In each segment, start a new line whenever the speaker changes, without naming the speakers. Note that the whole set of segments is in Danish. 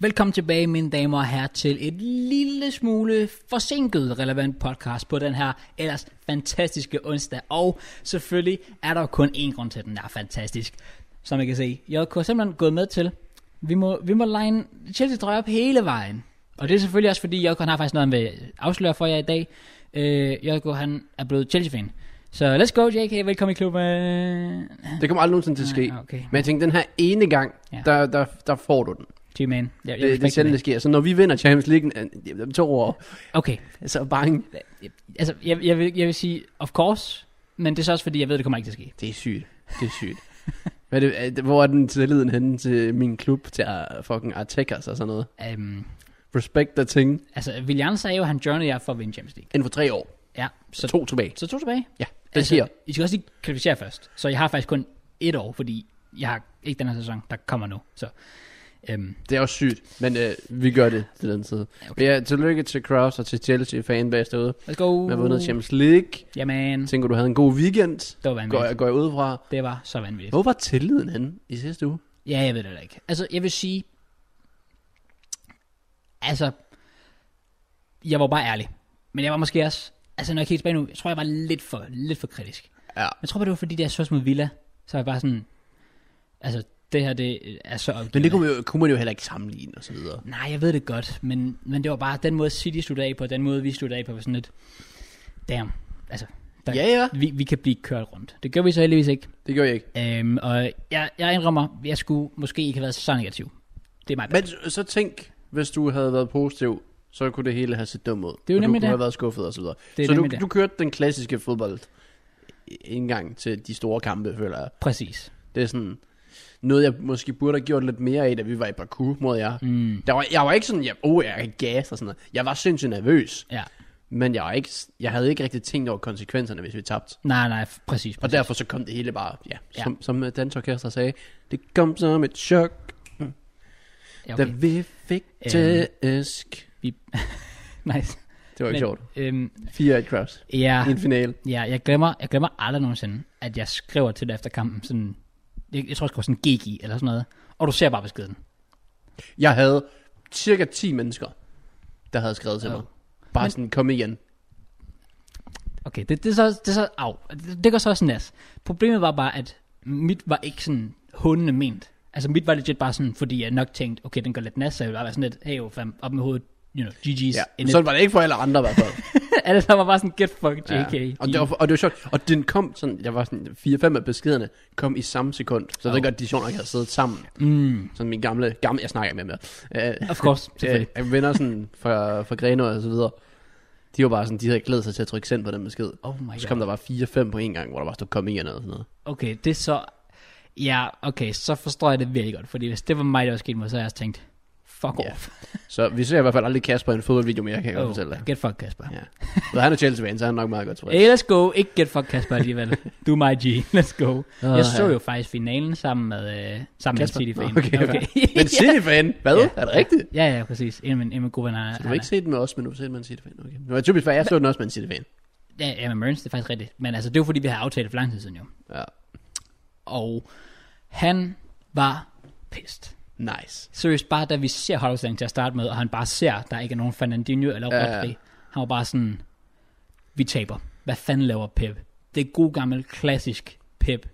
Velkommen tilbage, mine damer og herrer, til et lille smule forsinket relevant podcast på den her ellers fantastiske onsdag. Og selvfølgelig er der jo kun én grund til, at den er fantastisk. Som I kan se, jeg har simpelthen gået med til, vi må, vi må line Chelsea trøje op hele vejen. Og det er selvfølgelig også, fordi Jokon har faktisk noget, han vil afsløre for jer i dag. Øh, Jokon, han er blevet Chelsea-fan. Så let's go, JK. Velkommen i klubben.
Det kommer aldrig nogensinde til at ske.
Ah, okay.
Men jeg tænkte, den her ene gang,
Ja.
ja. der, der, der får du den.
G-man. Jeg, jeg
Det, det er sjældent, det sker. Så når vi vinder Champions League øh, jamen, om to år,
Okay,
så er jeg bange.
Altså, jeg, jeg, vil, jeg vil sige, of course, men det er så også fordi, jeg ved, det kommer ikke til at ske.
Det er sygt. Det er sygt. Hvad er det, er det- hvor er den tilliden henne til min klub, til at fucking Artekas og sådan noget?
Um,
Respect the ting.
altså, William sagde jo, at han journey jer for at vinde Champions League.
Inden for tre år.
Ja,
Så
så,
to tilbage.
så to tilbage.
Ja, det altså, sker.
I skal også lige kvalificere først. Så jeg har faktisk kun et år, fordi jeg har ikke den her sæson, der kommer nu. Så, um,
Det er også sygt, men øh, vi gør det til den tid.
Ja, okay.
Okay. Ja, tillykke til Kraus og til Chelsea fanbase derude.
let's go.
Man har vundet Champions League.
Jamen,
Tænker du havde en god weekend?
det var
Går
vanvittigt.
jeg, går jeg ud fra.
Det var så vanvittigt.
Hvor var tilliden henne i sidste uge?
Ja, jeg ved det da ikke. Altså, jeg vil sige... Altså... Jeg var bare ærlig. Men jeg var måske også... Altså, når jeg kigger tilbage nu, jeg tror, jeg var lidt for, lidt for kritisk.
Ja.
Jeg tror bare, det var fordi, det er så mod Villa. Så var jeg bare sådan... Altså, det her, det er så opgivende.
Men det kunne, man jo, kunne man jo heller ikke sammenligne og så videre.
Nej, jeg ved det godt, men, men det var bare den måde, City sluttede af på, den måde, vi sluttede af på, var sådan lidt... Damn. Altså, der,
Ja, ja.
vi, vi kan blive kørt rundt. Det gør vi så heldigvis ikke.
Det gjorde jeg ikke.
Øhm, og jeg, jeg indrømmer, jeg skulle måske ikke have været så negativ. Det er mig.
Men så- så tænk, hvis du havde været positiv, så kunne det hele have set dumt ud.
jo
og
nemlig
du kunne
det.
have været skuffet og så videre.
Det er
så du,
nemlig det.
du kørte den klassiske fodbold indgang til de store kampe, føler jeg.
Præcis.
Det er sådan noget, jeg måske burde have gjort lidt mere af, da vi var i Baku mod jer.
Mm.
Der var, jeg var ikke sådan, jeg, oh, jeg er gas og sådan noget. Jeg var sindssygt nervøs,
Ja.
men jeg, var ikke, jeg havde ikke rigtig tænkt over konsekvenserne, hvis vi tabte.
Nej, nej, f- præcis.
Og
præcis.
derfor så kom det hele bare, ja,
Ja.
ja. som, som øh, dansorkester sagde, det kom som et chok,
ja,
okay. da
okay.
vi fik
Øhm.
tæsk.
Nice.
Det var ikke sjovt.
Øhm,
4-1 Kraus.
ja,
I en finale.
ja, jeg glemmer, jeg glemmer aldrig nogensinde, at jeg skriver til dig efter kampen sådan, jeg, jeg tror, jeg skriver sådan GG eller sådan noget, og du ser bare beskeden.
Jeg havde cirka 10 mennesker, der havde skrevet til
Åh.
mig. Bare
Men-
sådan, kom igen.
Okay, det, det er så, det er så, au, det, det går så også nas. Problemet var bare, at mit var ikke sådan hundene ment. Altså mit var legit bare sådan, fordi jeg nok tænkte, okay, den går lidt nas, så jeg ville bare være sådan lidt, hey, jo, fam, op med hovedet, you know, GG's.
Ja.
Ja,
Sådan var det ikke for alle andre i hvert fald.
Alle sammen var bare sådan, get fucked,
Ja.
JK.
Og, det var, og det var sjovt. Og den kom sådan, jeg var sådan, 4-5 af beskederne kom i samme sekund. Så jeg ved
Åh.
godt, de sjovt nok havde siddet sammen.
mm,
Sådan min gamle, gamle jeg snakker ikke med ham der.
of course,
Øh,
selvfølgelig.
øh, venner sådan fra, fra Grenå og så videre. De var bare sådan, de havde glædet sig til at trykke send på den besked.
Oh my god.
Og så kom der bare 4-5 på en gang, hvor der bare stod, kom igen og sådan noget.
Okay, det er så... Ja, okay, så forstår jeg det virkelig godt, fordi hvis det var mig, der var sket mig, så havde jeg også tænkt, fuck
Ja,
off.
Så vi ser i hvert fald aldrig Kasper i en fodboldvideo mere, kan jeg oh. godt
oh,
fortælle dig.
get fuck Kasper.
Ja. Men han er Chelsea-fan, så er han nok meget godt tilfreds.
Hey, let's go. Ikke get fuck Kasper alligevel. du er my G. Let's go.
Åh,
Jeg så
ja.
jo faktisk finalen sammen med, øh, sammen med
Kasper?
City fan.
Ah, Okay, Men City-fan? Hvad?
Ja.
Er det rigtigt?
ja, ja, præcis. En af mine, en af mine gode venner.
Så
han
du har
er-
ikke set den med os, men du har set den med en City-fan. Okay. Det var typisk, for jeg så den også med en City-fan.
Ja, ja, med Merns, det er faktisk rigtigt. Men altså, det er jo fordi, vi har aftalt for lang tid siden jo.
Ja.
Og han var pissed.
Nice.
Seriøst, bare da vi ser holdopstillingen til at starte med, og han bare ser, der ikke er nogen Fernandinho eller
Ja,
Rodri,
ja.
han var bare sådan, vi taber. Hvad fanden laver Pep? Det er god gammel, klassisk Pep,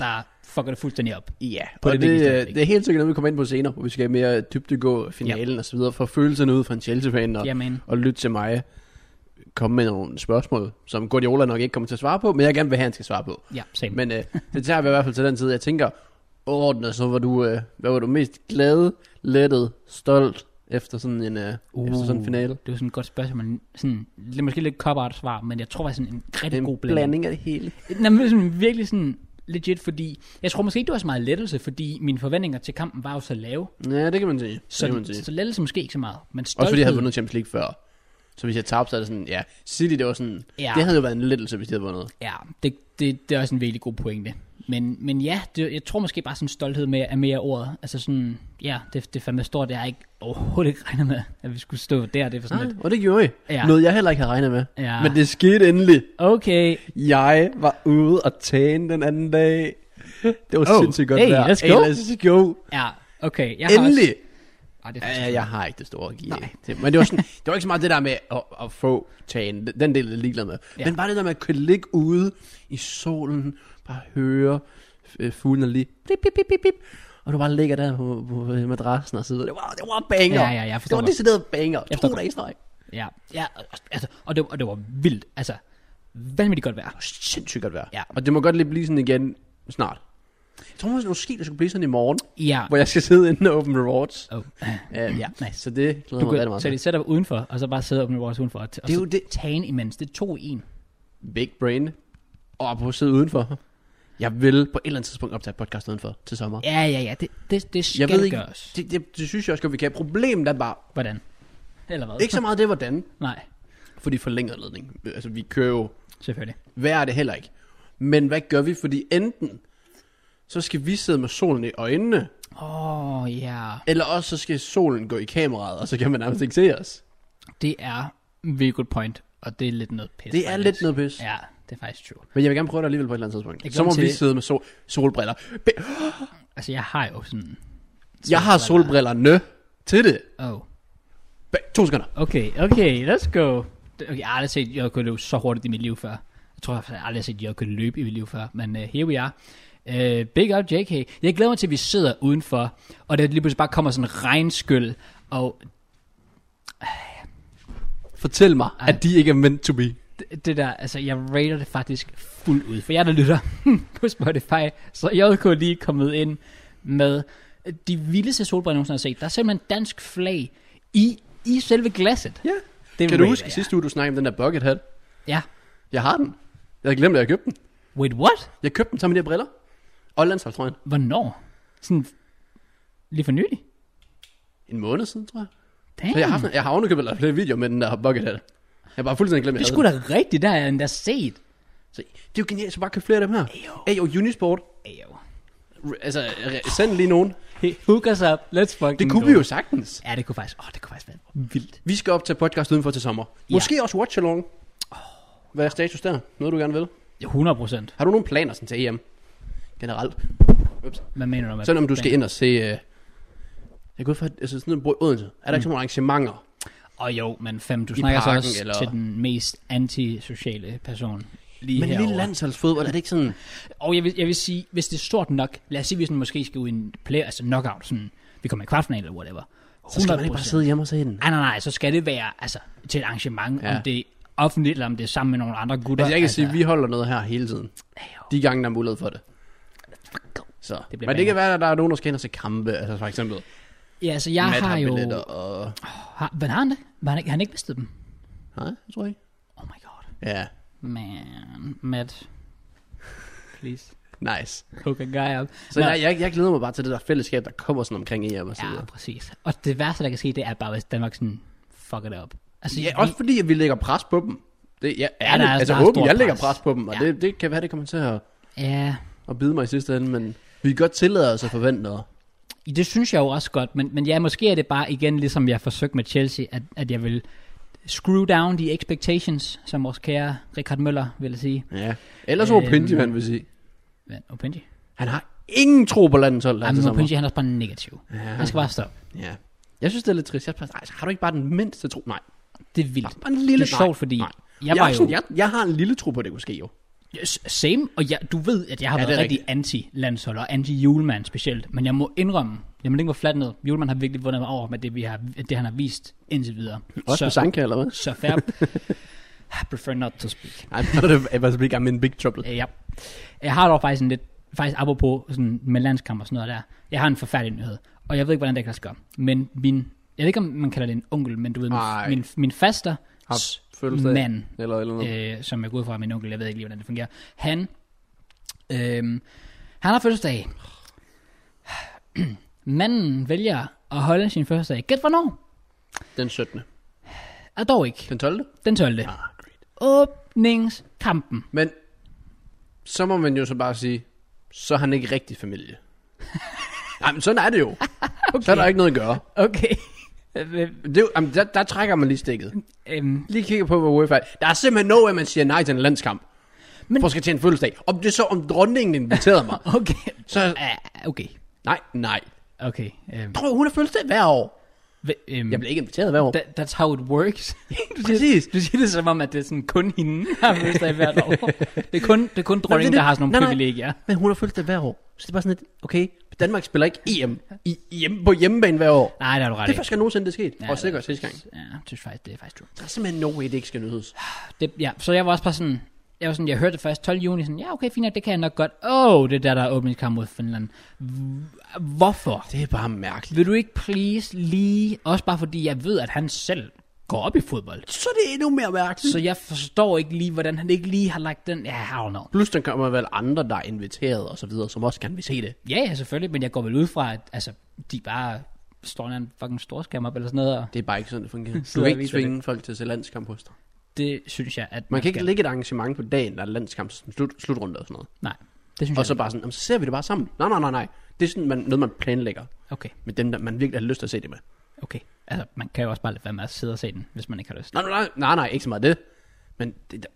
der fucker det fuldstændig op.
Ja,
På
og
det
det, det,
vigtigste, ikke?
øh, det er helt sikkert noget, vi kommer ind på senere, hvor vi skal mere dybdegå finalen og så videre, for følelserne ud fra en Chelsea-fan, og
Jamen,
og lytte til mig komme med nogle spørgsmål, som Guardiola nok ikke kommer til at svare på, men jeg gerne vil have, han skal svare på.
ja, same. Men,
Men øh, det tager vi i hvert fald til den tid. Jeg tænker, overordnet, så var du, øh, hvad var du mest glad, lettet, stolt efter sådan en, øh, uh. efter sådan en finale?
det er jo sådan et godt spørgsmål, men sådan, det er måske lidt cop svar, men jeg tror faktisk sådan en rigtig
En
god
god
blanding.
blanding af det hele.
Nej, men sådan, virkelig sådan legit, fordi jeg tror måske ikke, det var så meget lettelse, fordi mine forventninger til kampen var jo så lave.
Ja, det kan man sige. Så,
Så,
det kan man sige.
så lettelse måske ikke så meget, men stolthed.
Også fordi jeg havde vundet Champions League før. Så hvis jeg tabte, så er det sådan, ja, City, det var sådan,
Ja.
ja. det havde jo været en lettelse, hvis de havde vundet.
Ja, det, det, det er også en virkelig god pointe. Men, men ja, det, jeg tror måske bare sådan stolthed med, er mere ordet. Altså sådan, ja, det, det er fandme stort. Det har jeg ikke overhovedet ikke regnet med, at vi skulle stå der. Det er for sådan lidt,
Og det gjorde jeg.
Ja.
Ja. Noget, jeg heller ikke havde regnet med.
Ja.
Men det skete endelig.
okay,
Jeg var ude og tan den anden dag. Det var
Oh,
sindssygt godt
hey,
vejr.
let's go.
Hey, let's go.
ja, okay. Jeg har
Endelig.
Også, Ej, det er faktisk
Ja, jeg har ikke det store at give.
Nej.
til- Men det var, sådan, det var ikke så meget det der med at, at få tagen. Den del er jeg ligeglad med.
Ja.
Ja. Men bare det der med at kunne ligge ude i solen, bare høre øh, fuglene lige blip, blip, blip, blip, blip. Og du bare ligger der på, på øh, madrassen og sidder. Det var, det var banger.
Ja, ja, jeg
det
forstår
var
godt.
decideret banger.
Jeg forstår
To
godt.
dage i streg.
Ja, ja og- altså, og, det, og det var vildt. Altså, vanvittigt godt vejr.
Sindssygt godt vejr.
Ja.
Og det må godt lige blive sådan igen snart. Jeg tror måske, måske, det skulle blive sådan i morgen,
Ja.
hvor jeg skal sidde inde og åbne rewards.
Oh.
Uh,
ja, nice.
Så det glæder
Du
mig rigtig
kan
meget.
tage
til.
dit setup udenfor, og så bare sidde og åbne vores udenfor. Og, t- og
Det er
så
jo det-
tage en imens. Det er to i en.
Big Brain og på at sidde udenfor. Jeg vil på et eller andet tidspunkt optage podcast udenfor til sommer.
Ja, ja, ja. Det, det, det skal
jeg ved ikke,
gøres.
det, det, det, synes jeg også, godt, vi kan. Problemet er bare,
Hvordan? Eller hvad?
ikke så meget det, hvordan,
Nej,
fordi forlængede ledning. Altså, vi kører jo,
selvfølgelig.
hvad er det heller ikke. Men hvad gør vi? Fordi enten, så skal vi sidde med solen i øjnene,
Åh, oh, ja.
eller også så skal solen gå i kameraet, og så kan man nærmest ikke se os.
Det er virkelig good point, og det er lidt noget pis.
Det er
faktisk.
lidt noget pis.
Ja, det er faktisk true.
Men jeg vil gerne prøve det alligevel på et eller andet tidspunkt.
Jeg
Så må
glemte
vi
til-
sidde med sol, solbriller. Be-
Altså, jeg har jo sådan...
Jeg har solbrillerne til det.
Oh.
Be- To sekunder.
Okay, okay, let's go. Det- Okay, jeg har aldrig set Jokko løbe så hurtigt i mit liv før. Jeg tror faktisk, jeg har aldrig set Jokko løbe i mit liv før, men uh, here we are. Uh, big up JK. Jeg glæder mig til, at vi sidder udenfor, og der lige pludselig bare kommer sådan en regnskyld, og
Fortæl mig, Ej. at de ikke er meant to be.
det, det der, altså jeg rater det faktisk fuldt ud. For jeg der lytter på Spotify, så jeg kunne lige kommet ind med øh, de vildeste solbriller, jeg nogensinde har set. Der er simpelthen dansk flag i, i selve glasset.
Ja.
Det
Det kan
rater
du huske
jeg.
sidste uge, du snakkede om den der bucket hat?
Ja.
Jeg har den. Jeg havde glemt, at jeg købte den.
Wait, what?
Jeg købte den sammen med de her briller. Og landsholdstrøjen.
Hvornår? Sådan lige for nylig?
En måned siden, tror jeg.
Damn.
Så jeg har, haft, den- jeg har ovenikøbet lavet flere videoer med den der bucket hat. Jeg har bare fuldstændig glemt, at
Det
jeg
skulle
havde
da rigtigt, der har jeg endda set.
den. Så, det er jo genialt, så bare køb flere af dem her.
Ayo.
Ayo, Unisport.
Ayo.
R- altså, r- send lige nogen.
Hey, hook us up. Let's fucking
Det
go.
kunne vi jo sagtens.
Ja, det kunne faktisk, åh, det kunne faktisk være vildt.
Vi skal op til podcast udenfor til sommer. Måske også watch along. Hvad er status der? Noget, du gerne vil?
Ja, 100 procent.
Har du nogle planer sådan til EM? Generelt. Ups.
Hvad mener du med
Selvom du skal ind og se... Øh, jeg går ud fra, altså sådan noget bor i Odense. Er der mm. ikke så mange arrangementer?
Og jo, men fem, du snakker parken, så
parken,
også eller...
eller-
til den mest antisociale person lige
Men
herovre.
lille landsholdsfodbold, er det ikke sådan...
Og jeg vil, jeg vil sige, hvis det er stort nok, lad os sige, hvis vi sådan måske skal ud i en play, altså knockout, sådan, vi kommer i kvartfinalen eller whatever. 100%.
Så skal man ikke bare sidde hjemme og se den.
Nej, nej, nej, så skal det være altså, til et arrangement, ja.
Ja.
om det er offentligt, eller om det er sammen med nogle andre gutter.
Altså jeg kan sige, at vi holder noget her hele tiden.
De...
De gange, der er mulighed for det. Så.
Det
Det
bliver
Men det
banger.
kan være, at der er nogen, der skal ind og se kampe. Altså for eksempel
Ja, altså jeg har jo...
billetter og...
Har, hvad har han det? Var han, ikke- har han ikke bestilt dem?
Nej, jeg tror ikke.
Oh my god.
Ja,
Man, Matt. Please.
nice.
Hook a guy up.
Så
Nå.
jeg, jeg, jeg, glæder mig bare til det der fællesskab, der kommer sådan omkring EM og så
Ja,
videre.
præcis. Og det værste, der kan ske, det er bare, hvis Danmark sådan fucker det op. Altså,
Ja, også fordi, at vi lægger pres på dem. Det, ja,
Ja, der er-
ærligt, altså
der er
åben,
stort
jeg lægger
pres.
pres på dem, og
Ja.
det, det kan være, det kommer til at,
ja,
at bide mig i sidste ende, men vi kan godt tillade os at forvente noget.
det synes jeg jo også godt, men, men ja, måske er det bare igen, ligesom jeg forsøgte med Chelsea, at, at jeg vil screw down the expectations, som vores kære Richard Møller ville sige.
Ja. Ellers
Øhm.
øhm, Opinji, han vil sige.
Men Opinji?
Han har ingen tro på landsholdet her til
Jamen,
sommer.
Opinji, han er også bare negativ. Ja. Han skal bare stoppe.
Ja. Jeg synes, det er lidt trist. Jeg er bare, altså, har du ikke bare den mindste tro? Nej.
Det er vildt.
Bare en lille
det er sjovt, fordi
Nej.
jeg,
Jeg,
var
jeg,
jo...
sådan, jeg, jeg har en lille tro på, at det kunne ske jo.
S- Same, og jeg, du ved, at jeg har
Ja,
ja,
det
været
er
rigtig anti-landshold og anti-julemand specielt, men jeg må indrømme, jeg må ikke gå fladt ned. Julemand har virkelig vundet mig over med det, vi har, det han har vist indtil videre.
Også
så,
på Sanka, eller hvad?
så fair. I prefer not to speak.
Nej, men det er bare så ikke min big trouble.
Øh, Ja. Jeg har dog faktisk en lidt, faktisk apropos sådan med landskamp og sådan noget der, jeg har en forfærdelig nyhed, og jeg ved ikke, hvordan det kan lade sig gøre, men min, jeg ved ikke, om man kalder det en onkel, men du ved,
Ej.
min, min, min faster,
Har fødselsdag.
mand,
Eller, eller noget.
øh, som jeg går ud fra er min onkel, jeg ved ikke lige, hvordan det fungerer. Han, øh, han har fødselsdag. Manden vælger at holde sin fødselsdag. Gæt hvornår?
Den 17.
Er dog ikke.
Den 12.
Den 12.
Ah, great.
Åbningskampen.
Men så må man jo så bare sige, så er han ikke rigtig familie. Nej, men sådan er det jo. Okay. Så er der ikke noget at gøre.
Okay. Øh,
Det er jo, jamen, der, der, trækker man lige stikket.
øhm,
Lige kigger på, hvor UEFA er. Der er simpelthen no, at man siger nej til en landskamp.
Men-
Men... For at skal til en fødselsdag. Om det så, om dronningen inviterede mig.
okay.
Så,
Ah, Okay.
nej, nej.
Okay. Øhm,
Tror du, hun har fødselsdag hver år?
Øhm,
Jeg bliver ikke inviteret hver år.
That, that's how it works. du,
Præcis.
siger, du siger det som om, at det er sådan kun hende, der har fødselsdag hvert år. Det er kun, det er kun dronningen,
det.
der har sådan nogle
Nej, nej.
privilegier.
Men hun har følt det hver år. Så det er bare sådan lidt, okay, Danmark spiller ikke EM i, hjemme, på hjemmebane hver år.
Nej, det har du ret
Det
i.
er første gang nogensinde, det er sket.
Ja,
og sikkert
det er-
sidste gang.
Ja, det er faktisk, det er faktisk true.
Der er simpelthen no way, det ikke skal nydes.
Det, ja, så jeg var også bare sådan, jeg var sådan, jeg hørte det først 12. juni, sådan, ja okay, fint, nok, det kan jeg nok godt. Åh, oh, det er der, der er åbningskamp mod Finland. Hv- Hvorfor?
Det er bare mærkeligt.
Vil du ikke please lige, også bare fordi jeg ved, at han selv går op i fodbold.
Så er det endnu mere mærkeligt.
Så jeg forstår ikke lige, hvordan han ikke lige har lagt den, ja, I don't know.
Plus, der kommer vel andre, der er inviteret og så videre, som også gerne vil se det.
Ja, ja, selvfølgelig, men jeg går vel ud fra, at altså, de bare står en fucking storskærm op eller sådan noget, og
Det er bare ikke sådan, det fungerer. Du
Sidder
kan
og
ikke
viser det.
tvinge folk til at se landskamp hos dig.
det synes jeg, at
Man kan
skal.
ikke lægge et arrangement på dagen, der er landskamp slut, slutrunde og sådan noget.
Nej, det synes
Og så
jeg
bare sådan, "Jamen, så ser vi det bare sammen. Nej, nej, nej, nej. Det er sådan man, noget, man planlægger
ikke. Okay,
med dem, der man virkelig har lyst til at se det med.
okay. Altså, man kan jo også bare lade være med at sidde og se den, hvis man ikke har lyst.
Nej, nej, nej, nej, nej ikke så meget det. Men det, der-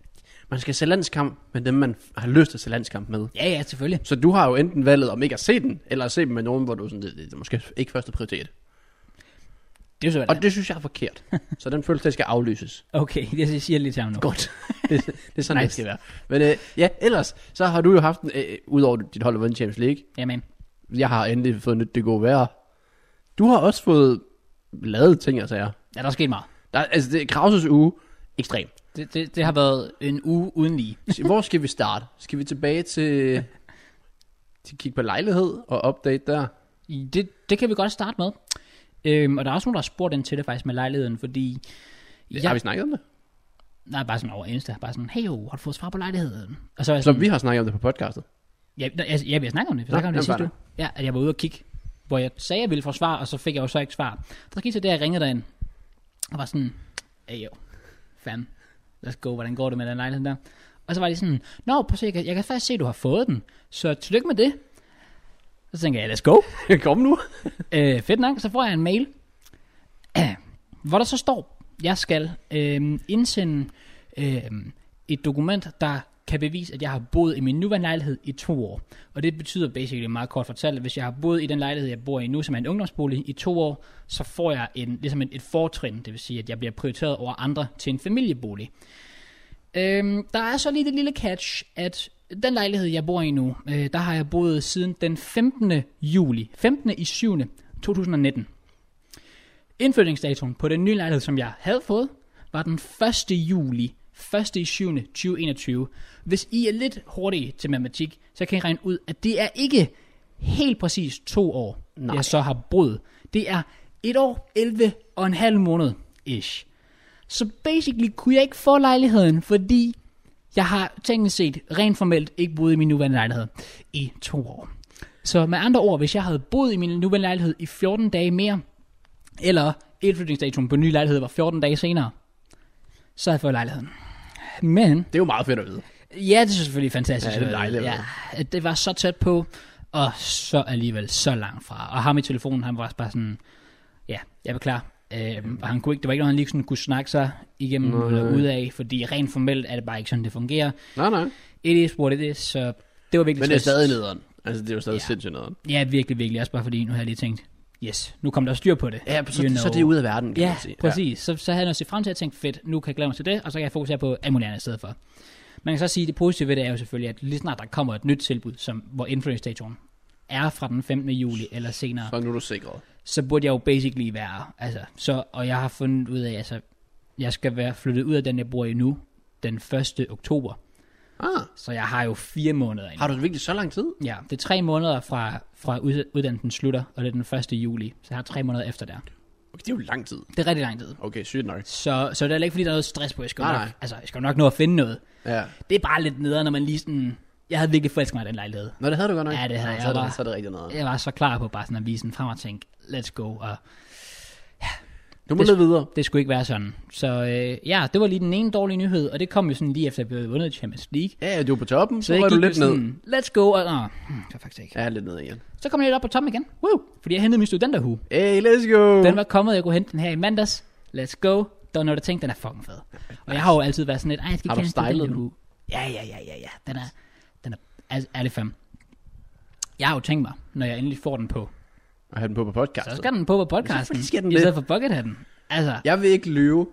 man skal se landskamp med dem, man har lyst til at se landskamp med.
Ja, ja, selvfølgelig.
Så du har jo enten valget om ikke at se den, eller at se dem med nogen, hvor du sådan, det, det er måske ikke første prioritet.
Det er jo
Og
sådan.
det synes jeg er forkert. Så den følelse skal aflyses.
Okay, det siger jeg lige til ham nu.
Godt. Det, det er sådan,
Nice.
nice. det skal være. Men øh, ja, ellers, så har du jo haft, en, øh, udover dit hold har vundet Champions League,
Jamen,
jeg har endelig fået nyt det gode vejr. Du har også fået lavet ting og sager.
ja, der er sket meget.
Der, er- altså, det er Krauses uge. Ekstrem.
Det, det, det har været en uge uden lige.
Hvor skal vi starte? Skal vi tilbage til, til kigge på lejlighed og update der?
Det, det kan vi godt starte med. Øhm, og der er også nogen, der har spurgt ind til det faktisk med lejligheden, fordi...
Ja. Har vi snakket om det?
Nej, bare sådan over Insta. Bare sådan, hey jo, har du fået svar på lejligheden? Og så er jeg
Så
sådan,
Altså, vi har snakket om det på podcastet.
Ja, nej, altså, ja, vi har snakket om det. Vi
Nå,
snakkede om det
jamen,
sidste uge. Ja, at jeg var ude og kigge, hvor jeg sagde, at jeg ville få svar, og så fik jeg jo så ikke svar. Så gik så der, jeg ringede derind, og var sådan, hey jo, fam, let's go, hvordan går det med den lejlighed der? Og så var de sådan, nå, prøv at se, jeg kan, jeg kan faktisk se, at du har fået den, så tillykke med det. Så tænkte jeg, let's go.
Kom nu.
Øh, fedt nok, så får jeg en mail, hvor der så står, jeg skal øh, indsende øh, et dokument, der kan bevise, at jeg har boet i min nuværende lejlighed i to år. Og det betyder basically meget kort fortalt, at hvis jeg har boet i den lejlighed, jeg bor i nu, som er en ungdomsbolig, i to år, så får jeg en, ligesom et, et fortrin, det vil sige, at jeg bliver prioriteret over andre til en familiebolig. Øhm, der er så lige det lille catch, at den lejlighed, jeg bor i nu, øh, der har jeg boet siden den 15. juli, 15. i 7. 2019. Indflytningsdatoen på den nye lejlighed, som jeg havde fået, var den 1. juli, 1. i 7. 2021. Hvis I er lidt hurtige til matematik, så kan I regne ud, at det er ikke helt præcis to år,
Nej.
Nej. jeg så har boet. Det er et år, 11 og en halv måned, ish. Så basically kunne jeg ikke få lejligheden, fordi jeg har teknisk set rent formelt ikke boet i min nuværende lejlighed i to år. Så med andre ord, hvis jeg havde boet i min nuværende lejlighed i 14 dage mere, eller indflytningsdatoen på en ny lejlighed var 14 dage senere, så havde jeg fået lejligheden. Men,
Det er jo meget fedt at vide.
ja, det er selvfølgelig fantastisk.
Ja, det er dejligt,
Ja, at det var så tæt på, og så alligevel så langt fra. Og ham i telefonen, han var også bare sådan, ja, jeg beklager. Øhm, og han kunne ikke, det var ikke noget, han lige sådan kunne snakke sig igennem
Nej.
eller ud af, fordi rent formelt er det bare ikke sådan, det fungerer.
Nej, nej.
It is what it is, så det var virkelig
Men det er
trist.
stadig nederen. Altså, det er jo stadig
Ja.
sindssygt nederen.
Ja, virkelig, virkelig. Også bare fordi, nu har jeg lige tænkt, yes, nu kom der styr på det.
Ja, så,
You
så
know.
det er ud af verden, kan
Ja,
man sige.
præcis. Så, så havde jeg noget at se frem til, at tænke, fedt, nu kan jeg glæde mig til det, og så kan jeg fokusere på alt muligt andet i stedet for. Man kan så sige, at det positive ved det er jo selvfølgelig, at lige snart der kommer et nyt tilbud, som, hvor influence-datoen er fra den 15. juli eller senere,
Så nu er du sikret.
så burde jeg jo basically være, altså, så, og jeg har fundet ud af, altså, jeg skal være flyttet ud af den, jeg bor i nu, den 1. oktober.
Ah,
Så jeg har jo fire måneder endnu.
har du det virkelig så lang tid?
Ja, det er tre måneder fra, fra ud- uddannelsen slutter, og det er den 1. juli. Så jeg har tre måneder efter der.
Okay, det er jo lang tid.
Det er rigtig lang tid.
Okay, sygt nok.
Så, så det er heller ikke, fordi der er noget stress på. Jeg skal, jo
Nej,
nok,
nej.
altså, jeg skal jo nok nå at finde noget.
Ja.
Det er bare lidt nederen, når man lige sådan... Jeg havde virkelig forelsket mig i den lejlighed.
Nå, det havde du godt nok.
Ja, det havde
Nå,
jeg
så er
bare.
det, så er det rigtig noget.
Jeg var så klar på bare sådan at vise den frem og tænke, let's go. Og
Du må
Det-
lidt videre.
det skulle ikke være sådan. Så øh, ja, det var lige den ene dårlige nyhed, og det kom jo sådan lige efter, at jeg blev vundet i Champions League.
Ja, ja, du er på toppen, så,
jeg
var du
gik jo
lidt ned.
sådan, Let's go, og... Nå, hmm, det var faktisk ikke.
Ja, lidt ned igen.
Så kom jeg lidt op på toppen igen. Woo! Fordi jeg hentede min studenterhue.
Hey, let's go!
Den var kommet, jeg kunne hente den her i mandags. Let's go. Der var noget, der tænkte, den er fucking fed. Og jeg har jo altid været sådan lidt, ej, jeg skal
Har
ikke
du
have en
stylet den?
studenterhue. Ja, ja, ja, ja, ja. Den er, den er, altså, ærlig fem. Jeg har jo tænkt mig, når jeg endelig får den på,
at have den på på
Så
podcast.
skal den på på podcasten.
Selvfølgelig skal den
I
det.
stedet for bucketheaden. Altså, ja.
Jeg vil ikke lyve.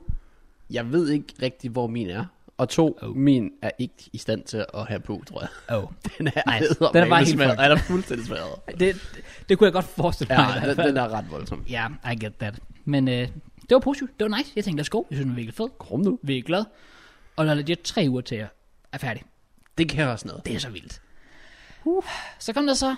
Jeg ved ikke rigtig, hvor min er. Og to, oh. min er ikke i stand til at have på, tror jeg.
oh.
Den er,
Nej,
eddermame
den er bare helt
smadret.
fucked.
Den er fuldstændig smadret.
det, det kunne jeg godt forestille mig. i hvert
Ja, den,
fald.
den, er ret voldsom.
Ja, yeah, I get that. Men øh, det var positivt. Det var nice. Jeg tænkte, let's go. Jeg synes, den var virkelig fed.
Krum nu.
Vi er glad. Og der er legit tre uger til, jeg er færdig.
Det kan også noget.
Det er så vildt. Uh. Så kom der så...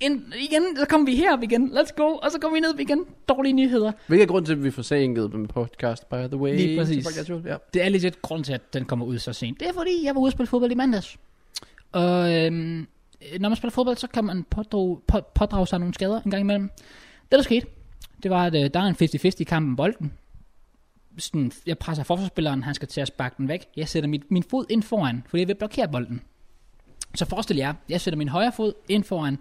En, igen, så kom vi herop igen. Let's go. Og så kom vi ned igen. Dårlige nyheder.
Hvilken er grund til, at vi får sænket dem podcast, by the way?
Lige præcis.
Til podcast, Ja.
Det er legit grund til, at den kommer ud så sent. Det er fordi, jeg var ude og spille fodbold i mandags. Og øhm, når man spiller fodbold, så kan man pådrage, på, pådrage sig nogle skader en gang imellem. Det, der skete, det var, at øh, der er en 50-50 i kampen om bolden. Sådan, jeg presser forsvarsspilleren, han skal til at sparke den væk. Jeg sætter mit, min fod ind foran, fordi jeg vil blokere bolden. Så forestil jer, jeg sætter min højre fod ind foran.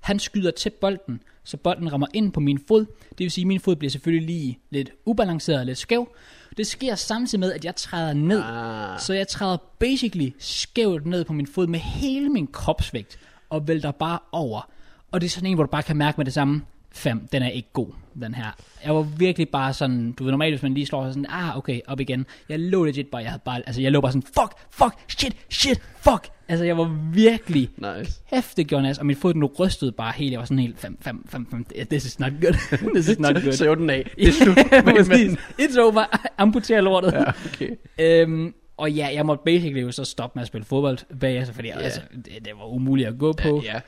Han skyder til bolden, så bolden rammer ind på min fod. Det vil sige, at min fod bliver selvfølgelig lige lidt ubalanceret og lidt skæv. Det sker samtidig med, at jeg træder ned.
Ah.
Så jeg træder basically skævt ned på min fod med hele min kropsvægt og vælter bare over. Og det er sådan en, hvor du bare kan mærke med det samme, fem, den er ikke god, den her. Jeg var virkelig bare sådan, du ved normalt, hvis man lige slår sig sådan, ah, okay, op igen. Jeg lå legit bare, jeg havde bare, altså jeg lå bare sådan, fuck, fuck, shit, shit, fuck. Altså jeg var virkelig
Nice.
kæft, det gjorde nas, og min fod den rystede bare helt, jeg var sådan helt, fem, fem, fem, fem, this is not good, this is not good.
Så jo den af. Det er slut.
Præcis. It's over, amputere lortet.
ja, okay.
Øhm, og ja, jeg måtte basically jo så stoppe med at spille fodbold bagefter, fordi yeah. altså, det, det var umuligt at gå på.
Ja, ja.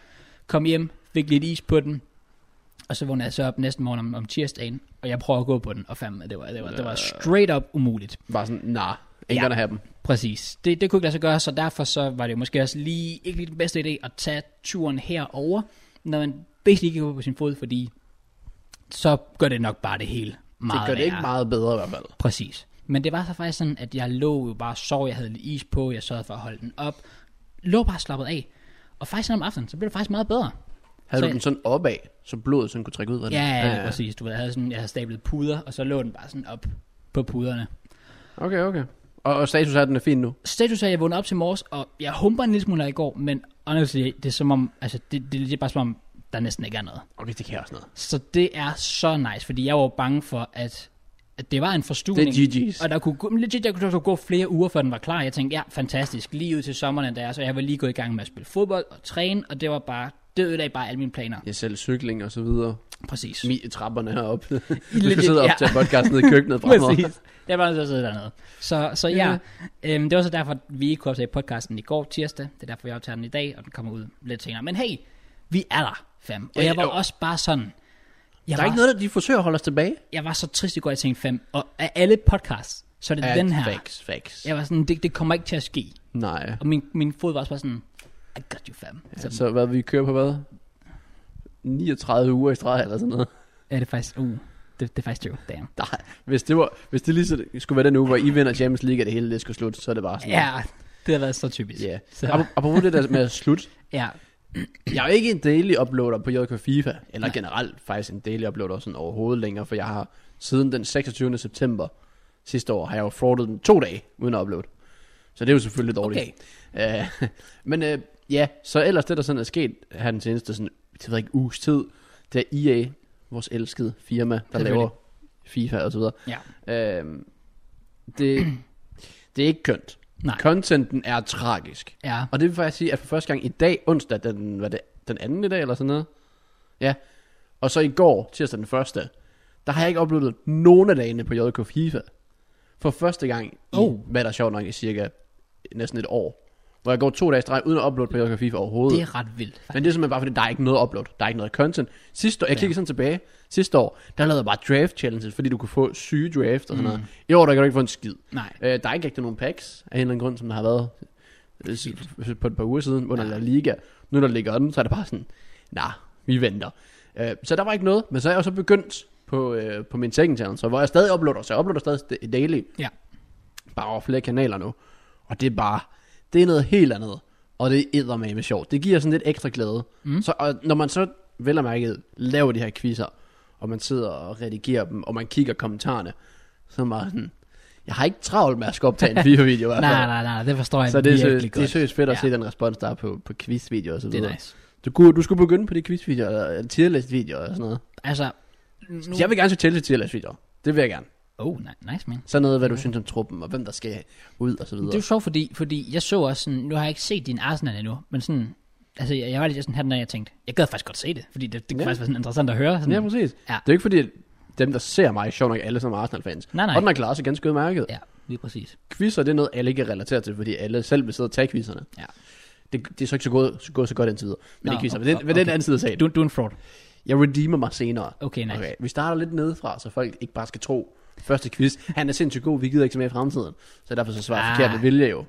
Kom hjem, fik lidt is på den, og så vågnede jeg så op næste morgen om, om tirsdagen, og jeg prøvede at gå på den, og fandme, det var, det var, det var straight up umuligt.
Bare sådan, nah, ain't
Ja.
ja. gonna have dem.
Præcis. Det, det kunne ikke lade sig gøre, så derfor så var det jo måske også lige ikke lige den bedste idé at tage turen herover, når man basically ikke kan gå på sin fod, fordi så gør det nok bare det hele meget
det gør det
værre.
ikke meget bedre i hvert fald.
Præcis. Men det var så faktisk sådan, at jeg lå jo bare og sov, jeg havde lidt is på, jeg sørgede for at holde den op, lå bare slappet af. Og faktisk sådan om aftenen, så blev det faktisk meget bedre.
Havde
Så-
du den sådan opad, så blodet sådan kunne trække ud af den?
Ja, ja, ja. præcis. Du ved, jeg havde, sådan, jeg havde stablet puder, og så lå den bare sådan op på puderne.
Okay, okay. Og, og status er, at den er fin nu.
Status er, at jeg vågnede op til morges, og jeg humper en lille smule her i går, men honestly, det er som om, altså det, det er lidt bare som om, der næsten ikke er noget.
Okay, det kan også noget.
Så det er så nice, fordi jeg var jo bange for, at, at det var en
Det
forstuning.
er GG's.
Og der kunne, gå- men legit, jeg kunne så gå flere uger, før den var klar. Jeg tænkte, ja, fantastisk, lige ud til sommeren endda, så jeg var lige gået i gang med at spille fodbold og træne, og det var bare, det ødelagde bare alle mine planer.
Ja, selv cykling og så videre.
Præcis.
Mi trapperne heroppe. du
Legit,
skal sidde og
ja.
optage podcast nede i køkkenet fremover.
Præcis. Jeg var nødt til at sidde dernede. Så, så ja, øhm, det var så derfor, vi ikke kunne optage podcasten i går tirsdag. Det er derfor, jeg optager den i dag, og den kommer ud lidt senere. Men hey, vi er der, fam. Og
Ja,
jeg var
jo.
også bare sådan... Jeg
Der er
var
ikke noget, der de forsøger at holde os tilbage.
jeg var så trist i går, jeg tænkte, fem, og af alle podcasts, så er det
Ja,
den her.
Facts, facts.
Jeg var sådan, det, det kommer ikke til at ske.
Nej.
Og min, min fod var også bare sådan, I got you fam. Ja, så,
Så hvad, vi kører på hvad? 39 uger i streg eller sådan noget.
er det faktisk, uh, det, det er faktisk jo, damn.
Nej, hvis det, var, hvis det lige så, skulle være den uge, hvor I vinder Champions League, og det hele det skulle slutte, så er det bare sådan.
Ja, det har været så typisk.
Yeah.
Så,
Så. Apropos det der med at slutte.
ja,
Jeg er jo ikke en daily uploader på JK FIFA, eller generelt faktisk en daily uploader sådan overhovedet længere, for jeg har siden den 26. september sidste år, har jeg jo fraudet den to dage uden at uploade. Så det er jo selvfølgelig dårligt. Okay. Uh, men uh, ja, så ellers det, der sådan er sket her den seneste sådan, det ved jeg ikke, uges tid, det er EA, vores elskede firma, der
Selvfølgelig.
laver FIFA og så videre.
ja,
Uh, det, det er ikke kønt.
Nej.
Contenten er tragisk.
ja,
Og det vil faktisk sige, at for første gang i dag, onsdag, den, var det, den anden i dag, eller sådan noget. Ja. Og så i går, tirsdag den første, der har jeg ikke uploadet nogen af dagene på JK FIFA. For første gang i,
Oh.
oh. hvad der er sjovt nok, i cirka næsten et år. Hvor jeg går to dage i streg uden at uploade på JK FIFA overhovedet.
det er ret vildt.
Men det er simpelthen bare fordi, der er ikke noget upload. Der er ikke noget content. Sidste år, jeg kigger sådan tilbage. Sidste år, der lavede jeg bare draft challenges, fordi du kunne få syge draft
Mm.
og sådan noget. I år, der kan du ikke få en skid.
Nej.
Øh, der er ikke rigtig nogen packs af en eller anden grund, som der har været øh, s- f- på et par uger siden under La Liga. Nu når der ligger den, så er det bare sådan, nej, nah, vi venter. Øh, så der var ikke noget, men så er jeg også begyndt på, øh, på min second channel, så hvor jeg stadig uploader, så jeg uploader stadig st- daily,
Ja,
bare over flere kanaler nu. Og det er bare, det er noget helt andet, og det er med sjovt. Det giver sådan lidt ekstra glæde. Mm. Så og når man så vel og mærket laver de her quizzer, og man sidder og redigerer dem, og man kigger kommentarerne, så er man bare sådan, jeg har ikke travlt med at skulle optage en video i hvert fald.
nej, nej, nej, det forstår jeg
Så det er,
virkelig
sø,
godt.
det er seriøst fedt at
Ja.
ja. se den respons, der er på, på quizvideoer og så
Det
videre.
er nice.
Du, kunne, du skulle begynde på de quizvideoer, eller tierlist-videoer og sådan noget.
Altså,
Nu.
nu...
Jeg vil gerne se Chelsea tierlist-videoer. Det vil jeg gerne.
Oh, ni- nice man.
Sådan noget, hvad du synes om truppen, og hvem der skal ud, og så videre.
Det er jo sjovt, fordi, fordi jeg så også sådan, nu har jeg ikke set din Arsenal endnu, men sådan, altså jeg, jeg var lidt sådan her, når jeg tænkte, jeg gad faktisk godt se det, fordi det, det kunne
Ja.
faktisk være sådan interessant at høre. Sådan,
Ja, præcis.
Ja.
Ja. Det er jo ikke fordi, at dem, der ser mig, sjovt nok alle som er Arsenal-fans.
Nej, nej.
Og den har klaret sig ganske udmærket. Ja.
ja, lige præcis.
Quizzer, det er noget, alle kan relatere til, fordi alle selv vil sidde og tage quizzerne.
Ja.
Det, det er så ikke så gået, så, gået så godt indtil videre. Men
Nå,
det er quizzer. Men
okay,
det, men det er den
okay.
anden side af sagen.
Du, du er en fraud.
Jeg redeemer mig senere.
Okay, nice. Okay.
Vi starter lidt nedefra, så folk ikke bare skal tro, første quiz, han er sindssygt god, vi gider ikke så mere i fremtiden. Så derfor så svarer jeg
Ah.
forkert med vilje jo.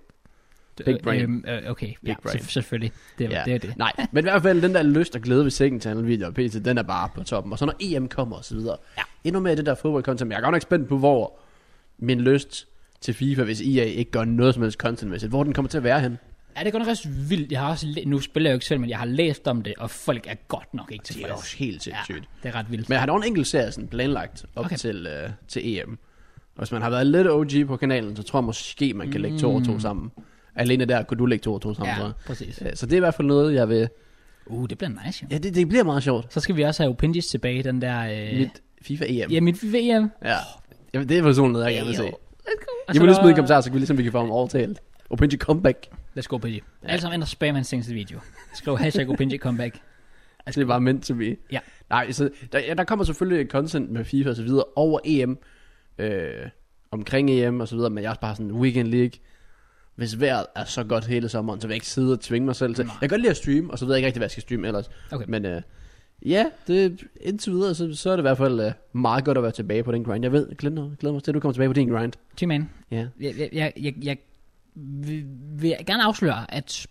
Big brain.
Øhm, øh, okay,
Big
ja,
brain.
brain. selvfølgelig. Det er
Ja.
det. Er det.
Nej, men i hvert fald den der lyst og glæde ved Second Channel video og PT, den er bare på toppen. Og så når EM kommer og så videre.
Ja.
Endnu mere det der fodboldcontent. men Jeg er godt nok spændt på, hvor min lyst til FIFA, hvis IA ikke gør noget som helst contentmæssigt, hvor den kommer til at være hen.
Ja, det er godt nok også vildt. Jeg har også, læ- nu spiller jeg jo ikke selv, men jeg har læst om det, og folk er godt nok ikke
Det er
tilfredse.
også helt
ja,
sindssygt. Ja.
det er ret vildt.
Men jeg har dog en enkelt serie sådan planlagt
Okay.
op okay. til, øh, til EM. Og hvis man har været lidt OG på kanalen, så tror jeg måske, man kan lægge to og to sammen. Alene der kunne du lægge to og to sammen.
Mm. ja,
Ja.
præcis.
Så det er i hvert fald noget, jeg vil...
Uh, det bliver nice, jo.
Ja, det, det bliver meget sjovt.
Så skal vi også have Opindis tilbage, den der... Øh,
Mit E FIFA-EM.
Ja, mit VM.
Ja. Jamen, det er personen, noget, jeg gerne vil
Ayo.
se.
Og
Jeg
så
må lige
der-
smide en kommentar, så kan vi ligesom, vi kan få ham overtalt. Opinji comeback.
Let's go, Opinji. Ja. Alle sammen ind og spam hans seneste video. Skriv hashtag Opinji comeback.
Altså, det var meant to be.
Ja.
Nej, så der, ja, der kommer selvfølgelig content med FIFA og så videre over EM. Øh, omkring EM og så videre, men jeg er også bare sådan weekend league. Hvis vejret er så godt hele sommeren, så vil jeg ikke sidde og tvinge mig selv til.
Nej.
Jeg kan godt lide at streame, og så ved jeg ikke rigtig, hvad jeg skal streame ellers.
Okay.
Men øh, ja, det, indtil videre, så, så er det i hvert fald øh, meget godt at være tilbage på den grind. Jeg ved, glæder, glæder mig til, at du kommer tilbage på din grind.
G-Man,
Ja.
jeg, jeg, jeg, jeg, jeg vil, vil gerne afsløre, at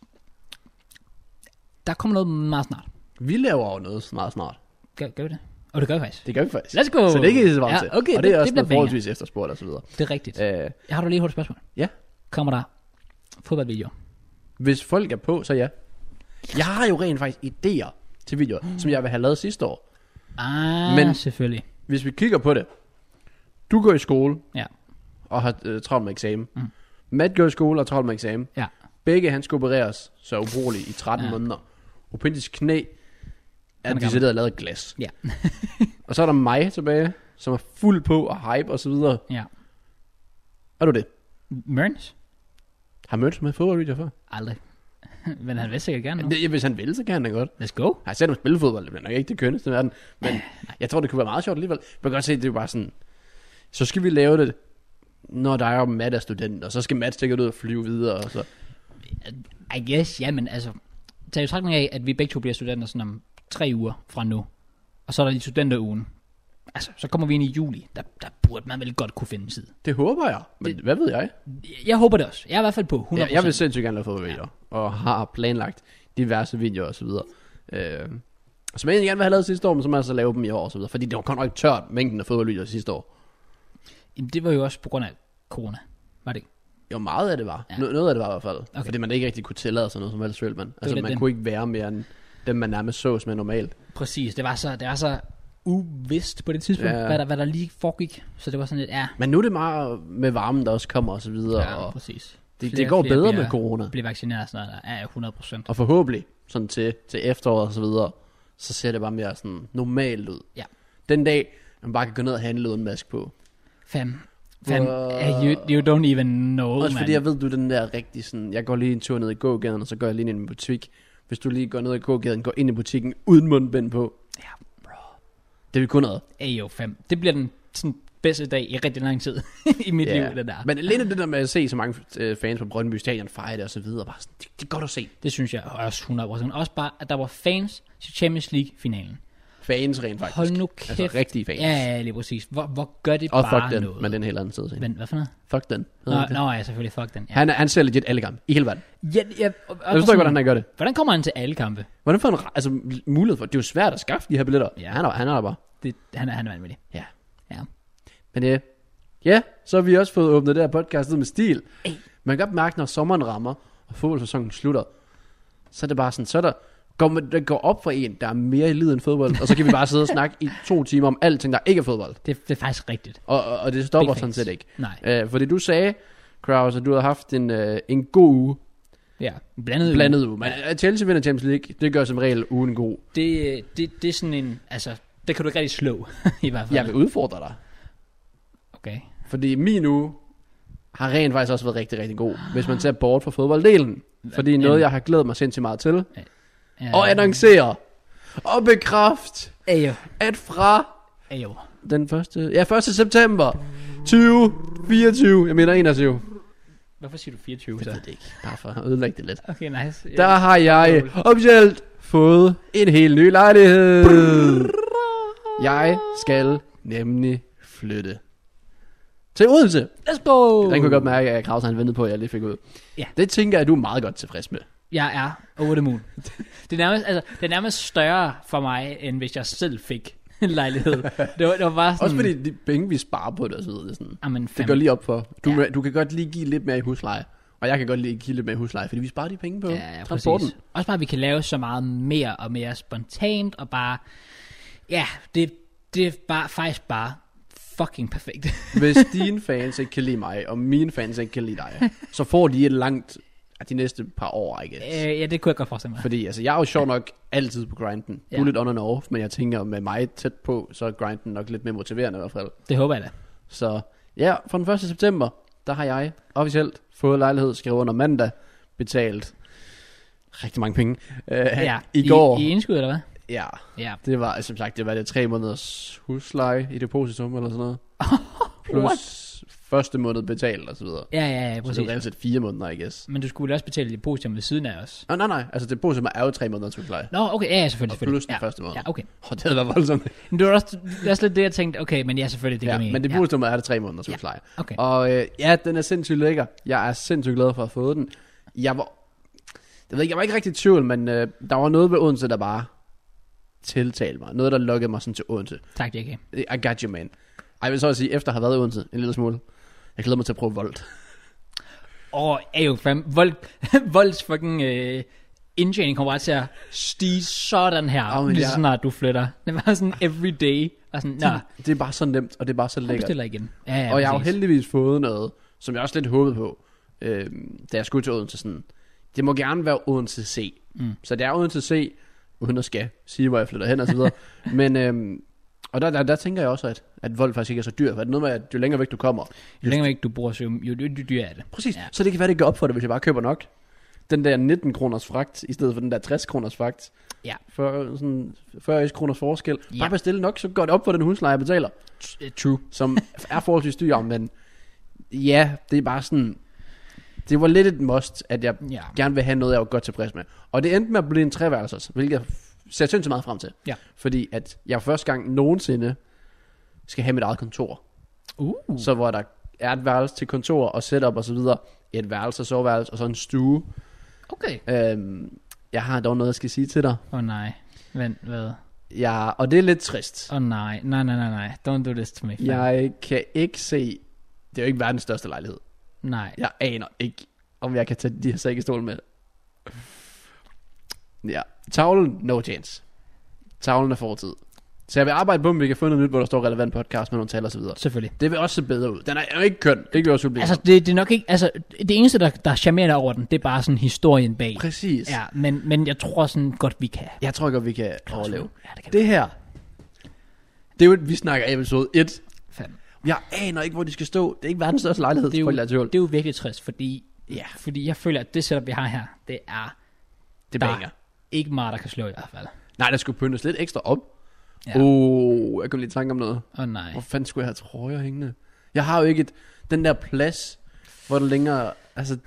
der kommer noget meget snart.
Vi laver jo noget meget snart.
Gør, gør vi det? Og det gør vi faktisk.
Det gør vi faktisk.
Let's go!
Så det er ikke så varmt
ja,
til.
okay,
og det, er også
det,
noget
bliver banger.
forholdsvis efterspurgt og så videre.
Det er rigtigt.
Øh,
Jeg har du lige et hurtigt spørgsmål.
Ja.
Kommer der fodboldvideo?
hvis folk er på, så ja. Jeg har jo rent faktisk idéer til videoer, som jeg vil have lavet sidste år.
Ah, Men,
Men-
selvfølgelig.
Hvis vi kigger på det. Du går i skole
Ja.
og har øh, travlt med eksamen. Mm. Matt går i skole og har travlt med eksamen.
Ja.
Begge han skal opereres, så er ubrugelig i 13
Ja.
ja. måneder. Opindis knæ er
gammel.
decideret lavet af glas.
Ja.
og så er der mig tilbage, som er fuld på og hype og så videre.
ja.
Er du det?
Mørns?
Har mødtes med fodboldvideoer før?
Aldrig. Men han vil sikkert gerne nu.
Det, hvis han vil, så kan han da godt.
Let's go.
Har jeg set ham spille fodbold, det bliver nok ikke det kønneste i verden, men jeg tror, det kunne være meget sjovt alligevel. Man kan godt se, det er jo bare sådan, så skal vi lave det, når der er Matt er student, og så skal Matt sikkert ud og flyve videre, og så.
I guess, ja, men altså, tag i betragtning af, at vi begge to bliver studenter sådan om tre uger fra nu, og så er der lige studenterugen. Altså, så kommer vi ind i juli. Der, der burde man vel godt kunne finde en tid.
Det håber jeg, men det, hvad ved jeg?
Jeg håber det også. Jeg er i hvert fald på 100%.
Jeg, jeg vil sindssygt gerne lave fodboldvideoer, og har planlagt diverse videoer og så videre. Øh, som jeg egentlig gerne vil have lavet sidste år, men så må jeg så lave dem i år og så videre, fordi det var godt nok tørt, mængden af fodboldvideoer sidste år.
Jamen, det var jo også på grund af corona. Var det ikke?
Jo, meget af det var.
Ja.
Ja. Noget af det var i hvert fald.
Okay.
Okay. Fordi man ikke rigtig kunne tillade sig noget som helst, vel, man. Altså,
lidt
man
det.
kunne ikke være mere end dem, man nærmest så som er normalt.
Præcis. Det var så, det var så uvist på det tidspunkt, ja.
Ja.
hvad, der, hvad der lige foregik. Så det var sådan lidt, ja.
Men nu er det meget med varmen, der også kommer og så videre, ja,
ja
og
præcis.
det,
Flere-
det går
flere
bedre
bliver-
med corona.
Blive vaccineret og sådan noget. der. Ja, 100%.
Og forhåbentlig, sådan til, til efteråret og så videre, så ser det bare mere sådan normalt ud.
Ja.
Den dag, man bare kan gå ned og handle uden mask på.
Fam. Fam.
Wow.
Uh, you, you don't even know,
Også fordi
man.
jeg ved, du er den der rigtig sådan, jeg går lige en tur ned i gågaden, og så går jeg lige ind i en butik. Hvis du lige går ned i gågaden, går ind i butikken uden mundbind på,
Ja, bro.
det vil kun noget.
AO 5. Det bliver den sådan, bedste dag i rigtig lang tid i mit yeah. liv, det der.
Men alene det der med at se så mange øh, fans på Brøndby Stadion fejre det og så videre, bare sådan, det, det er godt at se.
Det synes jeg også 100%. Også bare, at der var fans til Champions League-finalen.
Fans rent faktisk.
Hold nu kæft.
Altså rigtige fans.
Ja, ja, lige præcis. Hvor, hvor gør det
Og
bare
fuck den,
noget?
men den er en helt anden side. af sagen.
Men hvad for noget?
Fuck den.
Nå, nå, ja, selvfølgelig. Fuck den. Ja.
Han, er, han ser legit alle kampe i hele verden.
ja, ja, og, og
Jeg forstår ikke, hvordan han gør det.
Hvordan kommer han til alle kampe?
Hvordan får han ra- altså, mulighed for? Det er jo svært at skaffe de her billetter.
Ja.
Ja. Han, er, han er der bare.
Det, han er, han er vanvittig.
Ja.
Ja.
Men ja. ja, så har vi også fået åbnet det her podcast ud med stil.
Ey.
Man kan godt mærke, når sommeren rammer, og fodboldsæsonen slutter, så er det bare sådan, så er der går, man, der går op for en, der er mere i livet end fodbold, og så kan vi bare sidde og snakke i to timer om alting, der ikke er fodbold.
Det, det er faktisk rigtigt.
Og, og, og det stopper
Big
sådan
facts.
set ikke.
Nej.
Øh, fordi du sagde, Kraus, at du havde haft en, øh, en god uge
Ja, blandet uge.
Blandet uge. Men at Chelsea vinder Champions League, det gør som regel ugen god.
Det, øh, det, det er sådan en, altså, det kan du ikke rigtig slå, i hvert fald.
Jeg vil udfordre dig.
Okay.
Fordi min uge har rent faktisk også været rigtig, rigtig god, hvis man ser bort fra fodbolddelen. Fordi noget, jeg har glædet mig sindssygt meget til.
Ja,
Og annoncere og bekræft,
Ayo.
at fra
Ayo.
den første, ja, 1. september 2024, jeg mener 21.
Hvorfor siger du 24
Jeg
så?
ved det ikke, bare for at ødelægge det lidt.
Okay, nice.
Der har jeg officielt fået en helt ny lejlighed. Jeg skal nemlig flytte til Odense.
Let's go!
Den kunne jeg godt mærke, at Kraus han ventede på, at jeg lige fik ud.
Ja.
Det tænker jeg, at du er meget godt tilfreds med.
Jeg er over the moon. Det er, nærmest, altså, det er nærmest større for mig, end hvis jeg selv fik en lejlighed. Det var, det var bare sådan... Ah,
Også fordi de penge, vi sparer på det og så videre, det, er sådan,
Jamen,
det
fem,
går lige op for. Du,
Ja.
ja. du kan godt lige give lidt mere i husleje. Og jeg kan godt lige give lidt mere i husleje, fordi vi sparer de penge på
ja, ja,
transporten.
præcis. Også bare, at vi kan lave så meget mere og mere spontant, og bare... Ja, det, det er bare, faktisk bare fucking perfekt.
Hvis dine fans ikke kan lide mig, og mine fans ikke kan lide dig, så får de et langt af de næste par år, I guess.
øh, ja, det kunne jeg godt forestille mig.
Fordi altså, jeg er jo sjov nok altid på grinden. Du
Ja.
er lidt on and off, men jeg tænker med mig tæt på, så er grinden nok lidt mere motiverende i hvert fald.
Det håber jeg da.
Så ja, fra den 1. september, der har jeg officielt fået lejlighed, skrevet under mandag, betalt rigtig mange penge. Øh,
Ja,
I går,
I, i indskud, eller hvad?
ja,
Ja.
det var som sagt, det var det tre måneders husleje i depositum eller sådan noget. Plus første måned betalt og så videre.
Ja, ja, ja,
Så det
præcis.
var reelt set fire måneder, I guess.
Men du skulle vel også betale lidt positivt ved siden af os.
Oh, nej, nej, altså depositum er jo tre måneders husleje.
Nå, okay, ja, ja selvfølgelig.
Og
selvfølgelig.
plus den
ja.
første måned.
Ja, okay.
Og det havde været voldsomt.
Men det var også, det var også lidt det, jeg tænkte, okay, men ja, selvfølgelig, det
ja,
kan
men det
ja.
burde ja. er det tre måneder til husleje.
Okay.
Og øh, ja, den er sindssygt lækker. Jeg er sindssygt glad for at have fået den. Jeg var, jeg, ved ikke, jeg var ikke rigtig i tvivl, men øh, der var noget ved Odense, der bare tiltalte mig. Noget, der lukkede mig sådan til Odense.
Tak, JK.
I got you, man. Ej, jeg vil så også sige, efter at have været i Odense en lille smule, jeg glæder mig til at prøve voldt.
Og er jo fam, vold, volds fucking øh, indtjening kommer bare til at stige sådan her,
Åh,
oh,
men
lige så
jeg-
snart du flytter. Det var sådan every day, og sådan, nå,
Det er bare så nemt, og det er bare så
jeg
lækkert.
bestiller igen. Ja, ja,
og jeg har jo
præcis.
heldigvis fået noget, som jeg også lidt håbede på, øh, da jeg skulle til Odense. Sådan, det må gerne være Odense C. Mm. Så det er Odense C, uden at skal sige, hvor jeg flytter hen og så videre. Men, øh, og der, der, der, tænker jeg også, at, at vold faktisk ikke er så dyr. For det er noget med, at jo længere væk du kommer.
Jo længere væk du bruger Zoom, jo, jo, jo dyrere er det.
Præcis. Ja. Så det kan være, det gør op for det, hvis jeg bare køber nok. Den der 19 kroners fragt, i stedet for den der 60 kroners fragt.
Ja.
For sådan 40 kroners forskel.
Ja.
Ja. Bare bestil nok, så går det op for den husleje, jeg betaler
Øh, True.
som er forholdsvis dyr, men ja, det er bare sådan, det var lidt et must, at jeg
Ja.
ja. gerne vil have noget, jeg var godt tilfreds med. Og det endte med at blive en treværelses, hvilket jeg f- ser sindssygt meget frem til.
Ja.
Fordi at jeg første gang nogensinde skal have mit eget kontor.
Uh.
Så hvor der er et værelse til kontor og setup og så videre, et værelse og soveværelse og så en stue.
Okay.
Øhm, jeg har dog noget, jeg skal sige til dig.
Åh oh, nej. Vent, hvad?
Jeg, og det er lidt trist.
Åh oh, nej. Nej, nej, nej, nej. Don't do this to me.
Jeg kan ikke se, det er jo ikke verdens største lejlighed.
Nej.
Jeg aner ikke, om jeg kan tage de her sækkestol med. Ja. Tavlen, no chance. Tavlen er fortid. Så jeg vil arbejde på, om vi kan få noget nyt, hvor der står relevant podcast med nogle tal og så videre.
Selvfølgelig.
Det vil også se bedre ud. Den er jo ikke køn. Det kan vi også blive.
Altså, det, det er nok ikke... Altså, det eneste, der, der er charmerende over den, det er bare sådan historien bag.
præcis. Ja.
Ja, men, men jeg tror sådan godt, vi kan.
Jeg tror godt, vi kan overleve.
Ja, det kan det.
Det her, det er jo, et- vi snakker episode 1.
Fandme.
Jeg aner ikke, hvor de skal stå. Det er ikke verdens største lejlighed.
Det er, jo,
folk, der tvivl.
det er jo virkelig trist, fordi,
Ja.
fordi jeg føler, at det setup, vi har her, det er
det
der
banger.
er ikke meget, der kan slå i hvert fald.
Nej, der skulle pyntes lidt ekstra op.
Ja.
Ja. Oh, jeg kom lige i tanke om noget.
Åh oh, nej.
Hvor fanden skulle jeg have trøjer hængende? Jeg har jo ikke et, den der plads, hvor det længere... Altså,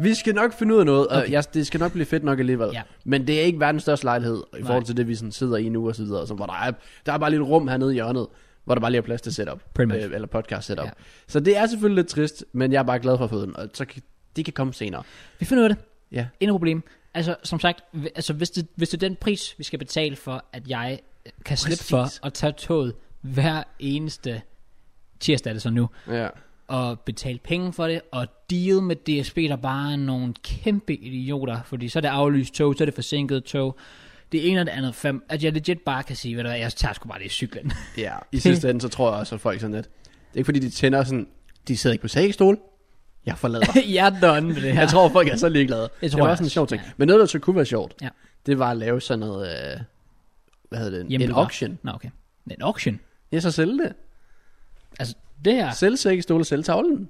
vi skal nok finde ud af noget, og
Okay.
okay. jeg, det skal nok blive fedt nok alligevel.
Ja.
Men det er ikke verdens største lejlighed, i
Nej.
forhold til det, vi sådan sidder i nu og så videre. Så, hvor der, er, der er bare lidt rum hernede i hjørnet, hvor der bare lige er plads til setup. Øh,
Pretty much.
eller podcast setup.
Ja.
Ja. Så det er selvfølgelig lidt trist, men jeg er bare glad for at få den. Og så kan, det kan komme senere.
Vi finder ud af det.
Ja.
Ingen problem. Altså, som sagt, hv- altså, hvis, det, hvis det er den pris, vi skal betale for, at jeg øh, kan slippe
Præcis.
for at tage toget hver eneste tirsdag er det så nu,
ja.
og betale penge for det, og deal med DSB, der bare er nogle kæmpe idioter, fordi så er det aflyst tog, så er det forsinket tog, det ene og det andet fem, at jeg legit bare kan sige, ved du hvad, jeg tager sgu bare lige cyklen.
ja. I sidste ende, så tror jeg også, at folk sådan lidt... Det er ikke fordi, de tænder sådan... De sidder ikke på sækkestol. jeg forlader.
jeg er done med det her.
Jeg tror, folk er så ligeglade.
Det
Det,
tror
det var
jeg
også en
også,
sjov ting.
ja.
Ja. Men noget, der så kunne være sjovt,
Ja.
det var at lave sådan noget, øh, hvad hedder det, en, en
Hjemmebygger.
auction.
Nå, okay. En auction?
Ja, så sælge det.
Altså, det her...
Ja. Sælge sækkestole, sælge tavlen.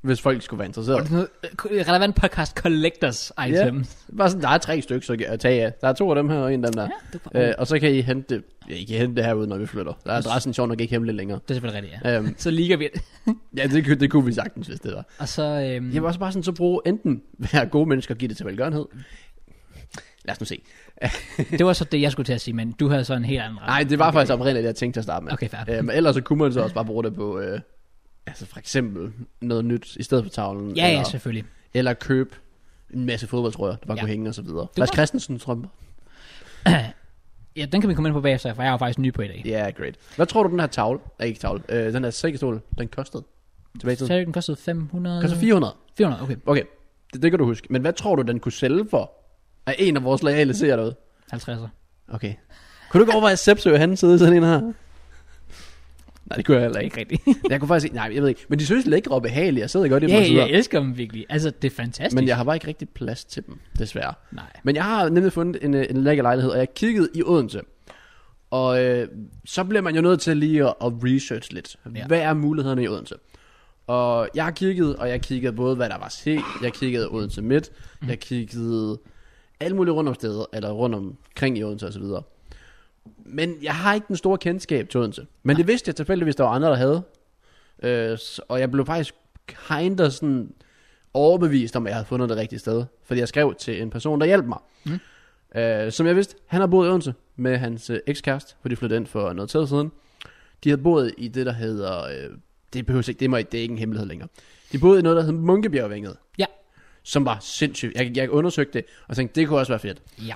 Hvis folk skulle være
Var
interesseret.
det noget øh, relevant podcast collectors item?
Bare sådan, der er tre stykker så kan- at tage af. Der er to af dem her, og en af dem der.
Ja, det, var,
Ja. Øh, og så kan I hente det. Ja, I kan hente det herude, når vi flytter. Der er adressen sjov nok ikke hemmelig længere.
det er selvfølgelig rigtigt, ja.
Øhm,
Så ligger vi...
ja, det, kunne- det kunne vi sagtens, hvis det var.
Og så... Øhm,
Jeg vil også bare sådan så bruge enten være gode mennesker og give det til velgørenhed. Lad os nu se.
det var så det, jeg skulle til at sige, men du havde så en helt anden ret.
Nej, det var okay. faktisk oprindeligt, det jeg tænkte til at starte med.
Okay, fair.
Øh, men ellers så kunne man så også bare bruge det på, øh, altså for eksempel noget nyt i stedet for tavlen.
Ja, ja,
eller,
selvfølgelig.
eller købe en masse fodboldtrøjer, der bare
Ja.
ja. kunne hænge og så videre.
var-
Lars Christensen strømper.
Ja, den kan vi komme ind på bagefter, for jeg er jo faktisk ny på E i dag.
Ja, yeah, great. Hvad tror du, den her tavle, nej ikke tavle, øh, den her sækkestol, den kostede? Tilbage i
Så
tiden.
den kostede 500...
Kostede 400.
400, okay.
Okay, det, det kan du huske. Men hvad tror du, den kunne sælge for? Er en af vores lojale ser derude?
50'er.
Okay. Kunne du ikke overveje at Sepsø han sidde i sådan en her? Nej, det kunne jeg heller ikke.
Ikke rigtigt.
Jeg kunne faktisk ikke, nej, jeg ved ikke. Men de synes lækre og behagelige, og sidder godt i dem
ja,
og så
jeg
videre.
elsker dem virkelig. Altså, det er fantastisk.
Men jeg har bare ikke rigtig plads til dem, desværre.
Nej.
Men jeg har nemlig fundet en, øh, en lækker lejlighed, og jeg kiggede i Odense. Og øh, så bliver man jo nødt til lige at, at research lidt.
Ja.
Ja. Hvad er mulighederne i Odense? Og jeg har kigget, og jeg kiggede både, hvad der var se. Jeg kiggede Odense Midt. Jeg kiggede alle mulige rundt om steder, eller rundt omkring i Odense osv. Men jeg har ikke den store kendskab til Odense. Men det vidste jeg tilfældigvis, der var andre, der havde. Øh, s- og jeg blev faktisk kinder sådan overbevist om, at jeg havde fundet det rigtige sted. Fordi jeg skrev til en person, der hjalp mig. Mm. Øh, som jeg vidste, han har boet i Odense med hans øh, ekskæreste, for de flyttede ind for noget tid siden. De havde boet i det, der hedder... Øh, det behøver ikke, det, må, ikke- det er ikke en hemmelighed længere. De boede i noget, der hed Munkebjergvænget,
Ja.
som var sindssygt. Jeg, jeg undersøgte det, og tænkte, det kunne også være fedt.
Ja.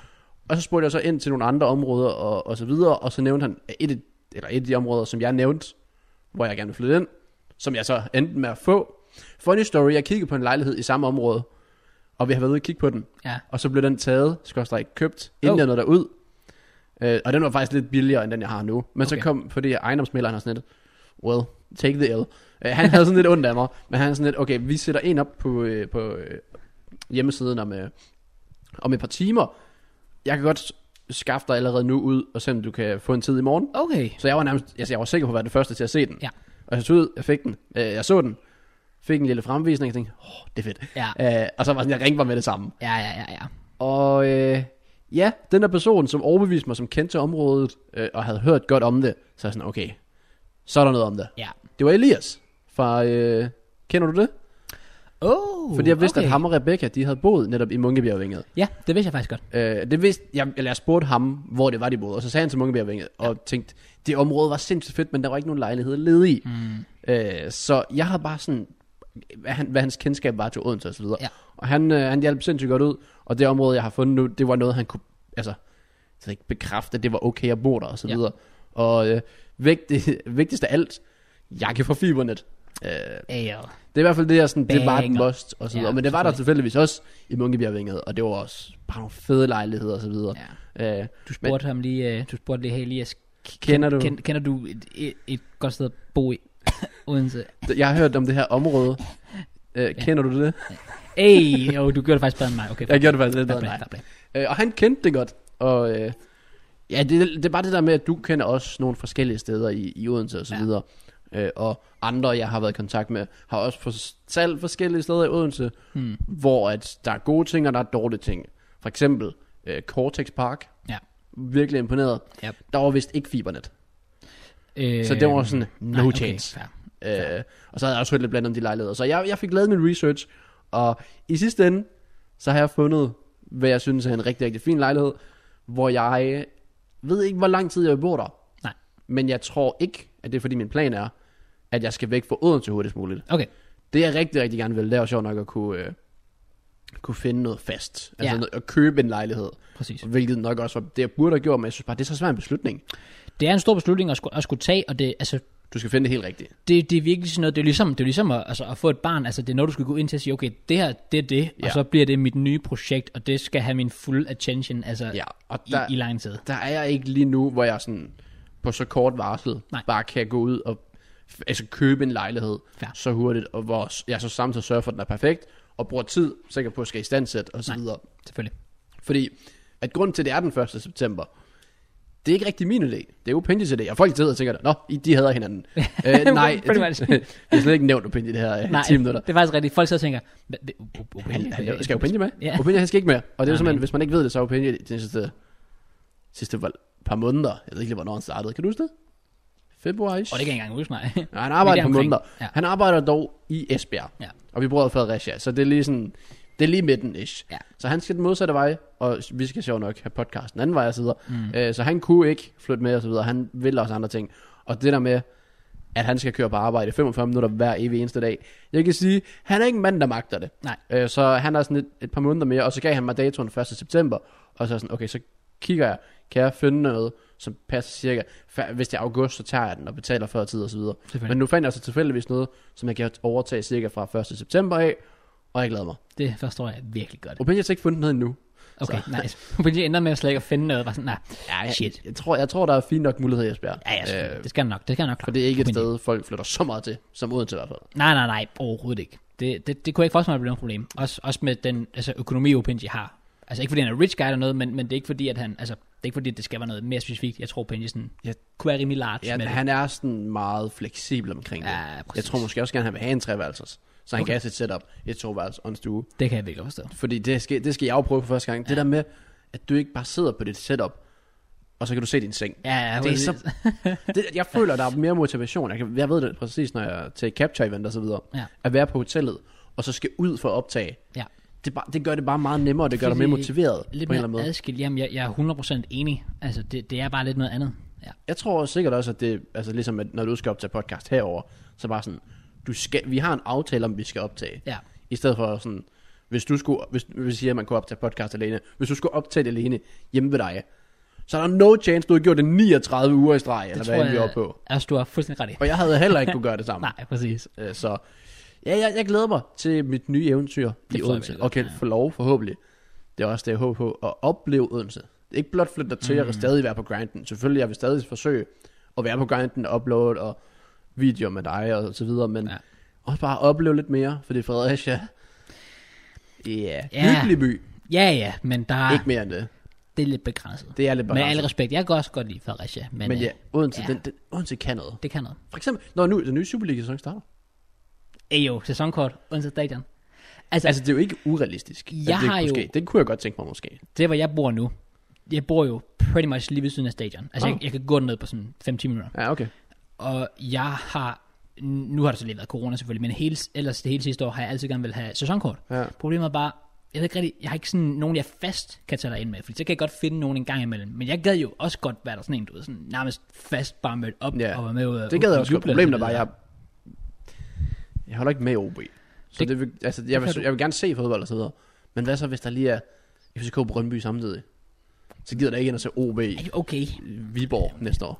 Og så spurgte jeg så ind til nogle andre områder og, og så videre, og så nævnte han at et, af- eller et af de områder, som jeg nævnte, hvor jeg gerne vil flytte ind, som jeg så endte med at få. Funny story, jeg kiggede på en lejlighed i samme område, og vi har været ude og kigge på den,
Ja.
og så blev den taget, skorstræk købt, inden
Oh.
oh. jeg nåede derud. Øh, og den var faktisk lidt billigere, end den jeg har nu. Men okay.
Okay.
så kom, fordi ejendomsmælderen har sådan lidt, well, take the L. Øh, han havde sådan lidt ondt af mig, men han er sådan lidt, okay, vi sætter en op på, øh, på øh, hjemmesiden om, øh, om et par timer. Jeg kan godt s- skaffe dig allerede nu ud, og se om du kan få en tid i morgen.
Okay.
Så jeg var nærmest, altså jeg var sikker på at være den første til at se den.
Ja.
Og jeg tog ud, jeg fik den, øh, jeg så den, fik en lille fremvisning, og jeg tænkte, åh, oh, det er fedt.
Ja.
Øh, og så var sådan, jeg ringte mig med det samme.
Ja, ja, ja, ja.
Og øh, ja, den der person, som overbeviste mig, som kendte til området, øh, og havde hørt godt om det, så er jeg sådan, okay, så er der noget om det.
Ja.
Det var Elias fra, øh, kender du det?
Oh,
Fordi jeg vidste,
okay.
at ham og Rebecca, de havde boet netop i Munkebjergvinget.
Ja, det vidste jeg faktisk godt.
Øh, det vidste, jeg, eller jeg spurgte ham, hvor det var, de boede, og så sagde han til Munkebjergvinget, og tænkte, det område var sindssygt fedt, men der var ikke nogen lejlighed ledig.
Mm.
Øh, så jeg havde bare sådan, hvad, han, hvad hans kendskab var til Odense og så videre.
Ja.
Og han, øh, han hjalp sindssygt godt ud, og det område, jeg har fundet nu, det var noget, han kunne altså, jeg ved ikke bekræfte, at det var okay at bo der og så
Ja.
videre. Og øh, vigtig, vigtigst af alt, jeg kan få fibernet. Øh,
Æh,
det er i hvert fald det, jeg sådan, det var et
Banger.
must og så
Ja,
videre. Men det var der
selvfølgelig.
tilfældigvis også i Munkebjergvinget, og det var også bare nogle fede lejligheder og så videre.
ja.
Ja. Øh,
Du spurgte ham lige, øh, du spurgte lige, hey Elias, k-
Kender du-
Kender, kender du et, et, et godt sted at bo i? Odense.
jeg har hørt om det her område. Øh, kender du det?
Ey, jo, du gjorde det faktisk bedre end mig. Okay,
Jeg gjorde det faktisk lidt bedre. end
fair play,
dig.
fair play.
Øh, og han kendte det godt. Og øh, ja, det, det er bare det der med, at du kender også nogle forskellige steder i, i Odense og så
Ja.
videre. Øh, og andre, jeg har været i kontakt med, har også fortalt forskellige steder i Odense,
Hmm.
hvor at der er gode ting, og der er dårlige ting. For eksempel øh, Cortex Park.
Ja.
Virkelig imponeret.
Yep.
Der var vist ikke fibernet.
Øh,
Så det var sådan, no
nej, okay,
chance.
fair.
Øh, og så havde jeg også hørt lidt blandt om de lejligheder. Så jeg, jeg fik lavet min research, og i sidste ende, så har jeg fundet, hvad jeg synes er en rigtig, rigtig fin lejlighed, hvor jeg ved ikke, hvor lang tid jeg vil bo der.
Nej.
Men jeg tror ikke, at det er fordi min plan er, at jeg skal væk fra Odense hurtigst muligt.
Okay,
Det jeg rigtig, rigtig gerne vil, det er jo sjovt nok at kunne, øh, kunne finde noget fast. Altså
Ja.
noget, at købe en lejlighed.
præcis.
Hvilket nok også var det, jeg burde have gjort, men jeg synes bare, det er så svær en beslutning.
Det er en stor beslutning at skulle, at skulle tage, og det, altså,
Du skal finde det helt rigtigt.
det, det er virkelig sådan noget, det er ligesom, det er ligesom at, altså, at få et barn, altså det er noget, du skal gå ind til og sige, okay, det her, det er det, ja.
Ja.
og så bliver det mit nye projekt, og det skal have min full attention, altså ja.
Ja, og
i, i lang tid.
der er jeg ikke lige nu, hvor jeg sådan på så kort varsel
Nej.
Nej. bare kan gå ud og f- altså købe en lejlighed
Ja.
ja. så hurtigt, og hvor s- jeg så samtidig sørger for, at den er perfekt, og bruger tid sikkert på at skal i standsæt og så
Nej.
videre.
Selvfølgelig.
Fordi, at grunden til, at det er den 1. september, det er ikke rigtig min idé. Det er jo Pindy's idé. Og folk sidder og tænker, nå, I- de hader hinanden. øh, nej,
Pretty much.
det er slet ikke nævnt Opinji i det her øh,
Nej,
10 minutter.
det er faktisk rigtigt. Folk sidder og tænker, "Hva- det- o- o-
Han, han
Opinji-
laver- skal Opinji med?
Ja.
Opinji, han skal ikke med. Og det er jo
Amen.
simpelthen, hvis man ikke ved det, så er Opinji de sidste, sidste val- par måneder. Jeg ved ikke lige, hvornår han startede. Kan du huske det? Februar
Og det kan jeg ikke engang huske mig.
Nej, han arbejder på
deromkring.
måneder.
Ja.
Ja. Han arbejder dog i Esbjerg.
Ja.
Og vi bor i Fredericia, så det er lige sådan... Det er lige midten ish.
Ja.
Så han skal den modsatte vej, og vi skal sjovt nok have podcasten anden vej og så videre. Mm. Øh, så han kunne ikke flytte med og så videre. Han vil også andre ting. Og det der med, at han skal køre på arbejde 45 minutter hver evig eneste dag. Jeg kan sige, han er ikke en mand, der magter det.
Nej.
Øh, så han har sådan et, et par måneder mere, og så gav han mig datoen 1. september. Og så er jeg sådan, okay, så kigger jeg, kan jeg finde noget, som passer cirka. Fa- Hvis det er august, så tager jeg den og betaler før tid og så videre.
Selvfølgelig.
Men nu fandt jeg så tilfældigvis noget, som jeg kan overtage cirka fra 1. september af, og jeg glæder mig.
Det forstår jeg virkelig godt.
Opinion har ikke fundet noget endnu.
Okay, nice. Opinji ender med at slet ikke at finde noget. Bare sådan, nej,
jeg,
shit.
Jeg, tror, jeg tror, der er fint nok mulighed i Esbjerg.
Ja, ja, selvfølgelig. det skal han nok. Det skal han nok
for
klare.
det er ikke et
Opinji.
sted, folk flytter så meget til, som Odense i hvert fald.
Nej, nej, nej, overhovedet ikke. Det, det, det kunne jeg ikke forestille mig, at det blev noget problem. Også, også med den altså, økonomi, Opinji har. Altså ikke fordi han er rich guy eller noget, men, men det er ikke fordi, at han, altså, det er ikke fordi, at det skal være noget mere specifikt. Jeg tror, Opinji sådan,
Ja.
kunne være rimelig large
Ja,
med det.
han er sådan meget fleksibel omkring det.
Ja, præcis.
jeg tror måske også gerne, han vil have en treværelses. Så han
Okay.
okay. kan have sit setup, et toværelse og en stue.
Det kan jeg virkelig forstå.
Fordi det skal, det skal jeg jo prøve for første gang. Ja. Det der med, at du ikke bare sidder på dit setup, og så kan du se din seng.
Ja, ja,
det er
præcis.
så, det, jeg føler, der er mere motivation. Jeg, kan, jeg ved det præcis, når jeg er til capture event og så videre.
Ja.
At være på hotellet, og så skal ud for at optage.
Ja.
Det, er bare, det gør det bare meget nemmere, og det gør dig mere
Fordi
motiveret på en
Lidt
eller anden
mere
måde.
adskilt. Jamen, jeg, jeg er 100% enig. Altså, det, det er bare lidt noget andet. Ja.
Jeg tror sikkert også, at det, altså ligesom at når du skal optage podcast herover, så bare sådan, du skal, vi har en aftale om, vi skal optage.
Ja.
I stedet for sådan, hvis du skulle, hvis, hvis siger, at man kunne optage podcast alene, hvis du skulle optage det alene hjemme ved dig, så er der no chance, du har gjort det 39 uger i streg, eller hvad end vi er oppe på.
Altså, du har fuldstændig ret i.
Og jeg havde heller ikke kunne gøre det sammen.
Nej, præcis.
Øh, Så ja, jeg, jeg glæder mig til mit nye eventyr i
jeg
Odense.
virkelig
Og kan få lov forhåbentlig. Det er også det, jeg håber på. At opleve Odense. Det er Ikke blot flytte dig til, jeg vil
Mm.
stadig være på grinden. Selvfølgelig, jeg vil stadig forsøge at være på grinden, upload og videoer med dig og så videre. Men
Ja.
ja. også bare opleve lidt mere, for det er Fredericia. Yeah.
Ja.
Ja, hyggelig by.
Ja, ja, men der er,
Ikke mere end det.
det er lidt begrænset.
Det er lidt
Med
begrænset.
al respekt, jeg kan også godt lide Fredericia, men,
Men ja,
øh,
Odense,
ja.
ja. Den, den, Odense kan noget.
det kan noget.
For eksempel, når nu den nye Superliga-sæson starter.
Ej, jo, sæsonkort, Odense Stadion. Altså, altså,
Altså, det er jo ikke urealistisk. at
Jeg
det,
har jo-
måske, Det kunne jeg godt tænke mig måske.
det hvor jeg bor nu, jeg bor jo pretty much lige ved siden af stadion. Altså,
Wow.
jeg, jeg kan gå ned på sådan 5-10 minutter.
Ja, okay.
Og jeg har, nu har det så lidt været corona selvfølgelig, men hele, ellers det hele sidste år har jeg altid gerne vil have sæsonkort.
Ja.
Problemet er bare, jeg ved ikke rigtig, jeg har ikke sådan nogen, jeg fast kan tage dig ind med, for så kan jeg godt finde nogen en gang imellem. Men jeg gad jo også godt være der sådan en, du ved, sådan nærmest fast bare mødt op
Ja,
og være med ud og-
Det gad
og
jeg også godt.
juble og
Problemet er
så
bare,
videre.
jeg, jeg holder ikke med i OB. Så
Det-
det, det vil, altså,
kan
jeg, vil,
du-
jeg vil gerne se fodbold og så videre. Men hvad så, hvis der lige er FCK på Brøndby samtidig? Så gider der ikke ind og se OB i
Ej, Okay,
Viborg næste år.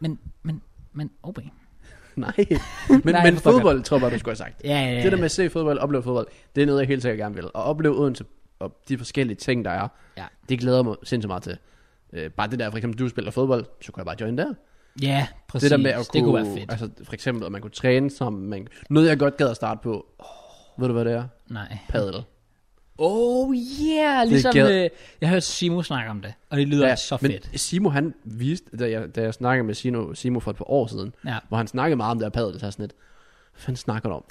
men, men, men, OB.
Nej. Men,
Nej,
Nej, men
jeg forstår
fodbold, tror jeg bare, du skulle have sagt.
Ja, ja, ja.
Det der med at se fodbold, opleve fodbold, det er noget, jeg helt sikkert gerne vil. Og opleve Odense og de forskellige ting, der er,
Ja.
det glæder jeg mig sindssygt meget til. Øh, bare det der, for eksempel, du spiller fodbold, så kunne jeg bare join der.
Ja, præcis.
det der med at
det
kunne,
kunne være fedt. Altså,
altså for eksempel, at man kunne træne sammen. Man, noget, jeg godt gad at starte på. Oh, ved du, hvad det er?
Nej.
Padel.
Oh yeah, ligesom
gad-
øh, jeg hørte Simo snakke om det, og det lyder ja, så
men
fedt.
Simo, han viste, da jeg, da jeg snakkede med Sino, Simo for et par år siden,
Ja.
hvor han snakkede meget om det her padel, så er jeg sådan lidt, hvad fanden snakker du om?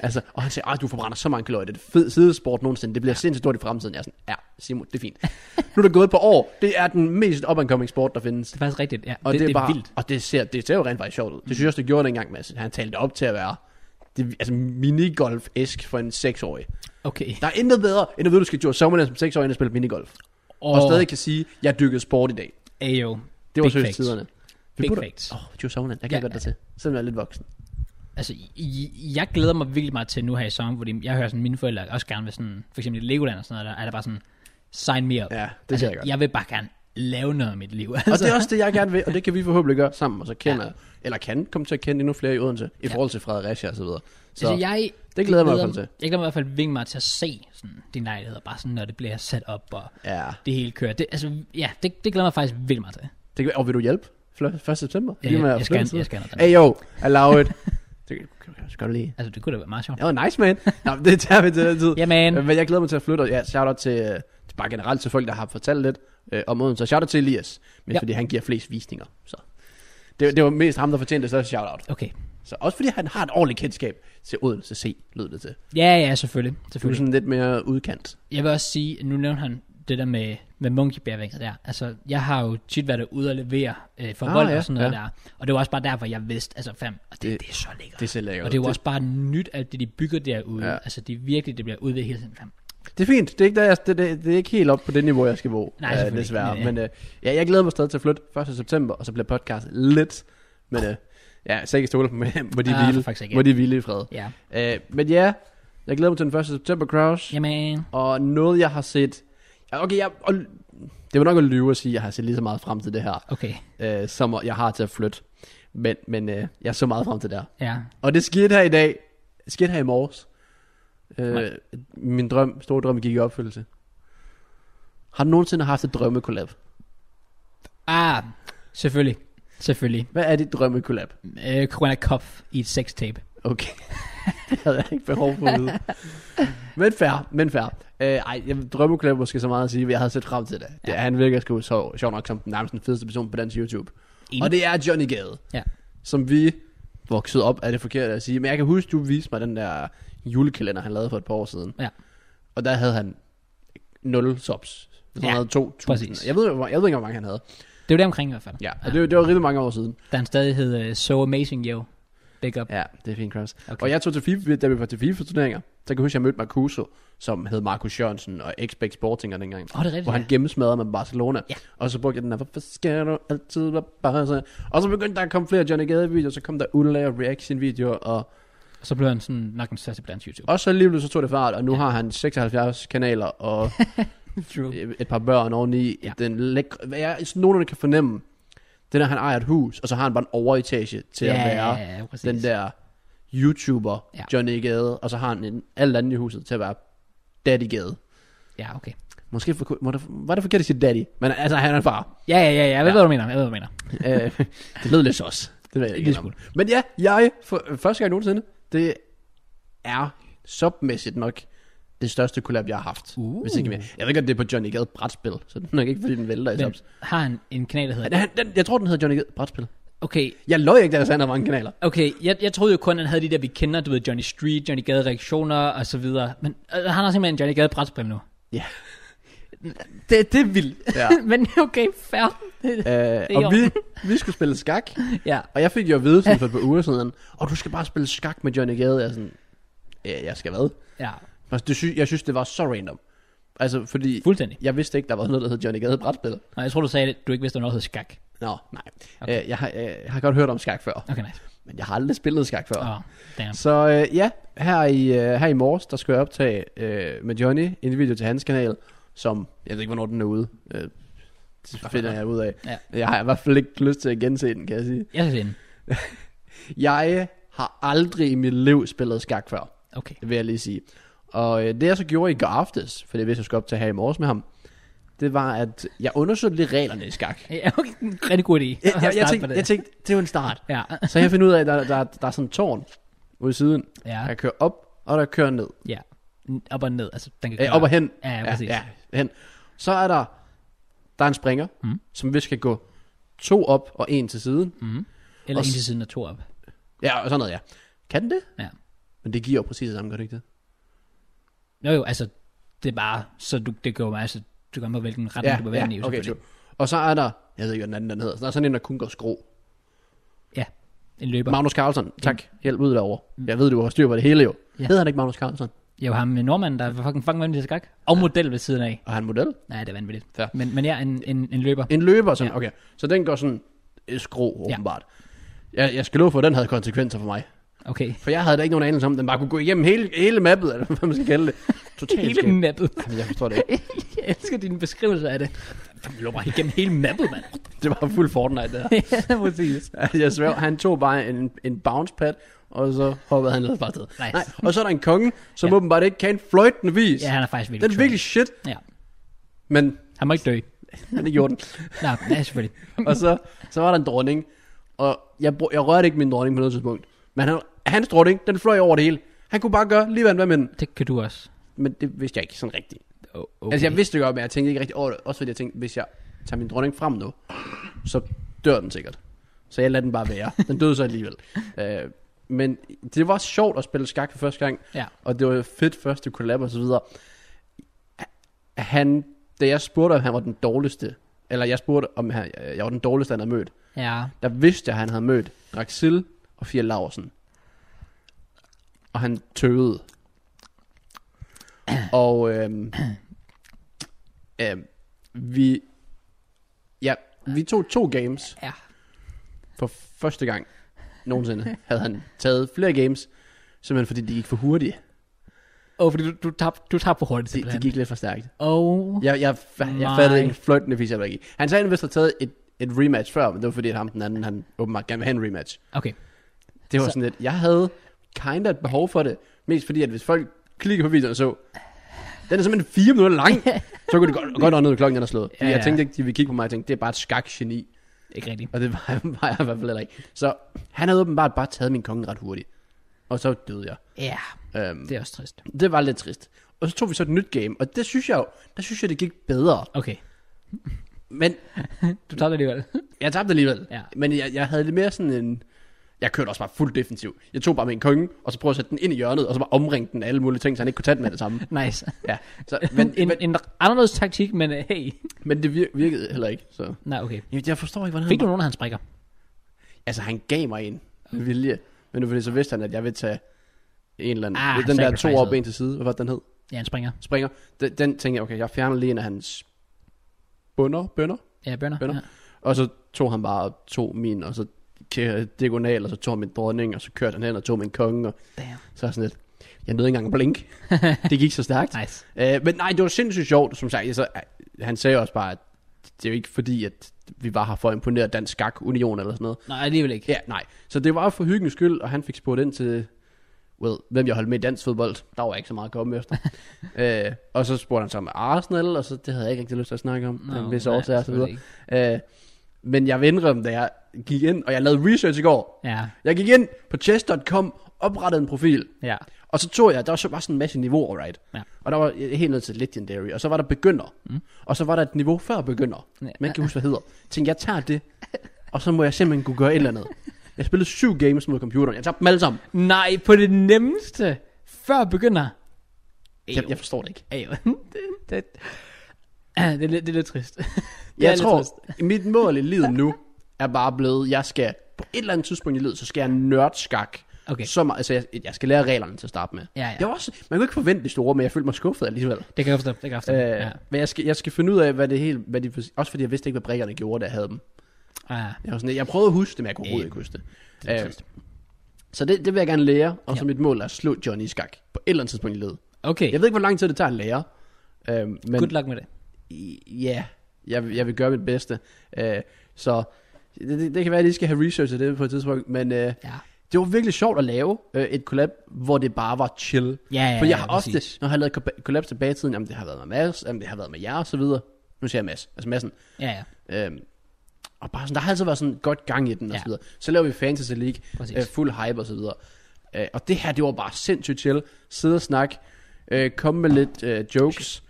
altså, og han siger, at du forbrænder så mange kalorier, det er det fed sidesport nogensinde, det bliver sindssygt stort i fremtiden. Jeg er sådan, ja, Simo, det er fint. nu er der gået et par år, det er den mest up and coming sport, der findes.
Det er faktisk rigtigt, ja.
Og det, det er bare,
vildt.
Og det ser, det ser jo rent faktisk sjovt ud. Det synes jeg også, det gjorde det engang, Mads. Han talte det op til at være det, altså minigolf-esk for en 6-årig.
Okay.
Der er intet bedre, end at vide, du skal til sommeren som 6-årig, end at spille minigolf. Oh. Og stadig kan sige, jeg dykkede sport i dag.
Ayo.
Det var
Big
seriøst
facts.
tiderne.
Big
burde-
facts.
Åh, oh, Joe Sovland, jeg kan
Ja,
ja, godt
ja.
dig til. Selvom jeg er lidt voksen.
Altså, i- jeg glæder mig virkelig meget til nu her i sommer, fordi jeg hører sådan, mine forældre også gerne vil sådan, for eksempel i Legoland og sådan noget, der er der bare sådan, sign me up.
Ja, det
altså,
kan jeg godt.
Jeg vil bare gerne lave noget af mit liv.
Og
Altså,
det er også det, jeg gerne vil, og det kan vi forhåbentlig gøre sammen, og så kender, ja. eller kan komme til at kende endnu flere i Odense, i
Ja.
forhold til Fredericia og så videre. Så
altså, jeg,
det glæder jeg mig i hvert fald til.
Jeg glæder mig i hvert fald virkelig meget til at se sådan, din lejlighed, og bare sådan, når det bliver sat op, og
Ja.
det hele kører. Det, altså, ja, det, det glæder jeg mig faktisk virkelig meget til.
Det kan, og vil du hjælpe? Fl- 1. september.
Ja,
Lige med
jeg,
at
jeg,
flytte
scanner,
siden.
jeg scanner den.
Hey yo, allow it. Det skal du lige.
Altså, det kunne da være meget sjovt.
Det var oh, nice, man. Nå, men det tager vi til den tid.
Jamen,
Øh, Men jeg glæder mig til at flytte, og ja, shout out til, øh, til bare generelt til folk, der har fortalt lidt øh, om Odense. Og shout out til Elias, men
Ja.
ja. fordi han giver flest visninger. Så. Det, det var mest ham, der fortjente det største shout out.
okay.
Så også fordi han har et ordentligt kendskab til Odense C, lød det til.
Ja, ja, selvfølgelig.
Du er
selvfølgelig.
sådan lidt mere udkant.
Jeg vil også sige, nu nævnte han det der med, med monkeybærvinget der. Altså, jeg har jo tit været ude og levere øh, for
Ah,
vold
ja,
og sådan noget
ja.
der. Og det var også bare derfor, jeg vidste, altså fem, og det, det,
Det-
det er så lækkert.
Det ser lækkert
og det er jo
ud.
også bare nyt, alt det de bygger derude. Ja.
Ja.
Altså, det er virkelig, det bliver udviklet hele tiden. Fem.
det, det er fint. Det er, ikke der, jeg, det, det, det er ikke helt op på det niveau, jeg skal bo.
Nej, selvfølgelig
desværre.
ikke, men,
Men øh, ja, jeg glæder mig stadig til at flytte 1. september, og så bliver podcast lidt. Men øh, ja, så ikke stole på mig. Må de
Ah, for
hvile,
fuck's sake, ja.
må de hvile i fred.
Ja.
Øh, men ja, jeg glæder mig til den 1. september, Kraus.
Jamen,
Og noget, jeg har set... Ja, Okay, jeg, og, det var nok at lyve at sige, at jeg har set lige så meget frem til det her,
okay.
øh, som jeg har til at flytte. Men, men øh, jeg så meget frem til det her.
Ja.
Og det skete her i dag. Det skete her i morges. Øh,
Nej.
min drøm, store drøm gik i opfyldelse. Har du nogensinde haft et drømmekollab?
Ah, selvfølgelig. Selvfølgelig.
Hvad er dit drømmekollab?
Øh, Corona Cup i et sextape.
Okay. det havde jeg ikke behov for at vide. Men fair, men fair. Øh, ej, jeg drømmeklub er måske så meget at sige, men jeg havde set frem til det. Ja.
Ja.
han virker sgu så, sjov nok som den nærmest den fedeste person på dansk YouTube.
Enig.
Og det er Johnny Gade.
Ja.
Som vi voksede op, er det forkert at sige. Men jeg kan huske, du viste mig den der julekalender, han lavede for et par år siden.
Ja.
Og der havde han 0 subs. Så
Ja,
han havde 2.000.
præcis.
Jeg ved, hvor- jeg ved ikke, hvor mange han havde.
Det er jo der omkring i hvert fald.
Ja. Og det, var- det var rigtig mange år siden.
Der er en stadig hed uh, So Amazing Yo. Big up.
Ja, det er fint, Kraus.
Okay.
Okay. Og jeg tog til FIFA, da vi var til FIFA-turneringer, så kan jeg huske, at jeg mødte Marcuso, som hed Markus Jørgensen og Xbox Sportinger dengang.
Åh, det er rigtigt,
Hvor han
ja.
gennemsmadrede med Barcelona.
Ja.
Og så brugte jeg den der, hvorfor skal du altid være bare sådan? Og så begyndte der at komme flere Johnny Gade-videoer, så kom der Ulla og Reaction-videoer, og,
Og så blev han sådan nok den største på dansk YouTube.
og så alligevel så tog det fart, og nu har han 76 kanaler og
True.
et par børn oveni.
Ja.
Ja. Den lækre, hvad jeg, sådan nogen, der kan fornemme, det er, når han ejer et hus, og så har han bare en overetage til
ja,
at være
ja, ja, præcis.
den der YouTuber,
Ja.
ja. Johnny Gade, og så har han en, alt andet i huset til at være Daddy Gade.
Ja, okay.
Måske for, må der, var det forkert at sige Daddy, men altså han er en far.
Ja, ja, ja, ja. Jeg ved, ja. hvad du mener. Jeg ved, hvad du mener.
Øh, det lød lidt sås. Det ved jeg
Lille
ikke. om. Men ja, jeg, for, første gang nogensinde, det er submæssigt nok det største collab, jeg har haft.
Uh.
Hvis ikke mere. Jeg ved ikke, om det er på Johnny Gade brætspil, så det er nok ikke, fordi den vælter i
Men
subs.
har han en kanal, der
Men
hedder...
han, den, jeg tror, den hedder Johnny Gade brætspil.
Okay,
Jeg løj ikke, da jeg sagde, at der var mange kanaler.
okay. Jeg, jeg troede jo kun, han havde de der, vi kender, du ved, Johnny Street, Johnny Gade reaktioner og så videre. Men øh, han har simpelthen en Johnny Gade brætspil nu.
Ja.
Det, det er vildt.
Ja.
Men okay, fair. er i
Øh, og vi, vi skulle spille skak.
ja.
Og jeg fik jo at vide sådan for et par uger siden, og du skal bare spille skak med Johnny Gade. Jeg er sådan, "Øh, jeg skal hvad?
ja,
Altså, det sy- jeg synes, det var så random. Altså, fordi
fuldstændig.
jeg vidste ikke, der var noget, der hed Johnny Gade brætspil.
Og jeg tror, du sagde, at du ikke vidste, at noget hed skak.
Nå, nej.
Okay.
Okay. Øh, jeg, har, øh, jeg har godt hørt om skak før,
Okay, nice.
men jeg har aldrig spillet skak før.
Åh, oh, damn.
Så øh, ja, her i, øh, her i morges, der skal jeg optage øh, med Johnny en video til hans kanal, som, jeg ved ikke, hvornår den er ude. Øh, det finder jeg ud af.
Ja.
Jeg har i hvert fald ikke lyst til at gense den, kan jeg sige.
Jeg synes, det er en-
Jeg har aldrig i mit liv spillet skak før.
Okay.
vil jeg lige sige. Og øh, det jeg så gjorde i går aftes, for det vidste jeg skulle op til her i morges med ham, det var, at jeg undersøgte lige reglerne i skak.
Ja, okay. Rigtig god idé.
Jeg, jeg, jeg,
Start på
tænkte,
det.
jeg tænkte, det er jo en start.
Ja.
Så jeg finder ud af, at der, der, der er sådan en tårn ude i siden.
Ja.
Der kører op, og der kører ned.
Ja. N- Op og ned. Altså, den kan
Øh, op og hen.
Ja, ja, præcis.
Ja, ja, hen. Så er der, der er en springer,
Mm.
mm. som vi skal gå to op og en til siden.
Mm. Eller en
Og s-
til siden af to op.
Ja, og sådan noget, ja. Kan den det?
Ja.
Men det giver jo præcis det samme, gør det ikke det?
Nå jo, altså, det er bare, så du, det går mig, altså, du kommer hvilken retning du bevæger den i,
okay,
selvfølgelig.
true. Og så er der, jeg ved ikke, hvad den anden den hedder, så der er sådan en, der kun går skrå.
Ja, en løber.
Magnus Carlsen, tak. Hjælp ud derovre. Jeg ved, du har styr på det hele jo.
Mm. Ja.
Ja. Hedder han ikke Magnus Carlsen?
Jeg har ham med nordmanden, der er fucking fucking vanvittig til skak. Og model ved siden af.
Og han model?
Nej, det er vanvittigt.
Ja.
Men, men ja, en, en, en løber.
En løber, sådan,
Ja.
ja. okay. Så den går sådan øh, skrå,
Ja.
åbenbart. Jeg, jeg skal love for, at den havde konsekvenser for mig.
Okay.
For jeg havde da ikke nogen anelse om, at den bare kunne gå igennem hele, hele mappet, eller hvad man skal kalde det. Totalt skægt.
Hele mappet.
Jamen, jeg forstår det ikke.
Jeg elsker din beskrivelse af det. Du løber igennem hele mappet, mand.
Det var fuld Fortnite, det her. Altså,
ja, præcis.
Jeg svær, han tog bare en, en bounce pad, og så hoppede han ned fra sted.
Nice.
Nej, og så er der en konge, som
Ja.
ja. åbenbart ikke kan fløjtende vis.
Ja, han er faktisk virkelig
den er
sjov.
virkelig shit,
Ja.
men
Han må ikke dø.
men det gjorde den.
Nå, ja, selvfølgelig.
Og så, så var der en dronning, og jeg, br- jeg rørte ikke min dronning på noget tidspunkt. Men han, hans dronning, den fløj over det hele. Han kunne bare gøre lige hvad han ville med den.
Det kan du også.
Men det vidste jeg ikke sådan rigtigt.
O-
Okay. Altså jeg vidste det godt, men jeg tænkte ikke rigtig over det. Også fordi jeg tænkte, hvis jeg tager min dronning frem nu, så dør den sikkert. Så jeg lader den bare være. Den døde så alligevel. øh, men det var sjovt at spille skak for første gang.
Ja.
Og det var fedt første collab og så videre. Han, da jeg spurgte, om han var den dårligste, eller jeg spurgte, om han, jeg var den dårligste, han havde mødt,
Ja.
der vidste jeg, at han havde mødt Raxil og Fia Laursen. Og han tøvede. Og øhm, øhm, vi, ja, vi tog to games
Ja.
for første gang nogensinde. Havde han taget flere games, simpelthen fordi de gik for hurtigt.
Åh, oh, fordi du, du tabte du tabte for hurtigt
De, de
simpelthen.
gik lidt for stærkt.
Og
Jeg, jeg, jeg, jeg
Nej.
fattede ikke en fløjtende fis, jeg var ikke i. Han sagde, at han vist havde taget et, et rematch før, men det var fordi, at ham den anden, han åbenbart gerne vil have en rematch.
okay.
Det var
Så-
så... sådan lidt, jeg havde kinda et behov for det, mest fordi, at hvis folk klikker på videoen og så, den er simpelthen fire minutter lang, så kunne det godt, godt ånde ud, klokken den er slået.
Ja,
Ja, jeg
ja.
tænkte ikke, de ville kigge på mig og tænke, det er bare et skakgeni,
Ikke rigtigt.
og det var, jeg- var jeg i hvert fald heller ikke. Så han havde åbenbart bare taget min konge ret hurtigt, og så døde jeg.
Ja,
Øhm,
det er også trist.
det var lidt trist. Og så tog vi så et nyt game, og det synes jeg jo, der synes jeg, det gik bedre.
Okay.
Men
Du tabte alligevel.
Jeg tabte alligevel.
Ja.
Men jeg, jeg havde lidt mere sådan en... Jeg kørte også bare fuldt defensiv. Jeg tog bare min konge, og så prøvede at sætte den ind i hjørnet, og så bare omringe den af alle mulige ting, så han ikke kunne tage den med det samme.
nice.
Ja. Så, men,
Men, en,
men,
en anderledes taktik, men øh, hey.
men, det vir- virkede heller ikke. Så.
Nej, okay.
Jamen, jeg forstår ikke, hvordan
Fik du
han...
nogen af hans brikker?
Altså, han gav mig en med vilje. Men nu fordi så vidste han, at jeg vil tage en eller anden...
Ah,
den der to
sacrificed.
op, en til side. Hvad var det, den hed?
Ja, han springer.
Springer. Den, den tænkte jeg, okay, jeg fjerner lige en af hans bønder, bønder,
Ja, bønder.
Bønner.
Ja.
Og så tog han bare og tog min, og så kørte jeg diagonal, og så tog han min dronning, og så kørte han hen og tog min konge, og
Damn.
så er jeg sådan lidt, jeg nåede ikke engang at blink. det gik så stærkt.
Nice.
Øh, men nej, det var sindssygt sjovt, som sagt. Så, øh, han sagde også bare, at det er jo ikke fordi, at vi var her for at imponere Dansk Skak Union eller sådan noget.
Nej, alligevel ikke.
Ja, nej. Så det var for hyggens skyld, og han fik spurgt ind til, well, hvem jeg holdt med i dansk fodbold. Der var ikke så meget at komme efter. øh, og så spurgte han så om Arsenal, og så det havde jeg ikke rigtig lyst til at snakke om. No, en vis årsager og så videre.
selvfølgelig ikke.
Øh, men jeg vil indrømme, da jeg gik ind, og jeg lavede research i går.
Ja,
Jeg gik ind på chess.com, oprettede en profil,
ja.
og så tog jeg, der var så bare sådan en masse niveauer, right?
Ja.
Og der var jeg helt ned til legendary, og så var der begynder, mm. og så var der et niveau før begynder,
Ja.
man ikke kan huske, hvad det hedder. Jeg tænkte, jeg tager det, og så må jeg simpelthen kunne gøre et eller andet. Jeg spillede syv games mod computeren, jeg tabte dem alle sammen.
Nej, på det nemmeste, før begynder.
Jeg, jeg forstår det ikke.
Ayo. det, det, Ah, det, er lidt- det er lidt trist. Det er
Jeg
lidt
tror,
trist.
mit mål i livet nu er bare blevet, jeg skal på et eller andet tidspunkt i livet, så skal jeg nørdskak.
Okay.
Så meget, altså jeg, jeg skal lære reglerne til at starte med.
Ja, ja.
Jeg var også, man kunne ikke forvente det store, men jeg følte mig skuffet alligevel.
Det kan jeg forstå. Det kan jeg forstå.
Øh,
Ja.
ja. Men jeg skal, jeg skal finde ud af, hvad det hele, hvad de, også fordi jeg vidste ikke, hvad brikkerne gjorde, da jeg havde dem.
Ah,
Jeg, var sådan, lidt- jeg prøvede at huske det, men jeg kunne
Ja.
overhovedet ikke huske det.
det er
Øh,
trist.
Så det, det vil jeg gerne lære, og så
Ja.
mit mål er at slå Johnny i skak på et eller andet tidspunkt i livet.
Okay,
Jeg ved ikke, hvor lang tid det tager at lære. Øh, men
good luck med det.
i- ja, jeg, vil- jeg vil gøre mit bedste. Øh, så det, det, det kan være, at jeg lige skal have researchet det på et tidspunkt, men øh,
Ja.
det var virkelig sjovt at lave øh, et collab, hvor det bare var chill.
Ja, ja,
For jeg
ja,
har
præcis.
ofte, når jeg har lavet co- collabs tilbage i tiden, jamen det har været med Mads, jamen det har været med jer og så videre. Nu siger jeg Mads, altså Madsen.
Ja, ja.
Øhm, og bare sådan, der har altid været sådan godt gang i den og
Ja.
så videre. Så laver vi Fantasy League,
Præcis.
øh, fuld hype og så videre. Øh, og det her, det var bare sindssygt chill. Sidde og snakke, øh, komme med lidt øh, jokes,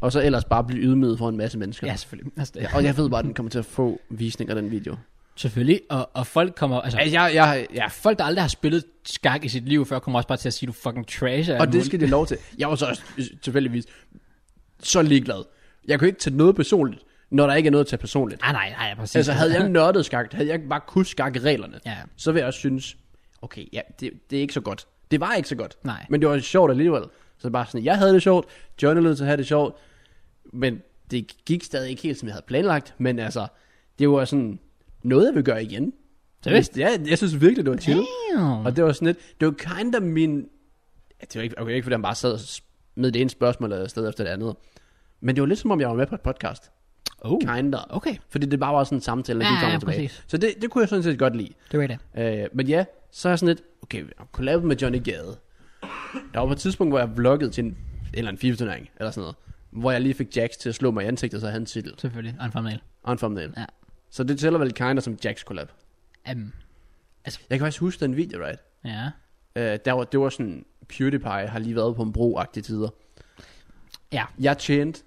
og så ellers bare blive ydmyget for en masse mennesker.
Ja, selvfølgelig. Altså, det,
Ja, og jeg ved bare, at den kommer til at få visninger, den video.
Selvfølgelig, og, og folk kommer, altså,
Altså, jeg, jeg, ja,
ja, folk, der aldrig har spillet skak i sit liv før, kommer også bare til at sige, du fucking trash.
og det skal de have lov til. Jeg var så også øh, tilfældigvis så ligeglad. Jeg kunne ikke tage noget personligt, når der ikke er noget at tage personligt.
Nej, nej, nej, præcis.
Altså, havde jeg nørdet skak, havde jeg bare kunnet skakke reglerne,
Ja.
så ville jeg også synes, okay, ja, det, det er ikke så godt. Det var ikke så godt.
Nej.
Men det var sjovt alligevel. Så bare sådan, jeg havde det sjovt, Johnny lød til at have det sjovt, men det gik stadig ikke helt, som jeg havde planlagt, men altså, det var sådan noget, jeg vil gøre igen.
Seriøst?
Ja, jeg synes virkelig, det var chill.
Damn.
Mm. Og det var sådan lidt, det var kind of min, ja, det var ikke, okay, ikke fordi han bare sad og med det ene spørgsmål afsted efter det andet, men det var lidt som om, jeg var med på et podcast.
Oh,
Kinda.
okay.
Fordi det bare var sådan en samtale, der
Ja,
gik frem
ja,
og tilbage.
præcis.
Så det, det kunne jeg sådan set godt lide.
Det var det.
Øh, men ja, så er jeg sådan lidt, okay, collab med Johnny Gade. Der var på et tidspunkt, hvor jeg vloggede til en, en eller anden FIFA-turnering, eller sådan noget, hvor jeg lige fik Jax til at slå mig i ansigtet, så havde han titel.
Selvfølgelig. Og en thumbnail.
Og en thumbnail.
Ja.
Så det tæller vel kinder som Jax collab.
Um,
Jeg kan faktisk huske den video, right?
ja.
Øh, der var, det var sådan, PewDiePie har lige været på en bro-agtig tider.
Ja.
Jeg tjente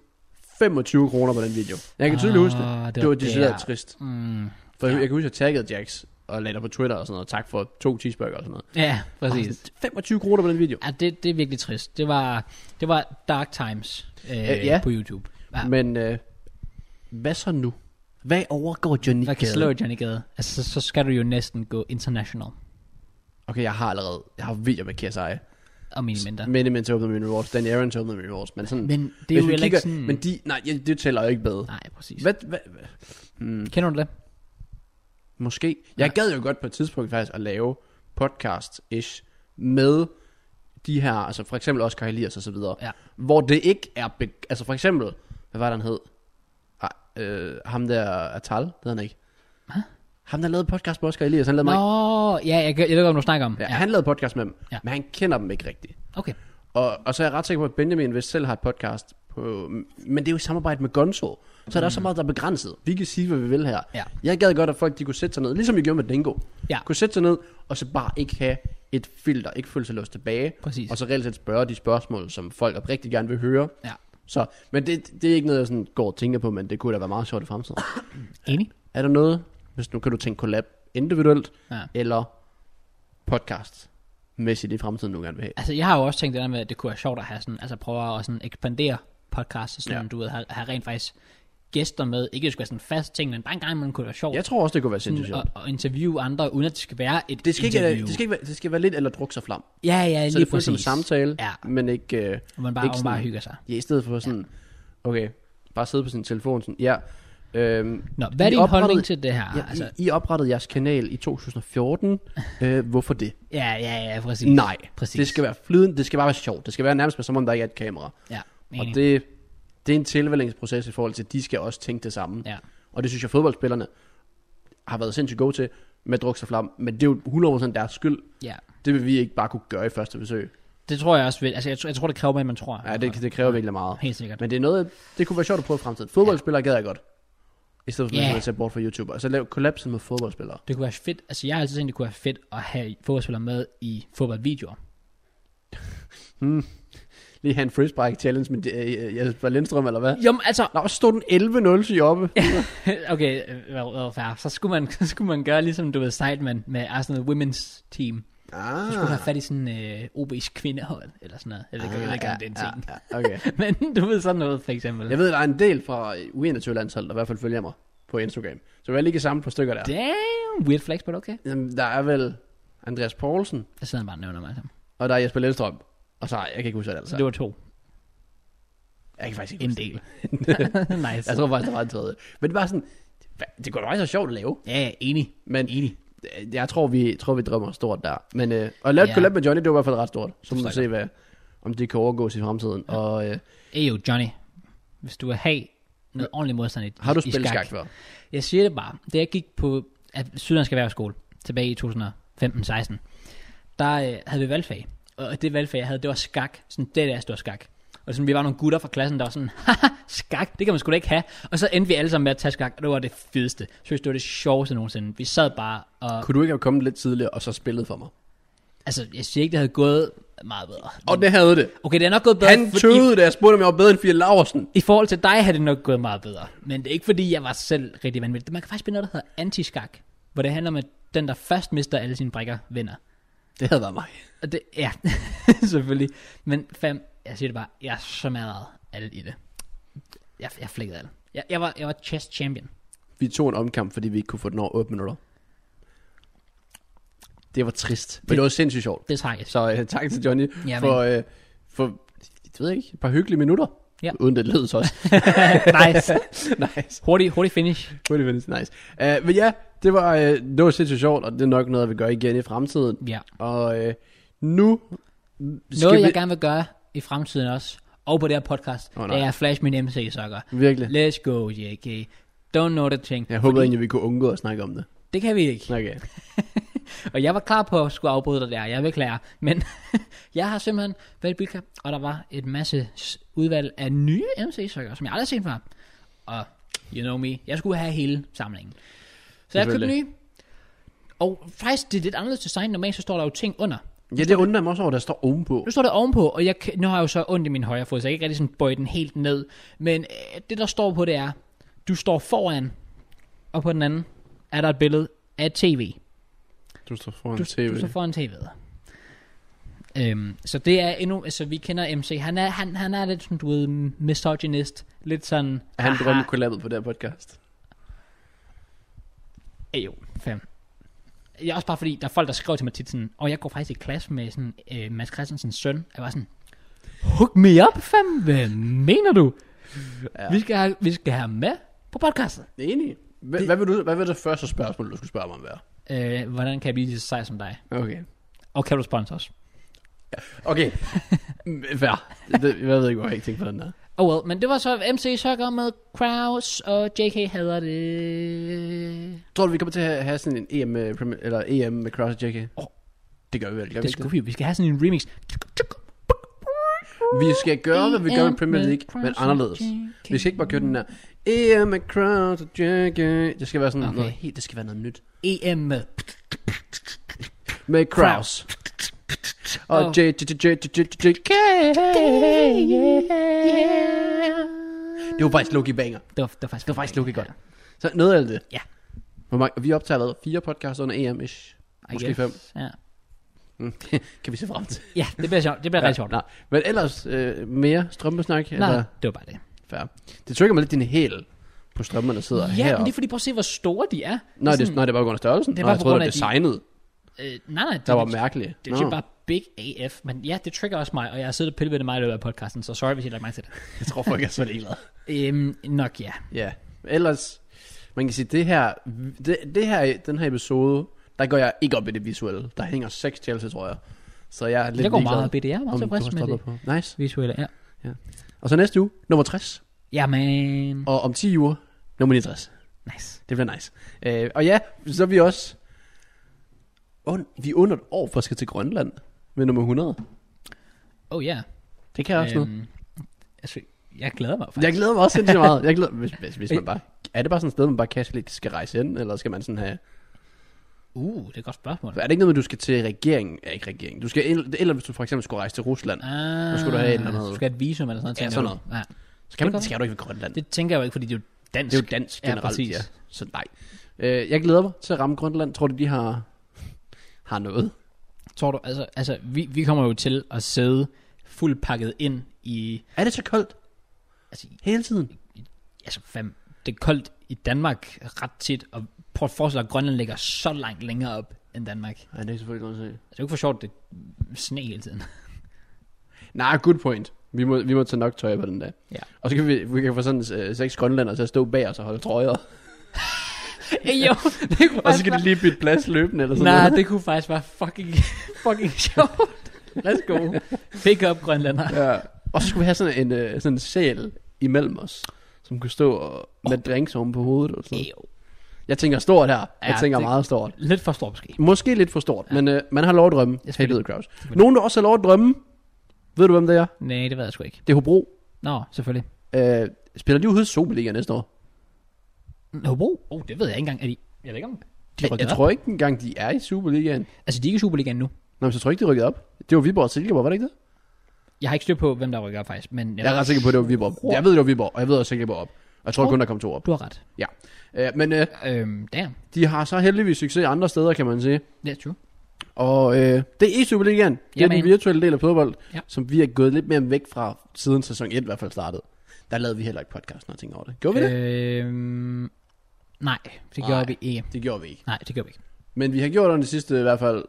25 kroner på den video. Jeg kan
Ah,
tydeligt huske det.
Åh,
Det var decideret trist.
Mm,
For
Ja.
ja. jeg kan huske, at jeg taggede Jax og lagde det på Twitter og sådan noget. Tak for to cheeseburger og sådan noget.
ja,
Og
præcis.
sådan, 25 kroner på den video.
Ja, det, det er virkelig trist. Det var, det var Dark Times øh, ja.
ja.
på YouTube. Ja.
Ja. Men øh, hvad så nu? Hvad overgår Johnny
Hvad kan
Gade?
slå Johnny Gade? Altså, så, så skal du jo næsten gå international.
Okay, jeg har allerede... Jeg har videoer med KSI.
Og mine mindre.
Men men til åbnede mine rewards. Dan Aaron til åbnede mine rewards. Men, sådan,
Men det er
hvis
jo
vi
heller ikke sådan...
Men de... Nej, ja, det tæller jo ikke med.
Nej, præcis. Hvad?
Hvad, hvad, hvad? Hmm,
Kender du det?
måske. Jeg gad jo godt på et tidspunkt faktisk at lave podcast-ish med de her, altså for eksempel Oscar Elias og så videre,
Ja.
hvor det ikke er, be- altså for eksempel, hvad var det, han hed? Ah, øh, ham der Atal, det hed han ikke.
Hva?
Ham der lavede podcast med Oscar Elias, han lavede, mig,
Nå, ja, jeg, jeg ved godt, hvad du snakker om.
ja, han lavede podcast med dem,
Ja.
ja. men han kender dem ikke rigtigt.
Okay.
Og, og så er jeg ret sikker på, at Benjamin vist selv har et podcast, på, men det er jo i samarbejde med Gonzo. Så er der også så meget, der er begrænset. Vi kan sige, hvad vi vil her.
Mm. Ja.
Jeg gad godt, at folk de kunne sætte sig ned, ligesom vi gjorde med Dingo.
Ja.
Kunne sætte sig ned, og så bare ikke have et filter, ikke føle sig låst tilbage.
Præcis.
Og så reelt set spørge de spørgsmål, som folk oprigtigt gerne vil høre.
Ja.
Så, men det, det er ikke noget, jeg sådan går og tænker på, men det kunne da være meget sjovt i fremtiden.
Enig?
er der noget, hvis nu kan du tænke collab individuelt,
Ja.
eller podcast mæssigt i fremtiden, du gerne vil have?
Altså, jeg har jo også tænkt det der med, at det kunne være sjovt at have sådan, altså prøve at sådan ekspandere podcast, så sådan, ja.
Ja.
du ved, have, have rent faktisk gæster med. Ikke at det skulle være sådan en fast ting, men bare en gang imellem kunne det være sjovt.
Jeg tror også, det kunne være sindssygt
sådan,
sjovt.
at, at interviewe andre, uden at det skal være et
Det skal, ikke,
interview.
det, skal ikke være, det skal være lidt eller druk sig flam.
Ja, ja,
Så
lige
det er
præcis.
en samtale,
Ja.
men ikke... Øh,
Og man bare,
Ikke
og man bare
sådan-
hygger sig.
ja, I stedet for sådan... Ja. Okay, bare sidde på sin telefon sådan... Ja, øhm,
Nå, hvad er
I
din holdning
oprettede-
til det her?
ja
altså,
I, I oprettede jeres kanal i 2014. øh, hvorfor det?
ja, ja, ja, præcis.
Nej,
præcis.
det skal være flydende, det skal bare være sjovt. Det skal være nærmest som om, der ikke er et kamera.
Ja,
Og
enig. Det...
det, det er en tilvælgningsproces i forhold til, at de skal også tænke det samme.
Ja.
Og det synes jeg, fodboldspillerne har været sindssygt gode til med druk sig flam. Men det er jo 100% deres skyld.
ja,
Det vil vi ikke bare kunne gøre i første forsøg.
det tror jeg også vil. Altså, jeg, tror- jeg tror, det kræver mere, end man tror. Altså,
Ja, det, det kræver virkelig meget.
Helt sikkert.
Men det er noget, det kunne være sjovt at prøve i fremtiden. Fodboldspillere gad jeg godt. I stedet for
Ja.
yeah. at tage bort fra YouTube. Og så lave kollapsen med fodboldspillere.
Det kunne være fedt. Altså, jeg har altid tænkt, det kunne være fedt at have fodboldspillere med i fodboldvideoer.
Lige have en frisbike challenge med øh, Jesper Lindstrøm, eller hvad?
Jo, men altså,
Nå, så stod den 11-0 i oppe.
okay, øh, hvad, hvad fair. Så skulle man, så skulle man gøre ligesom, du ved, Seidman med Arsenal Women's Team.
Ah.
Så skulle man have fat i sådan øh, OB's kvindehold, eller sådan noget. Jeg ved ikke, jeg ved ikke om det er en ting.
Ah, Ja, ja, okay.
Men du ved sådan noget, for eksempel.
Jeg ved, der er en del fra øh, U21-landsholdet, der i hvert fald følger mig på Instagram. Så vi er lige samme på stykker der.
Damn, weird flex, but okay.
Jamen, Der er vel Andreas Poulsen,
Jeg sidder bare og nævner mig. Altså.
og der er Jesper Lindstrøm. Og så, jeg kan ikke huske det
Så
altså.
det var to.
Jeg kan faktisk ikke
En
huske det.
del. nice.
Jeg tror faktisk, der var en tredje. Men det var sådan, hva- det kunne da faktisk være sjovt at lave.
Ja, ja, enig.
Men
Enig.
jeg tror, vi, tror, vi drømmer stort der. Men øh, at lave et
Ja.
collab med Johnny, det var i hvert fald ret stort. Så må
Forstår
vi se, hvad, om det kan overgås i fremtiden. Ja. Og øh,
Ejo, Johnny. Hvis du vil have noget ordentlig modstand i
har du
i
spillet skak, før?
Jeg siger det bare. Da jeg gik på at Syddansk Erhvervsskole tilbage i 2015-16, der øh, havde vi valgfag. Og det valgfag, jeg havde, det var skak. Sådan det der, stor skak. Og sådan, vi var nogle gutter fra klassen, der var sådan, haha, skak, det kan man sgu da ikke have. Og så endte vi alle sammen med at tage skak, og det var det fedeste. Jeg synes, det var det sjoveste nogensinde. Vi sad bare og...
Kunne du ikke have kommet lidt tidligere, og så spillet for mig?
Altså, jeg siger ikke, det havde gået meget bedre.
Og det havde det.
Okay, det er nok gået bedre.
Han
fordi-
tøvede, da jeg spurgte, om jeg var bedre end Fie Laversen.
I forhold til dig har det nok gået meget bedre. Men det er ikke fordi, jeg var selv rigtig vanvittig. Man kan faktisk spille noget, der hedder antiskak. Hvor det handler om, at den, der først mister alle sine brikker, vinder.
Det havde været mig.
Og det, ja, selvfølgelig. Men fam, jeg siger det bare, jeg smadrede alt i det. Jeg, jeg flækkede alt. Jeg, jeg, var, jeg var chess champion.
Vi tog en omkamp, fordi vi ikke kunne få den over 8 minutter. Det var trist. Men
Det-
det, var sindssygt sjovt.
Det tager jeg.
Så øh, tak til Johnny
Jamen.
for, øh, for det ved jeg ikke, et par hyggelige minutter.
Ja.
Uden det lød så også.
nice.
nice.
Hurtig, hurtig finish.
Pretty finish. Nice. Uh, men ja, det var, uh, det var sindssygt sjovt, og det er nok noget, vi gør igen i fremtiden.
Ja.
Og uh, nu skal
Noget,
vi...
jeg gerne vil gøre i fremtiden også, og på det her podcast,
Åh,
oh,
nej.
er at flash min MC-sokker.
Virkelig.
Let's go, JK. Don't know the thing.
Jeg håbede egentlig, vi kunne undgå at snakke om det.
Det kan vi ikke.
Okay.
og jeg var klar på at skulle afbryde dig der, jeg beklager. Men jeg har simpelthen været i Bilka, og der var et masse s- udvalg af nye MC-sokker, som jeg aldrig har set før. Og you know me, jeg skulle have hele samlingen. Så jeg købte
Selvfølgelig.
nye. Og faktisk, det er lidt anderledes design. Normalt så står der jo ting under.
Ja, det undrer mig også over, at der står ovenpå.
Nu står det ovenpå, og jeg, kan- nu har jeg jo så ondt i min højre fod, så jeg kan ikke rigtig sådan bøje den helt ned. Men øh, det, der står på, det er, du står foran, og på den anden er der et billede af et tv.
Du står foran
Du, du står foran tv'et. Øhm, så det er endnu, altså vi kender MC, han er, han, han er lidt sådan, du ved, misogynist, lidt sådan,
Han
aha,
drømmer kollabet på den her podcast.
Eh, Jo, fem. Jeg er også bare fordi, der er folk, der skriver til mig tit sådan, og jeg går faktisk i klasse med sådan, øh, Mads Christensens søn. Jeg var sådan, hook me up, fam. Hvad mener du? Ja.
Ja.
Vi, skal have, vi skal have ham med på podcastet.
Enig.
Det-
Hvad, det... hvad, vil du, hvad vil det første spørgsmål, du skulle spørge mig om være?
Øh, hvordan kan jeg blive lige så sej som dig?
Okay.
Og kan du sponsor os?
Okay. Fair. Det, det, jeg ved ikke, hvor jeg ikke tænkte på den der.
Oh well, men det var så MC Sukker med Kraus, og JK hader det.
Tror du, vi kommer til at have sådan en EM med, Premier- eller E EM med Cross og JK?
Åh.
Det gør vi vel, gør vi
Det
ikke
skulle vi, vi skal have sådan en remix.
det? Vi skal gøre, hvad vi gør med Premier League, men anderledes. Vi skal ikke bare køre den der E EM med Cross og JK. Det skal være sådan
Okay.
okay. noget helt, det skal være noget nyt.
EM E med
Med Kraus. Og
Åh.
J- J- J- J- J- J- JK. Det var faktisk Loki Banger.
Det var, det var faktisk,
Det var faktisk Loki godt. Så noget af det.
Ja.
Hvor mange, vi optager allerede fire podcasts under EM-ish.
I
Måske
guess.
fem.
Ja.
Mm, det kan vi se frem til.
ja, det bliver sjovt. Det bliver ja, rigtig sjovt.
Nej. Men ellers øh, mere strømpesnak?
Nej,
Eller?
det var bare det.
Fair. Det trykker mig lidt din hæl på strømmen, der sidder
Ja,
heroppe.
men det er fordi, prøv at se, hvor store de er.
Nej, det,
sådan-
nej, det var på grund af størrelsen.
Det er
Nå,
bare
jeg
på
troede,
grund af
det var
de-
designet,
Øh, nej, nej, det,
der var
det,
mærkeligt.
det er
Nå,
no. bare big AF. Men ja, det trigger også mig, og jeg har siddet og pillet ved det meget i løbet af podcasten, så sorry, hvis I lader mærke til det.
jeg tror folk er så ligeglade.
Øhm, nok ja.
Ja. Ellers, man kan sige, det her, det, det her, den her episode, der går jeg ikke op i det visuelle. Der hænger seks Chelsea, tror jeg. Så jeg er lidt
Jeg går
ligeglad,
meget op i det. Jeg er meget
om du
tilfreds
har
med det
stoppet På. Nice.
visuelle. Ja.
Og så næste uge, nummer 60.
Jamen,
Og om 10 uger, nummer 69.
nice.
Det bliver nice. Øh, og ja, så er vi også... Und, vi er under et år for at skal til Grønland med nummer 100.
Oh ja.
Det kan jeg også noget.
altså, jeg glæder mig faktisk.
Jeg glæder mig også sindssygt meget. Jeg glæder, hvis, hvis, hvis
Øh.
man bare, er det bare sådan et sted, man bare kan skal, skal rejse ind, eller skal man sådan have...
Uh, det er et godt spørgsmål.
Er det ikke noget, med, du skal til regeringen? Ja, ikke regeringen. Du skal, eller, eller hvis du for eksempel skulle rejse til Rusland,
Ah,
Nu skulle du have et eller andet.
Du skal have et visum eller sådan noget.
Ja,
tænker
sådan
du. Ja.
så kan
det
man,
kan
skal du ikke ved Grønland. Det,
Det tænker jeg jo ikke, fordi det er jo dansk.
det er jo dansk
Ja,
generelt, ja.
præcis.
Så nej. Øh, jeg glæder mig til at ramme Grønland. Tror du, de har, har noget?
Tror du, altså, altså vi, vi kommer jo til at sidde fuldt pakket ind i,
Er det så koldt
altså, i-
hele tiden?
altså fam, det er koldt i Danmark ret tit, og prøv at forestille dig, at Grønland ligger så langt længere op end Danmark. Altså,
Ja, det er selvfølgelig godt at se.
det er jo ikke for sjovt, det sne hele tiden.
Nej, good point. Vi må, vi må tage nok tøj på den dag.
Ja.
Og så kan vi, vi kan få sådan øh, seks grønlandere til at stå bag os og holde trøjer.
Ey, jo, det kunne
og så
faktisk
skal de
være,
lige bytte plads løbende eller sådan
nej,
noget.
det kunne faktisk være fucking, fucking sjovt.
Let's go.
Pick up, Grønlander.
ja. Og så skulle vi have sådan en, øh, sådan en sæl imellem os, som kunne stå og, med drinks oven på hovedet. Og sådan.
Ey,
noget.
jo.
Jeg tænker stort her. Jeg
Ja,
tænker
det-
meget stort.
Lidt for stor måske.
Måske lidt for stort, ja. men øh, man har lov at drømme.
Jeg
Jeg
spiller-
hey, Kraus. Nogen, der også har lov at drømme, ved du, hvem det er?
Nej, det ved jeg sgu ikke.
Det er Hobro.
Nå, selvfølgelig.
Øh, spiller de ude i Superliga næste år?
Hobro? Oh, det ved jeg ikke engang. Er de, jeg ved ikke om de
Jeg, jeg tror ikke engang, de er i Superligaen.
Altså, de er ikke i Superligaen nu.
Nå, men så tror jeg ikke, de rykkede op. Det var Viborg og Silkeborg, var det ikke det?
Jeg har ikke styr på, hvem der rykker op, faktisk. Men jeg,
Jeg er ret sikker på, at det var Viborg. Jeg ved, det var Viborg, og jeg ved også, at Silkeborg op. Og jeg tror
Tror-
kun, der kom to op.
Du har ret.
Ja. Øh, men øh,
Øhm, damn.
de har så heldigvis succes andre steder, kan man sige.
That's true.
Og øh, det er i Superligaen. Det er
Ja, man.
den virtuelle del af fodbold,
Ja.
som vi er gået lidt mere væk fra siden sæson 1 i hvert fald startede. Der lavede vi heller ikke podcast, når jeg tænker over det. Gjorde vi øh. det?
Øhm, nej, det
Nej.
gjorde vi ikke.
Det gjorde vi ikke.
Nej, det gjorde vi ikke.
Men vi har gjort det under de sidste i hvert fald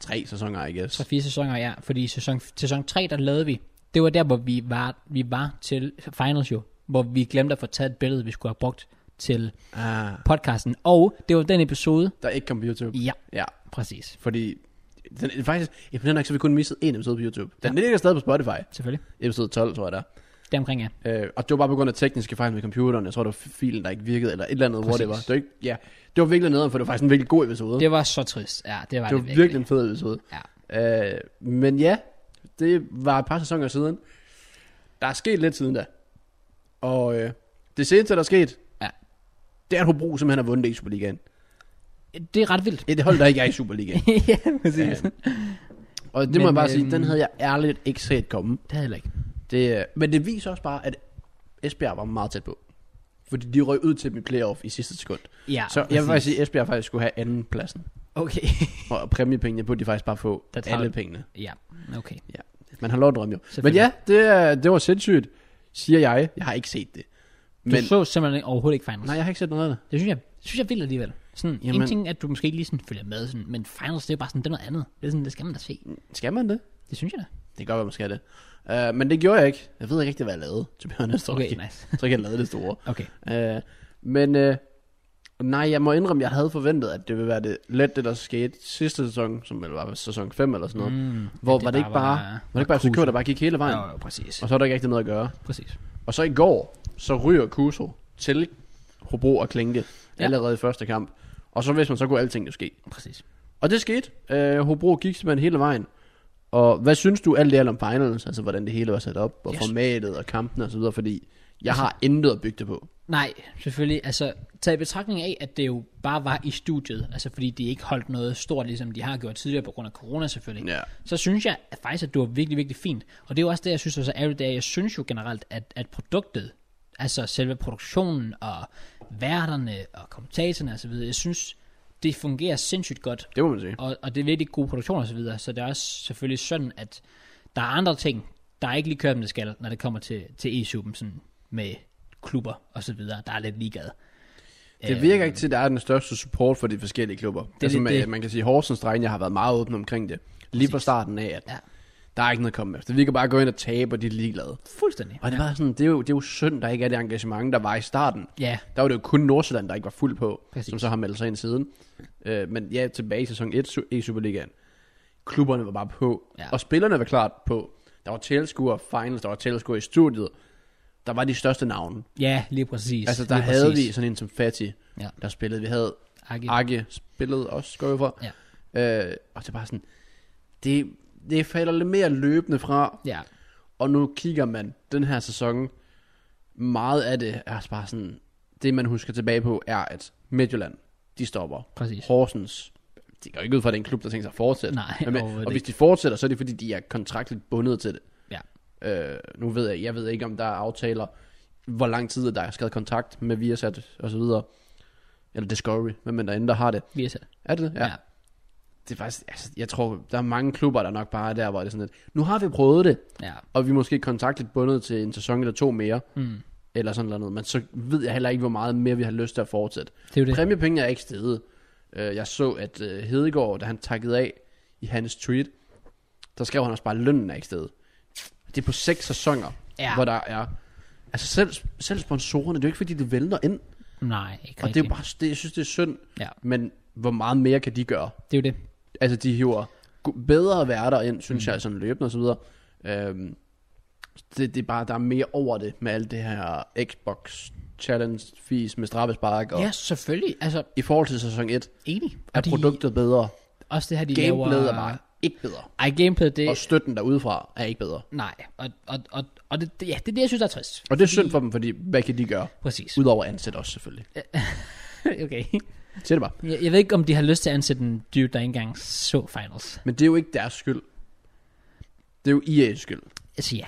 tre sæsoner, I guess.
Så fire sæsoner, ja. Fordi sæson, sæson 3, der lavede vi. Det var der, hvor vi var, vi var til finals jo. Hvor vi glemte at få taget et billede, vi skulle have brugt til
Ah,
podcasten. Og det var den episode.
der er ikke kom på YouTube.
Ja,
Ja,
præcis.
fordi... Den, faktisk, imponerende nok, så har vi kun misset en episode på YouTube. Den ligger stadig på Spotify.
Selvfølgelig.
Episode 12, tror jeg der.
Det omkring, ja.
Øh, og det var bare på grund af tekniske fejl med computeren. Jeg tror, det var filen, der ikke virkede, eller et eller andet, hvor det var.
Præcis.
Det var, ikke, ja, det var virkelig noget, for det var faktisk en virkelig god episode.
Det var så trist. Ja, det var
det
det,
var virkelig en fed episode.
Ja.
Øh, men ja, det var et par sæsoner siden. Der er sket lidt siden da. Og øh, det seneste, der er sket,
Ja.
det er, at Hobro simpelthen har vundet i Superligaen.
Det er ret vildt. Øhm,
Et hold, der ikke er i Superligaen.
ja, præcis.
øh, og det
Men,
men, må jeg bare øhm,
øhm,
sige, den havde jeg ærligt ikke set komme.
Det havde jeg heller ikke.
Det, øh, men det viser også bare, at Esbjerg var meget tæt på. Fordi de røg ud til dem i playoff i sidste sekund.
Ja,
Så jeg vil faktisk sige, at Esbjerg faktisk skulle have anden pladsen.
Okay.
Og præmiepengene burde de faktisk bare få
Der tager-
alle pengene.
ja, okay.
Man har lov at drømme jo. Men
Selvfølgelig.
ja, det, er- det var sindssygt, siger jeg. Jeg har ikke set det.
Du
Men,
så simpelthen ikke- overhovedet ikke finals.
nej, jeg har ikke set noget af det.
Det synes jeg, det synes jeg er vildt alligevel. Sådan, Jamen. en
Jamen.
ting er, at du måske ikke lige sådan følger med, sådan, men finals, det er bare sådan, det er noget andet. Det, er sådan, det skal man da se.
Skal man det?
Det synes jeg da.
Det kan godt være, man skal det. Uh, men det gjorde jeg ikke. Jeg ved ikke rigtig, hvad jeg lavede. To be honest,
Okay,
okay, jeg
nice.
tror ikke, jeg lavede det store.
Okay.
Uh, men uh, nej, jeg må indrømme, jeg havde forventet, at det ville være det let, det der skete sidste sæson, som vel var sæson 5 eller sådan noget. Mm,
Mm,
hvor
at
var det ikke bare, var, det ikke bare
Kuso.
FCK, der bare gik hele vejen?
Jo, jo, præcis.
Og så er der ikke rigtig noget at gøre.
Præcis.
Og så i går, så ryger Kuso til Hobro og Klinke
Ja.
allerede i første kamp. Og så hvis man, så kunne alting jo ske.
Præcis.
Og det skete. Øh, Hobro gik simpelthen hele vejen. Og hvad synes du alt det alt om finals? Altså hvordan det hele var sat op, og
Yes.
yes. formatet og kampen og så videre, fordi jeg har intet at bygge det på.
Nej, selvfølgelig. Altså, taget i betragtning af, at det jo bare var i studiet, altså fordi de ikke holdt noget stort, ligesom de har gjort tidligere på grund af corona selvfølgelig,
Ja.
så synes jeg at faktisk, at det var virkelig, virkelig fint. Og det er jo også det, jeg synes er så ærgerligt, det er, at jeg synes jo generelt, at, at produktet, altså selve produktionen og værterne og kommentatorerne osv., jeg synes, det fungerer sindssygt godt,
Det må man sige.
og, og det er virkelig gode produktioner osv., så, videre, så det er også selvfølgelig sådan, at der er andre ting, der ikke lige kører, som det skal, når det kommer til, til e-suppen, sådan med klubber og så videre, der er lidt ligeglade.
Det virker ikke til, at der er den største support for de forskellige klubber. Det, altså,
lidt
man,
det.
man kan sige, Horsens drenge har været meget åbne omkring det. Lige fra starten af, at
Ja.
ja. der er ikke noget at komme efter. Vi kan bare gå ind og tabe, og de er ligeglade.
Fuldstændig.
Og det, var sådan, det, er jo, det er jo synd, der ikke er det engagement, der var i starten.
Ja,
Der var det jo kun Nordsjælland, der ikke var fuld på,
Præcis.
Præcis. som så har meldt sig ind siden. Øh, men ja, tilbage i sæson 1 su- i Superligaen. Klubberne var bare på,
Ja.
ja. og spillerne var klart på. Der var tilskuere finals, der var tilskuere i studiet. Der var de største navne.
ja lige præcis.
Altså, der
lige
havde
præcis.
vi sådan en som Fati,
Ja.
der spillede. Vi havde
Agge.
Akke spillede også, går jeg ud fra.
Ja.
Øh, og det er bare sådan, det, det falder lidt mere løbende fra,
Ja,
og nu kigger man den her sæson. Meget af det er altså bare sådan... Det, man husker tilbage på, er, at Midtjylland, de stopper.
præcis.
Horsens, det går ikke ud fra, at det er en klub, der tænker sig at fortsætte.
Nej,
Men-
overhovedet
men, og hvis de fortsætter, så er det fordi, de er kontraktligt bundet til det.
Ja.
Øh, nu ved jeg, jeg ved ikke, om der er aftaler, hvor lang tid der er skrevet kontakt med Viasat og så videre. Eller Discovery, hvem end der end, der har det.
Vi er selv.
Er det det?
Ja. ja.
Det er faktisk, altså, jeg tror, der er mange klubber, der nok bare er der, hvor det er sådan lidt, nu har vi prøvet det,
ja.
og vi er måske kontaktligt bundet til en sæson eller to mere,
Mm.
eller sådan noget, men så ved jeg heller ikke, hvor meget mere vi har lyst til at fortsætte.
Det er jo det.
Præmiepenge er ikke steget. Øh, Jeg så, at øh, Hedegaard, da han takkede af i hans tweet, der skrev han også bare, at lønnen er ikke steget. Det er på seks sæsoner,
Ja.
hvor der er... Altså selv, selv sponsorerne, det er jo ikke fordi, det vælter ind.
Nej, ikke
Og det er jo
rigtigt.
bare, det, jeg synes, det er synd.
Ja,
Men hvor meget mere kan de gøre?
det er jo det.
Altså, de hiver go- bedre værter ind, synes mm. jeg, sådan løbende og så videre. Øhm, det, det er bare, der er mere over det med alt det her Xbox Challenge fis med straffespark. Og
Ja, selvfølgelig. Altså,
I forhold til sæson 1,
enig.
er
de,
produktet bedre.
også det her, de
Gameplayet
laver...
er bare ikke bedre.
Ej, gameplayet, det...
Og støtten derudefra er ikke bedre.
Nej, og, og, og, og det, det- ja, det er det, jeg synes, der er trist.
Og det er synd for dem, fordi hvad kan de gøre?
Præcis.
Udover at ansætte os selvfølgelig.
okay.
Se det bare.
Jeg, jeg ved ikke, om de har lyst til at ansætte en dude, der ikke engang så finals.
Men det er jo ikke deres skyld. Det er jo IA's skyld.
Altså ja,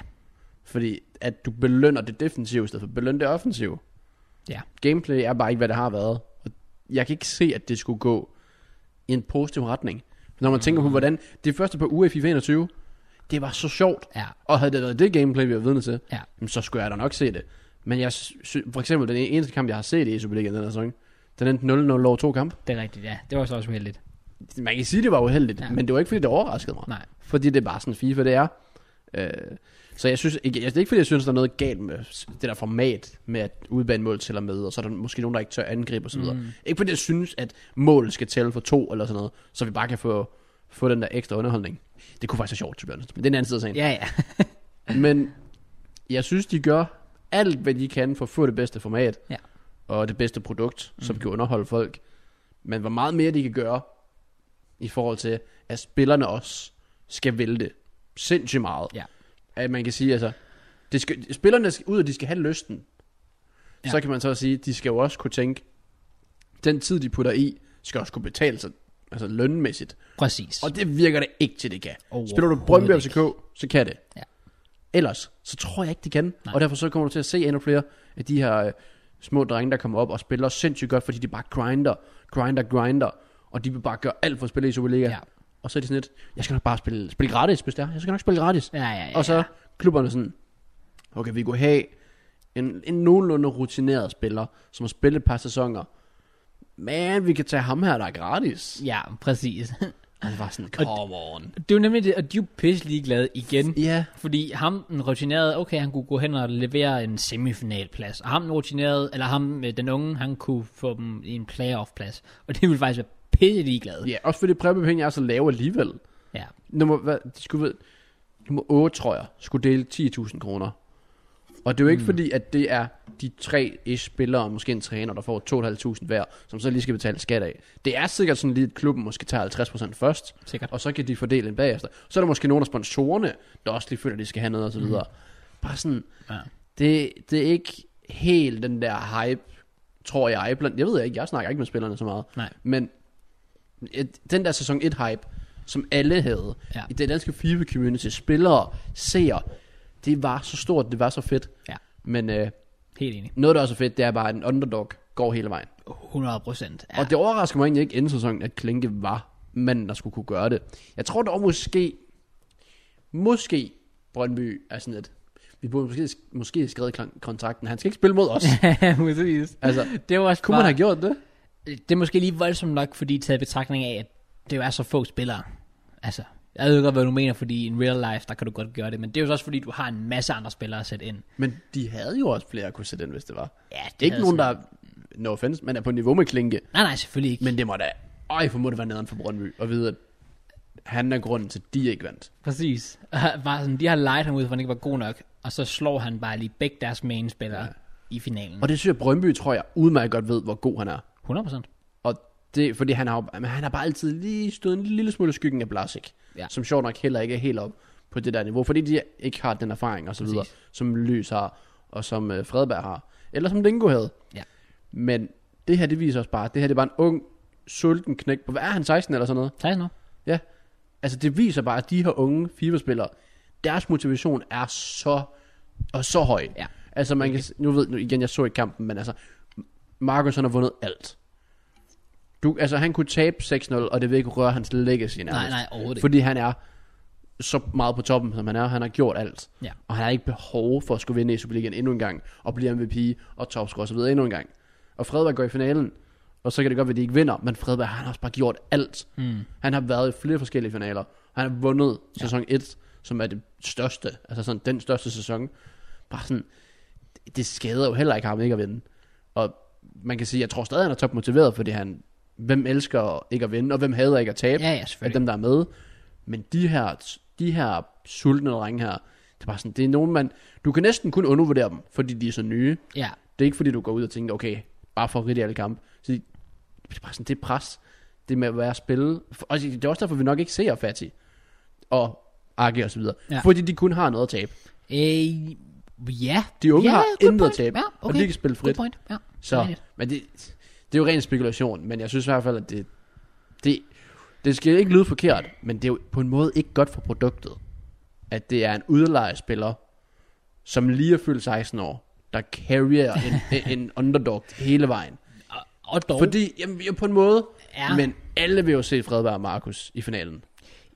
Fordi at du belønner det defensive, i stedet for at belønne det offensive.
ja.
Gameplay er bare ikke, hvad det har været. Og jeg kan ikke se, at det skulle gå i en positiv retning. Når man mm. tænker på, hvordan det første på UEF i 21, det var så sjovt.
Ja,
Og havde det været det gameplay, vi var vidne til,
Ja.
jamen, så skulle jeg da nok se det. Men jeg sy- for eksempel, den eneste kamp, jeg har set i Superligaen den her sæson, den endte 0-0 over to kampe.
det er rigtigt, ja. Det var så også uheldigt.
Man kan sige, det var uheldigt,
Ja.
ja. men det var ikke, fordi det overraskede mig.
Nej.
Fordi det er bare sådan FIFA, det er. Øh, så jeg synes, ikke, jeg, det er ikke fordi, jeg synes, der er noget galt med det der format, med at udbane mål tæller med, og så er der måske nogen, der ikke tør angribe osv. Mm. Ikke fordi jeg synes, at mål skal tælle for to eller sådan noget, så vi bare kan få, få den der ekstra underholdning. Det kunne faktisk være sjovt, to be honest, men det er en anden side af sagen.
Ja, ja.
Men jeg synes, de gør alt, hvad de kan for at få det bedste format.
Ja. Mhm.
Og det bedste produkt, som kan underholde folk. Men hvor meget mere de kan gøre, i forhold til, at spillerne også skal vælte sindssygt meget.
Ja.
At man kan sige, altså, det skal, spillerne skal ud, og de skal have lysten.
Ja.
Ja. Så kan man så sige, de skal jo også kunne tænke, den tid, de putter i, skal også kunne betale sig, altså lønmæssigt.
Præcis.
Og det virker det ikke til, det kan.
Overhovedet
Spiller du Brøndby
ikke.
FCK, så kan det.
Ja.
Ellers, så tror jeg ikke, det kan.
Nej.
Nej. Og derfor så kommer du til at se endnu flere af de her øh, små drenge, der kommer op og spiller sindssygt godt, fordi de bare grinder, grinder, grinder. Og de vil bare gøre alt for at spille i Superliga.
Ja.
Ja. Og så er de sådan lidt, jeg skal nok bare spille, spille gratis, hvis det er. Jeg skal nok spille gratis.
Ja, ja, ja.
Og så klubberne sådan, okay, vi kunne have en, en nogenlunde rutineret spiller, som har spillet et par sæsoner. Men vi kan tage ham her, der er gratis.
Ja, præcis.
Og det var sådan, come on.
det er jo nemlig det, og de er jo pisse ligeglade igen.
Ja,
Fordi ham, den rutinerede, okay, han kunne gå hen og levere en semifinalplads. Og ham, den rutinerede, eller ham, øh, den unge, han kunne få dem i en playoff-plads. Og det ville faktisk være pisse ligeglade.
ja også fordi præmiepenge er så lave alligevel.
Ja.
Nummer, hvad, de skulle ved, nummer 8, tror jeg, skulle dele 10.000 kroner. Og det er jo ikke mm. fordi, at det er de tre ish spillere, og måske en træner, der får 2.500 hver, som så lige skal betale skat af. Det er sikkert sådan lige, at klubben måske tager 50% først,
Sikkert.
og så kan de fordele en bagefter. Så er der måske nogle af sponsorerne, der også lige føler, at de skal have noget og så videre. Bare sådan,
Mhm. Ja.
det, det er ikke helt den der hype, tror jeg, blandt, jeg ved ikke, jeg snakker ikke med spillerne så meget,
Nej.
men et, den der sæson 1 hype, som alle havde,
Ja.
ja. i det danske FIFA community, spillere, seere, det var så stort, det var så fedt.
Ja.
Men øh,
Helt enig.
noget, der er så fedt, det er bare, at en underdog går hele vejen.
100 procent.
Ja. Og det overrasker mig egentlig ikke inden sæsonen, at Klinke var manden, der skulle kunne gøre det. Jeg tror dog måske, måske Brøndby er sådan et, vi burde måske, måske skrevet klan- kontrakten, han skal ikke spille mod os.
Ja, præcis.
altså,
Det var også
kunne man have gjort det?
det er måske lige voldsomt nok, fordi taget i betragtning af, at det jo er så få spillere. Altså, jeg ved godt, hvad du mener, fordi in real life, der kan du godt gøre det, men det er jo så også fordi, du har en masse andre spillere at sætte ind.
Men de havde jo også flere at kunne sætte ind, hvis det var.
Ja,
Det er ikke nogen, der er, no offense, men er på niveau med Klinke.
Nej, nej, selvfølgelig ikke.
Men det må da, øj, for må det være nederen for Brøndby, at vide, at han er grunden til, at de ikke vandt.
Præcis. bare sådan, de har leget ham ud, for han ikke var god nok, og så slår han bare lige begge deres main spillere ja. i finalen.
Og det synes jeg, Brøndby, tror jeg, udmærket godt ved, hvor god han er.
100 procent.
Og det, fordi han har, jo- men han har bare altid lige stået en lille smule i skyggen af Blasik,
Ja.
ja. som sjovt nok heller ikke er helt op på det der niveau, fordi de ikke har den erfaring og så videre,
Præcis.
som Lys har, og som øh, Fredberg har, eller som Dingo havde.
Ja.
Men det her, det viser os bare, at det her det er bare en ung, sulten knæk på, hvad er han, 16 eller sådan noget?
16 år.
Ja. Altså det viser bare, at de her unge FIFA-spillere, deres motivation er så, og så høj.
Ja.
Altså man kan, nu ved nu igen, jeg så ikke kampen, men altså, Marcus han har vundet alt. Du, altså han kunne tabe 6-0, og det vil ikke røre hans legacy nærmest.
Nej, nej, overhovedet ikke.
Fordi han er så meget på toppen, som han er. Han har gjort alt.
Ja.
Og han har ikke behov for at skulle vinde i Superligaen endnu en gang, og blive MVP og topscorer osv. endnu en gang. Og Fredberg går i finalen, og så kan det godt være, at de ikke vinder, men Fredberg han har også bare gjort alt. Mm. Han har været i flere forskellige finaler. Han har vundet sæson 1, som er det største, altså sådan den største sæson. Bare sådan, det skader jo heller ikke ham ikke at vinde. Og man kan sige, jeg tror stadig, han er topmotiveret, fordi han, hvem elsker ikke at vinde, og hvem hader ikke at tabe
Ja, ja,
af
selvfølgelig.
dem, der er med. Men de her, de her sultne drenge her, det er bare sådan, det er nogen, man... Du kan næsten kun undervurdere dem, fordi de er så nye.
Ja,
Det er ikke, fordi du går ud og tænker, okay, bare for at rigtig alle kampe. Så det er bare sådan, det er pres, det med at være at spille. Og det er også derfor, vi nok ikke ser Fati og Arke og så videre.
Ja.
Ja. Fordi de kun har noget at tabe.
øh, ja.
De unge
ja,
har
good
intet at
point.
tabe,
ja,
og de kan spille
Good
frit.
point. Ja, det er
Så,
rigtigt.
men det, det er jo ren spekulation, men jeg synes i hvert fald, at det, det, det skal ikke lyde forkert, men det er jo på en måde ikke godt for produktet, at det er en udlejespiller, som lige er fyldt 16 år, der carrier en, en underdog hele vejen.
Og, og dog.
Fordi, jamen, jo, på en måde,
Ja.
ja. men alle vil jo se Fredberg og Markus i finalen.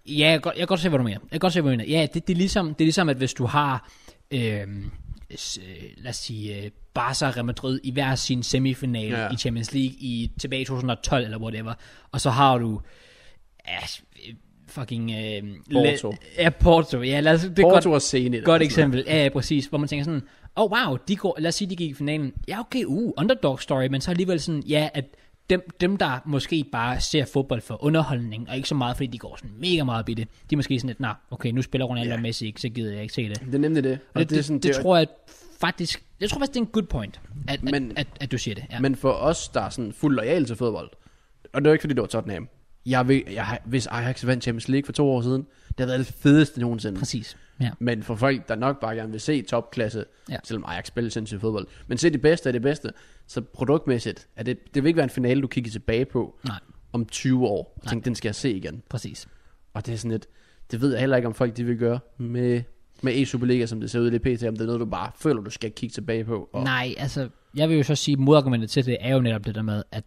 Ja, jeg kan, godt, jeg kan godt se, hvad du mener. Jeg kan godt se, hvad du mener. Ja, det, det, er, ligesom, det er ligesom, at hvis du har, øh, lad os sige, øh, Barca og Real Madrid i hver sin semifinale ja.
Ja.
i Champions League i, tilbage i 2012 eller whatever, og så har du ja, øh, fucking... Øh,
Porto.
La, ja, Porto. Ja, lad os, det er
Det er
godt,
Porto godt, og Sene.
godt eksempel. Ja, ja, præcis. Hvor man tænker sådan, åh oh, wow, de går, lad os sige, de gik i finalen. Ja, okay, uh, underdog story, men så alligevel sådan, ja, at dem, dem, der måske bare ser fodbold for underholdning, og ikke så meget, fordi de går sådan mega meget op i det, de er måske sådan lidt, nej, okay, nu spiller Ronaldo
Ja.
yeah. Messi ikke, så gider jeg ikke se det.
Det er nemlig det.
Og det, det, det, det, det tror jeg faktisk, jeg tror faktisk, det er en good point, at, men,
Men-
at, at, at du siger det. Ja.
Ja. Men for os, der er sådan fuld lojal til fodbold, og det er jo ikke fordi, det var Tottenham. Jeg ved, jeg, har- hvis Ajax vandt Champions League for to år siden, det har været det fedeste nogensinde.
Præcis. Ja.
Men for folk, der nok bare gerne vil se topklasse,
Ja.
ja. selvom Ajax spiller sindssygt fodbold, men se det bedste af det bedste, så produktmæssigt, er det, det vil ikke være en finale, du kigger tilbage på
Nej,
om 20 år, og
Nej.
tænker, den skal jeg se igen.
præcis.
Og det er sådan lidt, det ved jeg heller ikke, om folk de vil gøre med, med e-Superliga, som det ser ud i det pt, om det er noget, du bare føler, du skal kigge tilbage på.
Og...
Og,
Nej, altså, jeg vil jo så sige, modargumentet til det er jo netop det der med, at,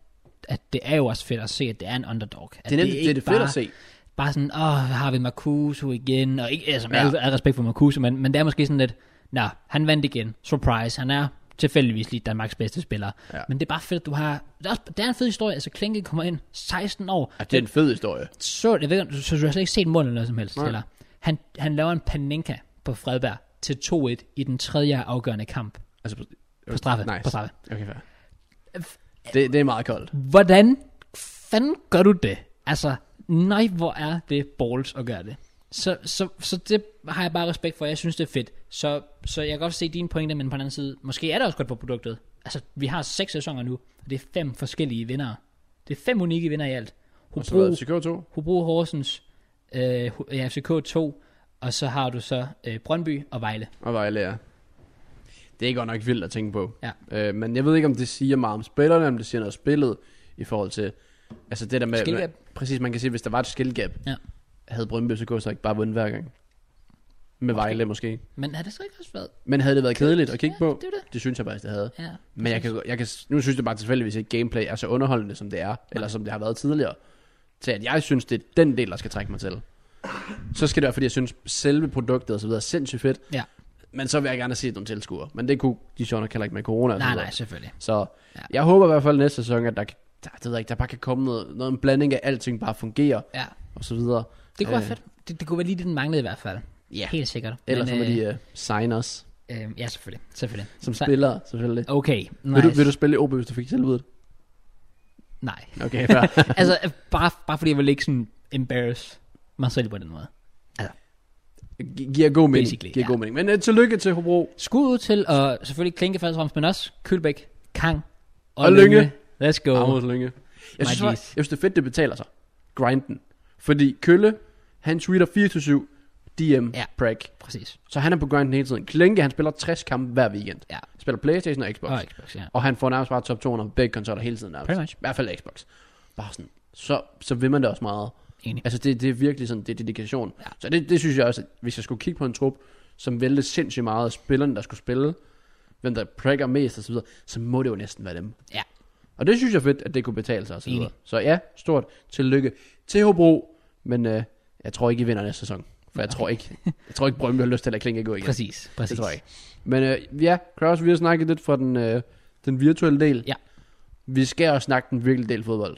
at det er jo også fedt at se, at det er en underdog. At
det er nemlig det, er
ikke
det fedt
bare,
at se.
Bare sådan, åh, oh, har vi Marcuso igen, og ikke, altså, med
Ja.
ja. al respekt for Marcuso, men, men det er måske sådan lidt, nå, han vandt igen, surprise, han er tilfældigvis lige Danmarks bedste spiller. Ja.
Ja.
Men det er bare fedt, at du har... Det er, også, det er en fed historie. Altså, Klinke kommer ind 16 år.
Ja, det er en fed historie.
så, jeg ved, ikke, så, så du har slet ikke set målet eller noget som helst,
Nej.
eller? Han, han laver en paninka på Fredberg til 2-1 i den tredje afgørende kamp
Altså, på,
på straffe.
Nice.
På straffe.
Okay, fair. Det, det er meget koldt.
Hvordan fanden gør du det? Altså, nej, hvor er det balls at gøre det. Så, så, så det har jeg bare respekt for, jeg synes det er fedt. Så, så jeg kan godt se dine pointe, men på den anden side, måske er det også godt for produktet. Altså, vi har seks sæsoner nu, og det er fem forskellige vinder. Det er fem unikke vinder i alt.
Og så har
Hobro,
det CK 2.
Hobro Horsens, øh, H- ja, FCK 2, og så har du så øh, Brøndby og Vejle.
Og Vejle, ja. Det er godt nok vildt at tænke på.
Ja.
Øh, men jeg ved ikke, om det siger meget om spillerne, om det siger noget om spillet, i forhold til... Altså det der med...
Skillgab.
Præcis, man kan sige, hvis der var et skillgab,
Ja.
havde Brøndby så så ikke bare vundet hver gang. Med Vejle måske.
Men har det så ikke også været?
Men havde det været kedeligt at kigge
Ja,
på?
det er det.
Det synes jeg faktisk, det havde.
Ja.
Men jeg kan, jeg kan, nu synes jeg bare tilfældigvis ikke, gameplay er så underholdende, som det er, eller som det har været tidligere, til at jeg synes, det er den del, der skal trække mig til. Så skal det være, fordi jeg synes, selve produktet og så videre er sindssygt fedt,
Ja.
men så vil jeg gerne se nogle tilskuere. Men det kunne de sjovt nok heller ikke med corona. og så
Nej,
videre.
nej, selvfølgelig.
Så
Ja.
jeg håber i hvert fald næste sæson, at der, kan- der, det ved jeg ikke, der bare kan komme noget, noget en blanding af alting bare fungerer,
Ja.
og så videre.
Det kunne øh. være
Øh.
fedt. Det, det kunne være lige det, den manglede i hvert fald.
Ja.
Helt sikkert.
Ellers så
Men,
må
øh,
de uh, sign os,
øh, ja, selvfølgelig. selvfølgelig.
som
Så-
spillere, selvfølgelig.
Okay, Oh, nice.
Vil, du, vil du spille i OB, hvis du fik tilbuddet?
Nej.
Okay, fair.
altså, øh, bare, bare fordi jeg vil ikke sådan embarrass mig selv på den måde.
Gi- giver god mening.
Basically,
giver
ja.
god mening. Men uh, tillykke til Hobro.
Skud ud til, og selvfølgelig Klinke Falsroms, men også Kølbæk, Kang og,
Og Lynge.
Let's go.
Ramos Lynge. Jeg synes,
My
jeg, jeg
G's.
synes, det er fedt, det betaler sig. Grinden. Fordi Kølle, han tweeter 24-7, DM,
Ja.
ja. prank.
Præcis.
Så han er på grinden hele tiden. Klinke, han spiller 60 kampe hver weekend.
Ja.
Spiller Playstation og Xbox.
Og Xbox, ja.
Og han får nærmest bare top 200 på begge konsoller hele tiden. Nærmest.
Pretty much.
I hvert fald Xbox. Bare sådan, så, så vil man det også meget.
Enig.
Altså det, det er virkelig sådan, det er dedikation.
Ja.
Ja. Så det, det synes jeg også, at hvis jeg skulle kigge på en trup, som vælte sindssygt meget af spillerne, der skulle spille, hvem der prækker mest og så videre, så må det jo næsten være dem.
Ja.
Og det synes jeg er fedt, at det kunne betale sig og så videre.
Enig.
Så ja, stort tillykke til Hobro, men øh, jeg tror ikke, I vinder næste sæson. For jeg tror ikke, jeg tror ikke Brøndby har lyst til at lade Klinke gå igen.
Præcis, præcis.
Det tror jeg ikke. Men øh, ja, Kraus, vi har snakket lidt fra den, øh, den virtuelle del.
Ja.
Vi skal også snakke den virkelige del fodbold.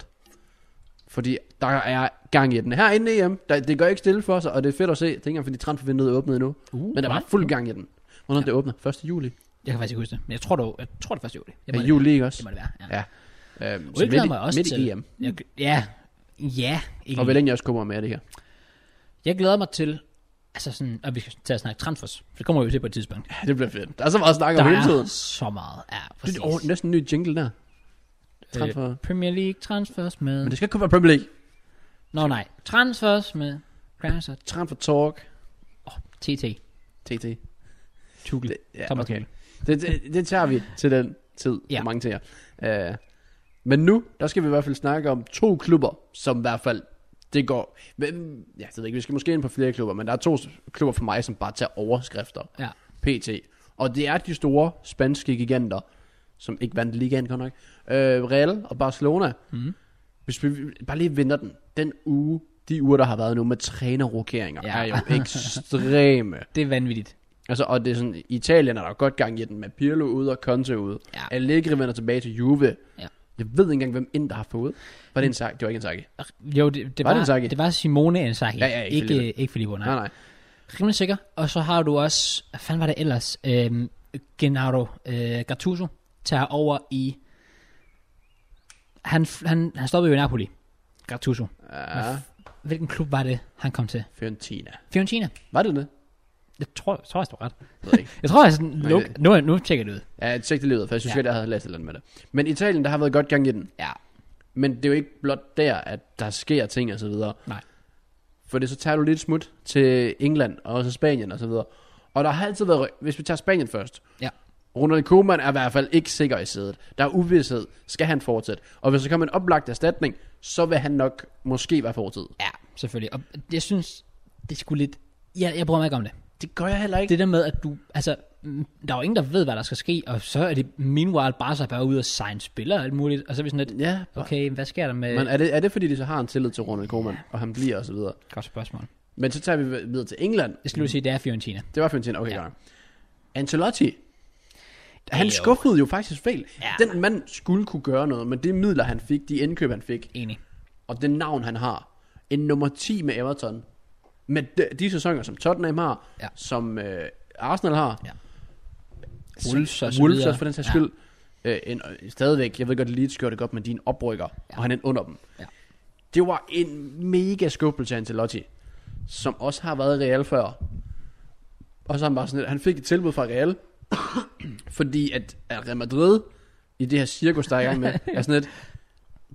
Fordi der er gang i den. Her inde i EM, der, det gør ikke stille for sig, og det er fedt at se. Det er ikke engang, fordi transfervinduet er åbnet endnu.
Uh,
Men der var fuld gang i den. Hvornår ja. det åbner? 1. juli.
Jeg kan faktisk ikke huske det, men jeg tror, det, var- jeg tror det var først i juli. Det
Ja,
må det
juli,
være.
ikke også?
Det må det være, ja.
Ja. Øhm,
det glæder
i-
mig også
midt
til.
i EM.
Jeg, ja, ja. Ikke.
Og vel egentlig også kommer med af det her.
Jeg glæder mig til, altså sådan, og vi skal til at snakke transfers, for det kommer vi jo til på et tidspunkt.
Ja, det bliver fedt. Der er så meget at snakke
Der
om hele
er
tiden.
så meget, ja,
Det
præcis.
er oh, næsten en ny jingle der. Transfer.
Øh, Premier League transfers med,
Men det skal ikke kun være Premier League.
nå nej, transfers med, transfer,
Transfer Talk.
TT,
TT.
Tuchel.
Det, ja,
Thomas
okay.
Tuchel.
Det, det, det tager vi til den tid.
Ja.
Ja. Mange til jer. Uh, men nu, der skal vi i hvert fald snakke om to klubber, som i hvert fald, det går... Men, ja, det ved jeg ikke, vi skal måske ind på flere klubber, men der er to s- klubber for mig, som bare tager overskrifter.
Ja.
PT. Og det er de store spanske giganter, som ikke vandt ligaen, godt nok. Uh, Real og Barcelona.
Mhm.
Hvis vi bare lige vinder den. Den uge, de uger, der har været nu med trænerrokeringer,
Ja.
ja. er jo ekstreme.
Det er vanvittigt.
Altså, og det er sådan, i Italien er der jo godt gang i den med Pirlo ude og Conte ude.
Ja.
Ja. Allegri vender tilbage til Juve.
Ja.
Jeg ved ikke engang, hvem ind der har fået. Var det en sag? Det var ikke en sag.
Jo, det, det,
Var
var, var,
det Inzaghi?
det var Simone Inzaghi,
Ja, ja, ikke
ikke,
Filippo.
ikke Filippo, nej.
Nej, nej.
Rimelig sikker. Og så har du også, hvad fanden var det ellers? Øhm, Gennaro øh, Gattuso tager over i han, han, han stoppede jo i Napoli. Gattuso.
Ja,
Hvilken klub var det, han kom til?
Ah, Fiorentina.
Fiorentina.
Var det det?
Jeg tror, jeg tror, jeg står ret.
Jeg ved ikke.
Jeg tror, jeg sådan,
Men
luk,
det-
nu, nu tjekker jeg det ud.
Ja, jeg tjekte det lige ud, for jeg synes
Ja.
ja. jeg havde læst et eller andet med det. Men Italien, der har været godt gang i den.
Ja.
Men det er jo ikke blot der, at der sker ting og så videre.
Nej.
For det så tager du lidt smut til England og også Spanien og så videre. Og der har altid været, hvis vi tager Spanien først.
Ja.
Ronald Koeman er i hvert fald ikke sikker i sædet. Der er uvidshed. Skal han fortsætte? Og hvis der kommer en oplagt erstatning, så vil han nok måske være fortid.
Ja, selvfølgelig. Og jeg synes, det skulle lidt... Ja, jeg bruger mig ikke om det.
Det gør jeg heller ikke.
Det der med, at du... Altså, mm, der er jo ingen, der ved, hvad der skal ske, og så er det meanwhile bare så bare ud og signe spillere og alt muligt, og så er vi sådan lidt,
Ja,
okay, hvad sker der med...
men er det, er det fordi, de så har en tillid til Ronald Koeman, og han bliver og så videre?
Godt spørgsmål.
Men så tager vi videre til England.
Jeg skal lige sige, det er Fiorentina.
Det var Fiorentina, okay,
Ja.
ja. godt. Ancelotti, han
Jo.
skuffede jo faktisk fejl.
Ja.
Ja. Den mand skulle kunne gøre noget, men det midler, han fik, de indkøb, han fik,
Enig.
og det navn, han har. En nummer 10 med Everton. Med de, de sæsoner, som Tottenham har,
Ja.
ja. som øh, Arsenal har,
Ja. Wolves
ja. Wolves,
og
og
så
Wolves
videre.
også for den sags
Ja.
skyld. Øh, en, stadigvæk, jeg ved godt, Leeds gjorde det godt med dine oprykker, ja. og han er en under dem.
Ja.
Det var en mega skuffelse af Ancelotti, som også har været i Real før. Og så er han bare sådan lidt, han fik et tilbud fra Real, fordi at, at Real Madrid, i det her cirkus, der er i gang med, er sådan lidt,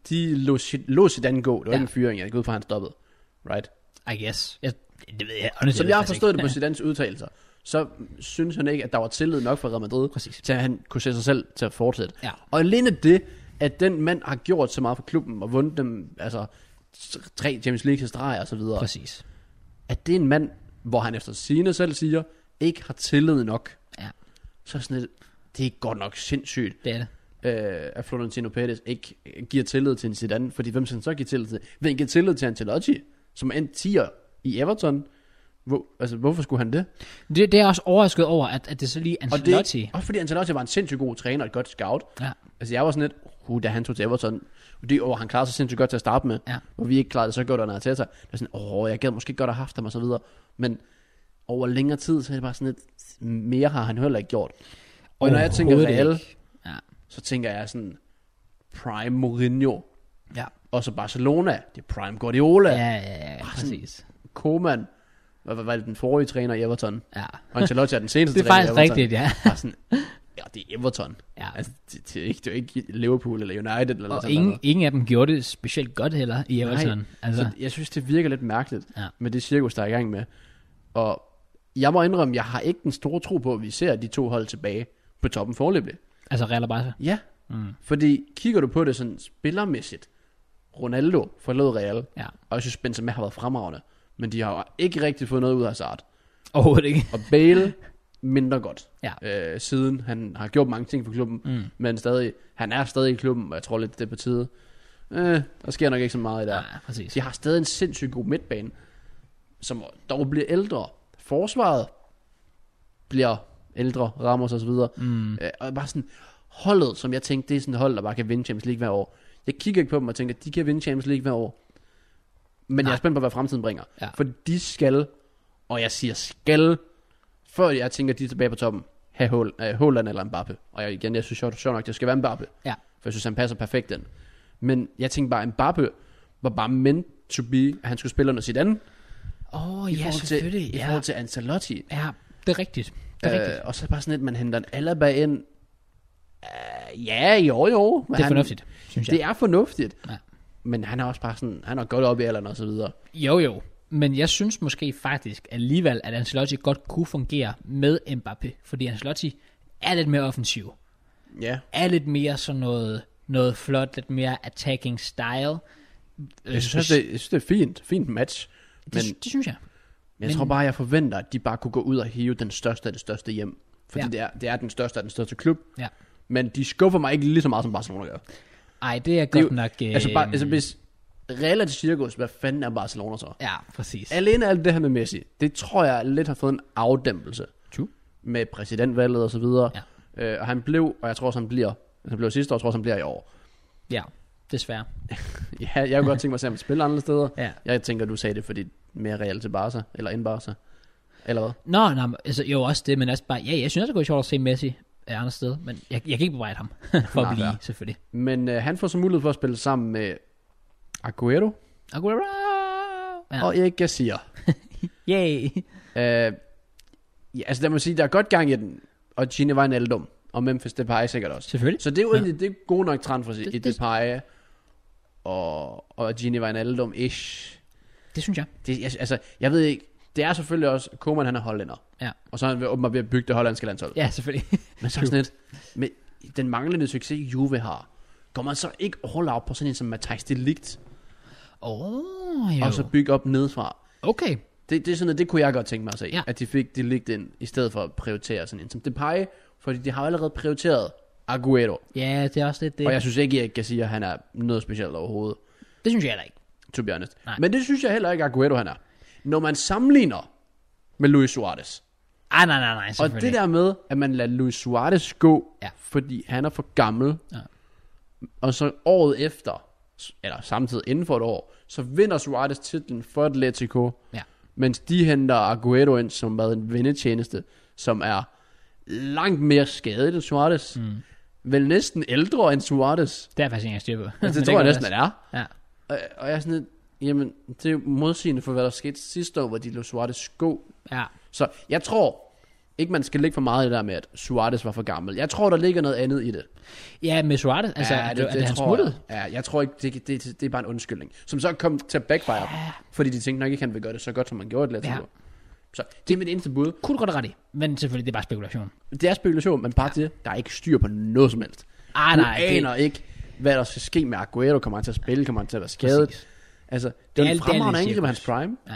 de lå, sit- lå Zidane gå.
Ja.
Det var ja. ikke en fyring, jeg gik ud fra, han stoppede. Right?
I guess. Jeg, det ved jeg. Honestly,
Som jeg har forstået det på Zidanes udtalelser, så synes han ikke, at der var tillid nok fra Real Madrid,
Præcis.
til at han kunne se sig selv til at fortsætte.
Ja.
Og alene det, at den mand har gjort så meget for klubben, og vundet dem, altså t- tre Champions League til streg og så videre, Præcis.
Præcis.
at det er en mand, hvor han efter sine selv siger, ikke har tillid nok,
Ja,
så er sådan lidt, det er godt nok sindssygt,
det er det.
øh, at Florentino Perez ikke øh, giver tillid til en Zidane, fordi hvem skal han så give tillid til? Hvem han give tillid til Ancelotti, som er en tier i Everton? Hvor, altså, hvorfor skulle han det?
Det, det er jeg også overrasket over, at, at det så lige er
Og det,
Ancelotti.
er også fordi Ancelotti var en sindssygt god træner og et godt scout.
Ja,
Altså jeg var sådan lidt, uh, da han tog til Everton, og det år, han klarede sig sindssygt godt til at starte med,
Ja.
hvor vi ikke klarede det så godt under Arteta. Det var sådan, åh, oh, jeg gad måske godt have haft ham og så videre. Men over længere tid, så er det bare sådan lidt, mere har han heller ikke gjort. Og når jeg tænker
Overhovedet
Real,
ikke. Ja.
så tænker jeg sådan, Prime Mourinho,
Ja.
og så Barcelona, det er Prime Guardiola,
Ja, ja, ja, ja, præcis.
Koeman, hvad hvad var det den forrige træner i Everton?
Ja.
Og Ancelotti er den seneste
Det er
træner
faktisk
i Everton.
rigtigt, ja.
Bare sådan, ja, det er Everton.
ja.
Altså, det, det, er ikke, det er ikke Liverpool eller United eller
Og
sådan
ingen,
noget.
ingen af dem gjorde det specielt godt heller i Everton. Altså,
Så jeg synes, det virker lidt mærkeligt
Ja.
ja. med det cirkus, der er i gang med. Og jeg må indrømme, jeg har ikke den store tro på, at vi ser de to hold tilbage på toppen forløbig.
altså Real og Barca.
Ja,
Mm.
fordi kigger du på det sådan spillermæssigt, Ronaldo forlod Real,
Ja.
og jeg synes, Benzema har været fremragende, men de har jo ikke rigtig fået noget ud af Hazard.
Overhovedet ikke.
Og Bale mindre godt.
Ja.
Øh, siden han har gjort mange ting for klubben,
Mm.
men stadig, han er stadig i klubben, og jeg tror lidt, det er på tide. Øh, der sker nok ikke så meget i
Ja,
der.
præcis.
De har stadig en sindssygt god midtbane, som dog bliver ældre. Forsvaret bliver ældre, Ramos og så videre.
Mm.
Øh, og bare sådan, holdet, som jeg tænkte, det er sådan et hold, der bare kan vinde Champions League hver år. Jeg kigger ikke på dem og tænker, de kan vinde Champions League hver år. Men Nej. jeg
Nej.
er spændt på, hvad fremtiden bringer.
Ja.
For de skal, og jeg siger skal, før jeg tænker, de er tilbage på toppen, have Hol- øh, Haaland eller Mbappe. Og jeg, igen, jeg synes sjovt, sjovt nok, det skal være Mbappe.
Ja.
For jeg synes, han passer perfekt ind. Men jeg tænkte bare, Mbappe var bare meant to be, at han skulle spille under sit andet.
Åh, oh,
I
ja,
forhold til,
selvfølgelig.
i
Ja.
forhold til Ancelotti.
ja, det er rigtigt. Det er rigtigt.
Øh, og så er det bare sådan lidt, man henter en Alaba ind. Øh, ja, jo, jo. Men
Det er
han-
fornuftigt, synes jeg.
Det er fornuftigt.
Ja.
Ja. Men han er også bare sådan, han er godt op i alderen og så videre.
Jo jo, men jeg synes måske faktisk alligevel, at Ancelotti godt kunne fungere med Mbappé, fordi Ancelotti er lidt mere offensiv,
Ja.
er lidt mere sådan noget, noget flot, lidt mere attacking style.
Øh, Jeg synes, det, jeg synes, det er fint. Fint match. Men
det, det synes jeg.
jeg
men-
tror bare, jeg forventer, at de bare kunne gå ud og hive den største af det største hjem. Fordi
Ja.
ja. det, er, det er den største af den største klub.
Ja.
Men de skuffer mig ikke lige så meget, som Barcelona gør.
Ej, det er
Det er
godt
jo-
nok... Øh,
Altså, bare, altså hvis Real er til cirkus, hvad fanden er Barcelona så?
Ja, præcis.
Alene alt det her med Messi, det tror jeg lidt har fået en afdæmpelse.
True.
Med præsidentvalget og så videre. Ja. Øh, og han blev, og jeg tror også han bliver, han blev sidste år, jeg tror også han bliver i år.
Ja, desværre.
Ja, jeg kunne godt tænke mig at se ham spille andre steder.
Ja.
Jeg tænker, du sagde det, fordi mere real til Barca, eller end Barca. Eller hvad?
Nå, nej, altså, jo også det, men også bare, ja, jeg synes også, det kunne være sjovt at se Messi er andet sted, men jeg, jeg kan ikke bebrejde ham for
Nej,
at blive,
fair.
selvfølgelig.
Men øh, han får så mulighed for at spille sammen med Aguero
Aguero!
ja.
Ja.
og Erik Garcia.
Yay!
Øh, ja, altså der må sige, der er godt gang i den. Og Gini var en aldum. Og Memphis Depay sikkert også.
Selvfølgelig.
Så det er jo
Ja.
egentlig det er gode nok transfers i
Det-
i
det-
Depay. Og, og Gini var en aldum ish.
Det synes jeg.
Det, jeg, altså, jeg ved ikke. Det er selvfølgelig også, Koeman han er hollænder.
Ja.
Og så er han ved- åbenbart ved at bygge det hollandske landshold.
Ja, selvfølgelig.
Men så er det sådan lidt, med den manglende succes Juve har, går man så ikke all out på sådan en som Matthijs de Ligt,
Åh, oh, jo.
og så bygge op nedefra.
Okay.
Det, det er sådan noget, det kunne jeg godt tænke mig at se,
Ja.
ja. at de fik de Ligt ind, i stedet for at prioritere sådan en som Depay, fordi de har jo allerede prioriteret Aguero.
Ja, det er også lidt det.
Og jeg synes ikke, jeg kan sige, at han er noget specielt overhovedet,
Det synes jeg heller ikke.
to be honest.
Nej.
Nej. Men det synes jeg heller ikke, Aguero han er. Når man sammenligner med Luis Suarez,
Ej, nej, nej, nej,
Og
selvfølgelig.
det der med, at man lader Luis Suarez gå,
Ja.
ja. fordi han er for gammel,
Ja.
ja. og så året efter, s- eller samtidig inden for et år, så vinder Suarez titlen for Atletico,
Ja.
mens de henter Aguero ind som med en vendetjeneste, som er langt mere skadet end Suarez. Mm. Vel næsten ældre end Suarez.
Det er faktisk ikke, jeg styrer på.
Altså, det tror jeg næsten, at det er.
Ja.
Og, og jeg er sådan lidt, jamen, det er jo modsigende for, hvad der skete sidste år, hvor de lå Suarez gå
Ja.
så jeg tror ikke, man skal lægge for meget i det der med, at Suarez var for gammel. Jeg tror, der ligger noget andet i det.
ja, med Suarez, altså, ja, det, er, det, er det han
tror
smuttet?
Jeg. Ja, jeg tror ikke, det, det, det, er bare en undskyldning. Som så kom til at backfire ja. fordi de tænkte nok ikke, han vil gøre det så godt, som han gjorde det
Ja.
ja. Så det er mit eneste bud.
Kunne du godt have ret i, men selvfølgelig, det er bare spekulation.
Det er spekulation, men bare det, der er ikke styr på noget som helst.
Ej,
du
Ah, nej, det-
aner ikke, hvad der skal ske med Aguero. Kommer han til at spille? Kommer han til at være skadet?
Præcis.
Altså, det,
Det er
er en
alt- det er
fremragende
lidt
angriber i hans
cirkus.
prime,
Ja,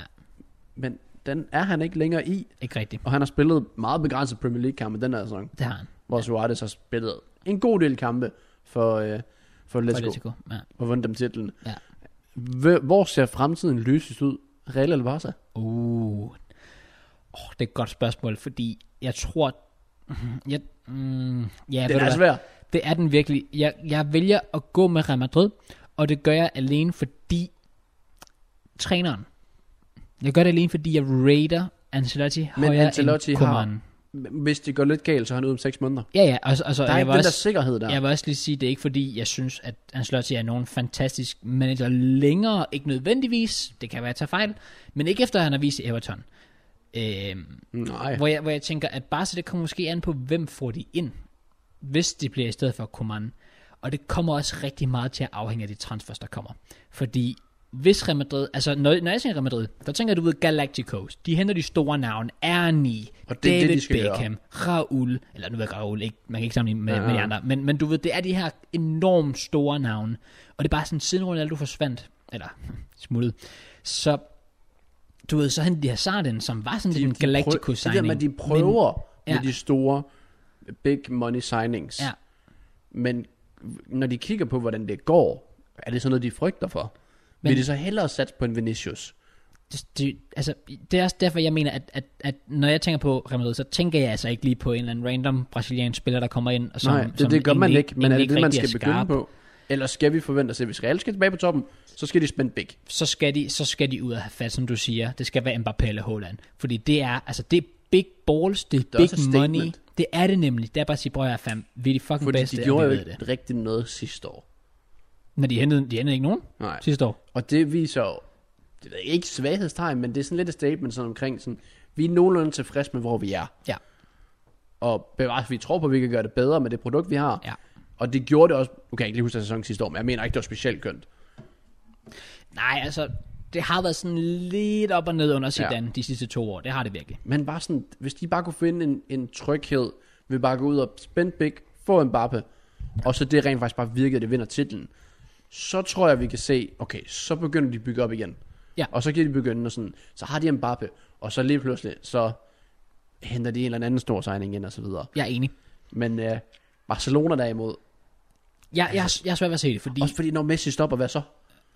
men den er han ikke længere i.
ikke rigtigt.
Og han har spillet meget begrænset Premier League-kampe den her sæson.
Det har han.
hvor Suarez har spillet en god del kampe for, øh,
For
for Let's Go,
Atletico. Ja.
og vundet dem titlen.
Ja.
Hv- Hvor ser fremtiden lysest ud? Real eller Barca?
Uh. Oh, det er et godt spørgsmål, fordi jeg tror... Jeg, mm, ja, ved
Den
du
er altså
hvad?
svær.
Det er den virkelig. Jeg, jeg vælger at gå med Real Madrid, og det gør jeg alene, fordi træneren. Jeg gør det alene, fordi jeg raider Ancelotti Men højere
Ancelotti
end
har-
Koeman.
Hvis det går lidt galt, så er han ude om 6 måneder.
Ja, ja, og, og så,
Der er
jeg
ikke
var
den der
også,
sikkerhed der.
jeg vil også lige sige, det er ikke fordi, jeg synes, at Ancelotti er nogen fantastisk manager længere. Ikke nødvendigvis, det kan være, at jeg tager fejl, men ikke efter, at han har vist i Everton. Øhm,
Mm, Nej.
hvor, jeg, hvor jeg tænker, at Barca, det kommer måske an på, hvem får de ind, hvis det bliver i stedet for Koeman. Og det kommer også rigtig meget til at afhænge af de transfers, der kommer. Fordi hvis Real Madrid, altså når, når jeg siger Real Madrid, der tænker du ved Galacticos, de henter de store navne, Ernie,
Og det er det, de
David
skal gøre.
Beckham, Raul, eller nu ved jeg godt, Raul, ikke, man kan ikke sammenligne med,
Ja, ja.
med de andre, men, men du ved, det er de her enormt store navne, og det er bare sådan, siden Ronaldo forsvandt, eller smuttede, så du ved, så hentede de Hazard ind, som var sådan lidt en
prøv-
Galacticos
Det der
signing.
med, at de prøver
Ja.
men, med de store big money signings.
Ja.
Men når de kigger på, hvordan det går, er det sådan noget, de frygter for? Men,
Men-
Vil de så hellere satse på en Vinicius?
det, det, altså, det er også derfor, jeg mener, at, at, at når jeg tænker på Real Madrid, så tænker jeg altså ikke lige på en eller anden random brasiliansk spiller, der kommer ind. Og som,
Nej, det,
som
det gør man
egentlig-
ikke, men er
egentlig
det det, man
rigtig
skal begynde
skarp.
på? Eller skal vi forvente os, at hvis Real skal tilbage på toppen, så skal de spænde big.
Så skal, de, så skal de ud og have fat, som du siger. Det skal være Mbappé eller Haaland. Fordi det er, altså, det er big balls, det er,
er også et
big
statement.
money. Det er det nemlig. Det er bare at sige, bror, jeg er fam, vi er de fucking
Fordi
bedste,
de
og
gjorde
vi
jo
ved
ikke det. rigtig noget sidste år.
Når de hentede, de hentede ikke nogen
Nej.
sidste år.
Og det viser jo, det er ikke svaghedstegn, men det er sådan lidt et statement sådan omkring, sådan, vi er nogenlunde tilfredse med, hvor vi er.
Ja.
Og bevares, vi tror på, at vi kan gøre det bedre med det produkt, vi har.
Ja.
Og det gjorde det også, nu kan jeg ikke lige huske sæsonen sidste år, men jeg mener ikke, det var specielt kønt.
Nej, altså, det har været sådan lidt op og ned under
Ja.
Zidane de sidste to år. Det har det virkelig.
Men bare sådan, hvis de bare kunne finde en, en tryghed, ved bare at gå ud og spænde big, få en bappe, og så det rent faktisk bare virkede, det vinder titlen, så tror jeg, vi kan se, okay, så begynder de at bygge op igen.
Ja.
Og så kan de begynde og sådan, så har de en bappe, og så lige pludselig, så henter de en eller anden stor signing ind, og så videre.
Jeg er enig.
Men øh, Barcelona derimod,
Jeg, jeg, jeg er svært ved at se det, fordi...
Altså- også fordi når Messi stopper, hvad så?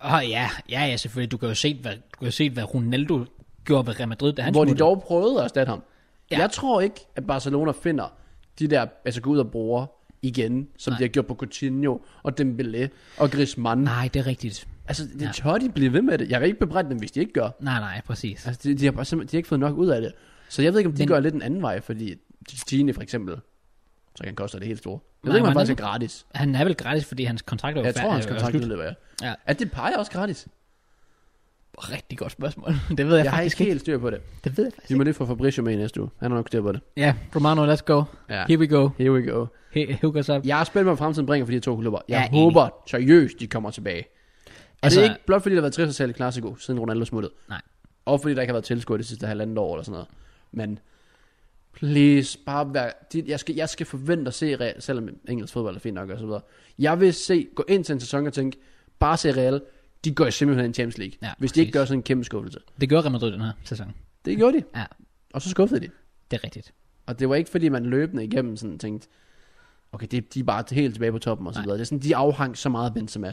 Åh oh, ja, ja, ja, selvfølgelig. Du kan jo se, hvad, du kan jo se, hvad Ronaldo gjorde ved Real Madrid, da han
Hvor de
smuttede.
dog prøvede at erstatte ham.
Ja.
Ja. Jeg tror ikke, at Barcelona finder de der, altså går ud og bruger igen, som
Nej.
Nej. de har gjort på Coutinho og Dembélé og Griezmann. Nej.
Nej, det er rigtigt.
Altså, det ja. tør de blive ved med det. Jeg kan ikke bebrejde dem, hvis de ikke gør.
Nej, nej, præcis.
Altså, de, de, har bare simpelthen, de har ikke fået nok ud af det. Så jeg ved ikke, om de
Men-
Men... gør lidt en anden vej, fordi Gini for eksempel, så han koster det helt store. Jeg
Nej,
ved ikke, om
men
han faktisk
den-
er gratis.
Han er vel gratis, fordi hans kontrakt er jo
Jeg tror,
fa-
hans
er- er
kontrakt
slut.
udløber, ja.
Ja.
Er det peger også gratis?
Rigtig godt spørgsmål. det ved jeg,
Jeg har
faktisk
ikke
ikke.
helt styr på det.
Det ved jeg faktisk
Vi må lige få Fabricio med i næste uge. Han har nok styr på det.
ikke. Ja, Romano, let's go.
Ja.
Here we go.
Here we go.
He- Who goes up?
Jeg er spændt på, hvad fremtiden bringer for de her to klubber.
Ja,
Jeg
enig.
håber seriøst, de kommer tilbage. Altså,
Altså-
det er ikke blot fordi, der har været trist at sælge Clasico, siden Ronaldo smuttede.
Nej.
Og fordi der ikke har været tilskuer det sidste halvandet år eller sådan noget. Men please, bare vær, de, jeg, skal, jeg skal forvente at se Real, selvom engelsk fodbold er fint nok og så videre. Jeg vil se, gå ind til en sæson og tænke, bare se Real, de går simpelthen i Champions League.
Ja,
hvis de ikke
præcis.
gør sådan en kæmpe skuffelse.
Det gjorde Real Madrid den her sæson.
Det gjorde de.
Ja.
Og så skuffede de.
Det er rigtigt.
Og det var ikke fordi man løbende igennem sådan tænkte, okay, det, de er bare helt tilbage på toppen og så
Nej.
videre. Det er sådan, de afhang så meget af Benzema.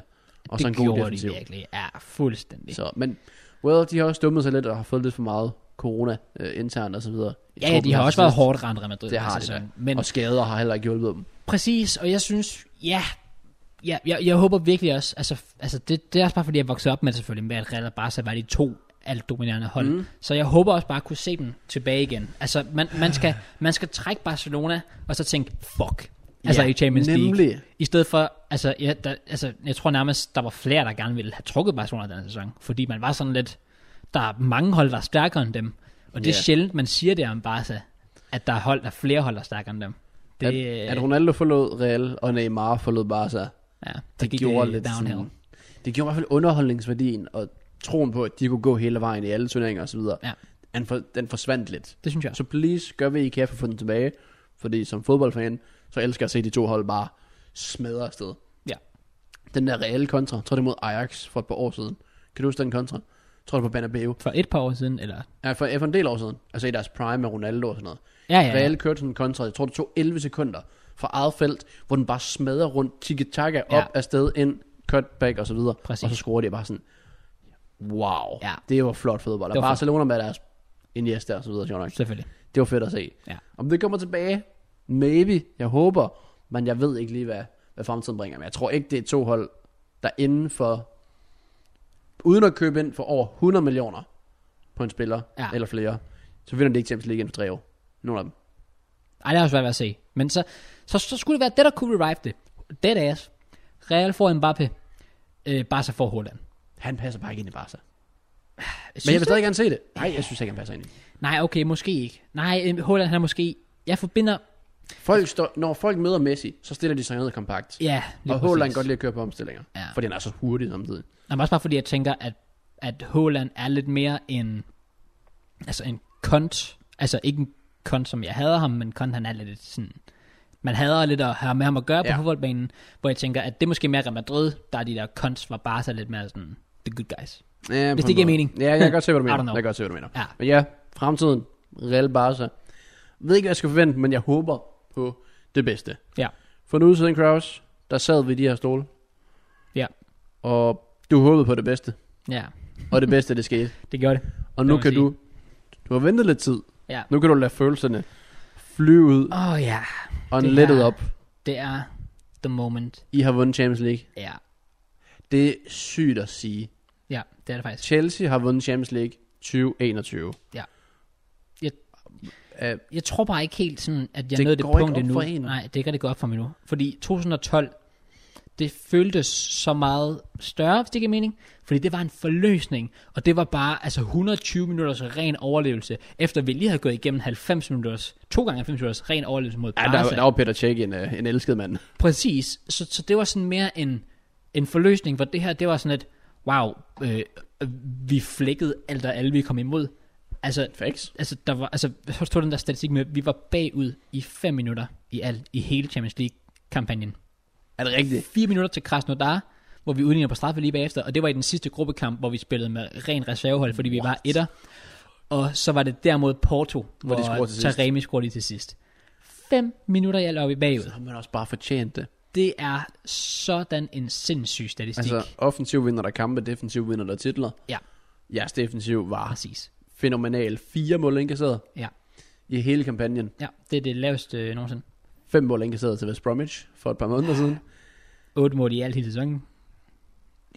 Og
det
så en god
gjorde
defensiv.
de virkelig. Ja, fuldstændig.
Så, men well, de har også dummet sig lidt og har fået lidt for meget corona øh, internt og så videre.
Ja, ja, de har også været hårdt ramt Real Madrid.
Det
den
har
her
de
sæson.
da.
Men
Men... Og skader har heller ikke hjulpet dem.
Præcis, og jeg synes, ja, ja jeg, jeg håber virkelig også, altså, altså det, det er også bare fordi, jeg voksede op med det selvfølgelig, med at Real og Barca var de to altdominerende hold. Mm. Så jeg håber også bare at kunne se dem tilbage igen. Altså, man, man, skal, man skal trække Barcelona, og så tænke, fuck, altså
Ja,
i Champions League.
nemlig.
I stedet for, altså, ja, der, altså, jeg tror nærmest, der var flere, der gerne ville have trukket Barcelona den her sæson, fordi man var sådan lidt, der er mange hold, der er stærkere end dem, og det er
Ja.
sjældent, man siger det om Barca, at der er hold, der er flere hold, der er stærkere end dem. Det,
Det... At, at Ronaldo forlod Real, og Neymar forlod Barca. Det,
Ja, det,
det
gik
gjorde
det
lidt
downhill.
Sådan, det gjorde i hvert fald underholdningsværdien, og troen på, at de kunne gå hele vejen i alle turneringer og så videre.
Ja.
Den, for, den forsvandt lidt.
Det synes jeg.
Så please, gør hvad I kan for at få den tilbage. Fordi som fodboldfan, så elsker jeg at se de to hold bare smadre afsted.
Ja.
Den der reelle kontra, jeg tror det er mod Ajax for et par år siden. Kan du huske den kontra? Jeg tror det var på Banabeo.
For et par år siden, eller...
Ja, for, for en del år siden. Altså i deres prime med Ronaldo og sådan noget.
Ja, ja,
Ja,
ja.
Real kørte sådan en kontra, jeg tror det tog 11 sekunder fra eget felt, hvor den bare smadrer rundt, tiki-taka,
Ja.
ja. op afsted, ind, cutback og så videre.
Præcis.
Og så scorer de bare sådan, wow,
Ja.
det var flot fodbold.
Det
Og
var flot.
Barcelona med deres Iniesta og så videre, sjovt nok.
Selvfølgelig.
Det var fedt at se.
Ja.
Om det kommer tilbage, maybe, jeg håber, men jeg ved ikke lige, hvad, hvad fremtiden bringer. Men jeg tror ikke, det er to hold, der inden for, uden at købe ind for over 100 millioner på en spiller,
Ja.
ja. eller flere, så vinder de ikke Champions League inden for tre år. Nogle af dem.
Ej, det har også svært ved at se. Men så, så, så skulle det være det, der kunne revive det. Dead ass. Real får Mbappé. Øh, Barca får Holland.
Han passer bare ikke ind i Barca. Men
Synes
jeg vil
du?
stadig gerne se det. Nej, jeg synes ikke, han passer ind i.
Nej, okay, måske ikke. Nej, øh, Holland han er måske... Jeg forbinder...
Folk står, når folk møder Messi, så stiller de sig ned kompakt.
Ja,
og Håland godt lide at køre på omstillinger.
Ja.
Fordi han er så hurtig samtidig.
Jamen, også bare fordi, jeg tænker, at, at Holland er lidt mere en... Altså en kont. Altså ikke en kont, som jeg hader ham, men kont, han er lidt sådan... Man hader lidt at have med ham at gøre ja.
Ja.
på fodboldbanen, hvor jeg tænker, at det er måske mere Real Madrid, der er de der konts, var bare så lidt mere sådan, the good guys.
Ja,
Hvis
på
det giver
en måde.
mening.
Ja, jeg kan godt se, hvad du
I
mener.
don't know.
Jeg kan godt se, hvad du mener.
Ja.
Men ja, fremtiden. Real Barca. Ved ikke, hvad jeg skal forvente, men jeg håber på det bedste.
Ja.
For nu siden, Kraus, der sad vi i de her stole,
Ja.
og du håbede på det bedste.
Ja,
Og det bedste, det skete.
det gjorde det.
Og nu
må
kan
sige.
du... Du har ventet lidt tid.
Ja.
Nu kan du lade følelserne flyve ud
Åh oh, ja,
og
det
lettet
er-
op.
det er the moment.
I har vundet Champions League.
Ja.
Det er sygt at sige.
Ja, det er det faktisk.
Chelsea har vundet Champions League 2021.
Ja. Jeg-
Øh,
Jeg tror bare ikke helt sådan, at jeg
Det
nåede det
går ikke
punkt
op
endnu.
for en.
Nej, det er ikke rigtig godt for mig nu. Fordi 2012, det føltes så meget større, hvis det giver mening. Fordi det var en forløsning, og det var bare altså 120 minutters ren overlevelse, efter vi lige havde gået igennem 90 minutters, to gange 90 minutters ren overlevelse mod
ja,
Barca.
der, der var Peter Cech en, øh, en elsket mand.
Præcis. Så, så det var sådan mere en, en forløsning, hvor det her, det var sådan et, wow, øh, vi flækkede alt og alle, vi kom imod. Altså,
Facts.
altså, der var, altså, så stod den der statistik med, at vi var bagud i 5 minutter i alt, i hele Champions League-kampagnen.
Er det rigtigt?
4 minutter til Krasnodar, hvor vi udligner på straffe lige bagefter, og det var i den sidste gruppekamp, hvor vi spillede med ren reservehold, fordi vi
What?
var etter. Og så var det derimod Porto, hvor,
de
hvor
scorede til sidst.
Taremi scorede lige til sidst. 5 minutter i alt, og vi er bagud.
Så har man også bare fortjent det.
Det er sådan en sindssyg statistik.
Altså,
Altså,
offensiv vinder der kampe, defensiv vinder der titler.
ja,
Jeres defensiv var
præcis.
fænomenal. Fire mål indkasseret
Ja.
i hele kampagnen.
ja, det er det laveste øh, nogensinde.
Fem mål indkasseret til West Bromwich for et par måneder siden.
8 mål i alt hele sæsonen.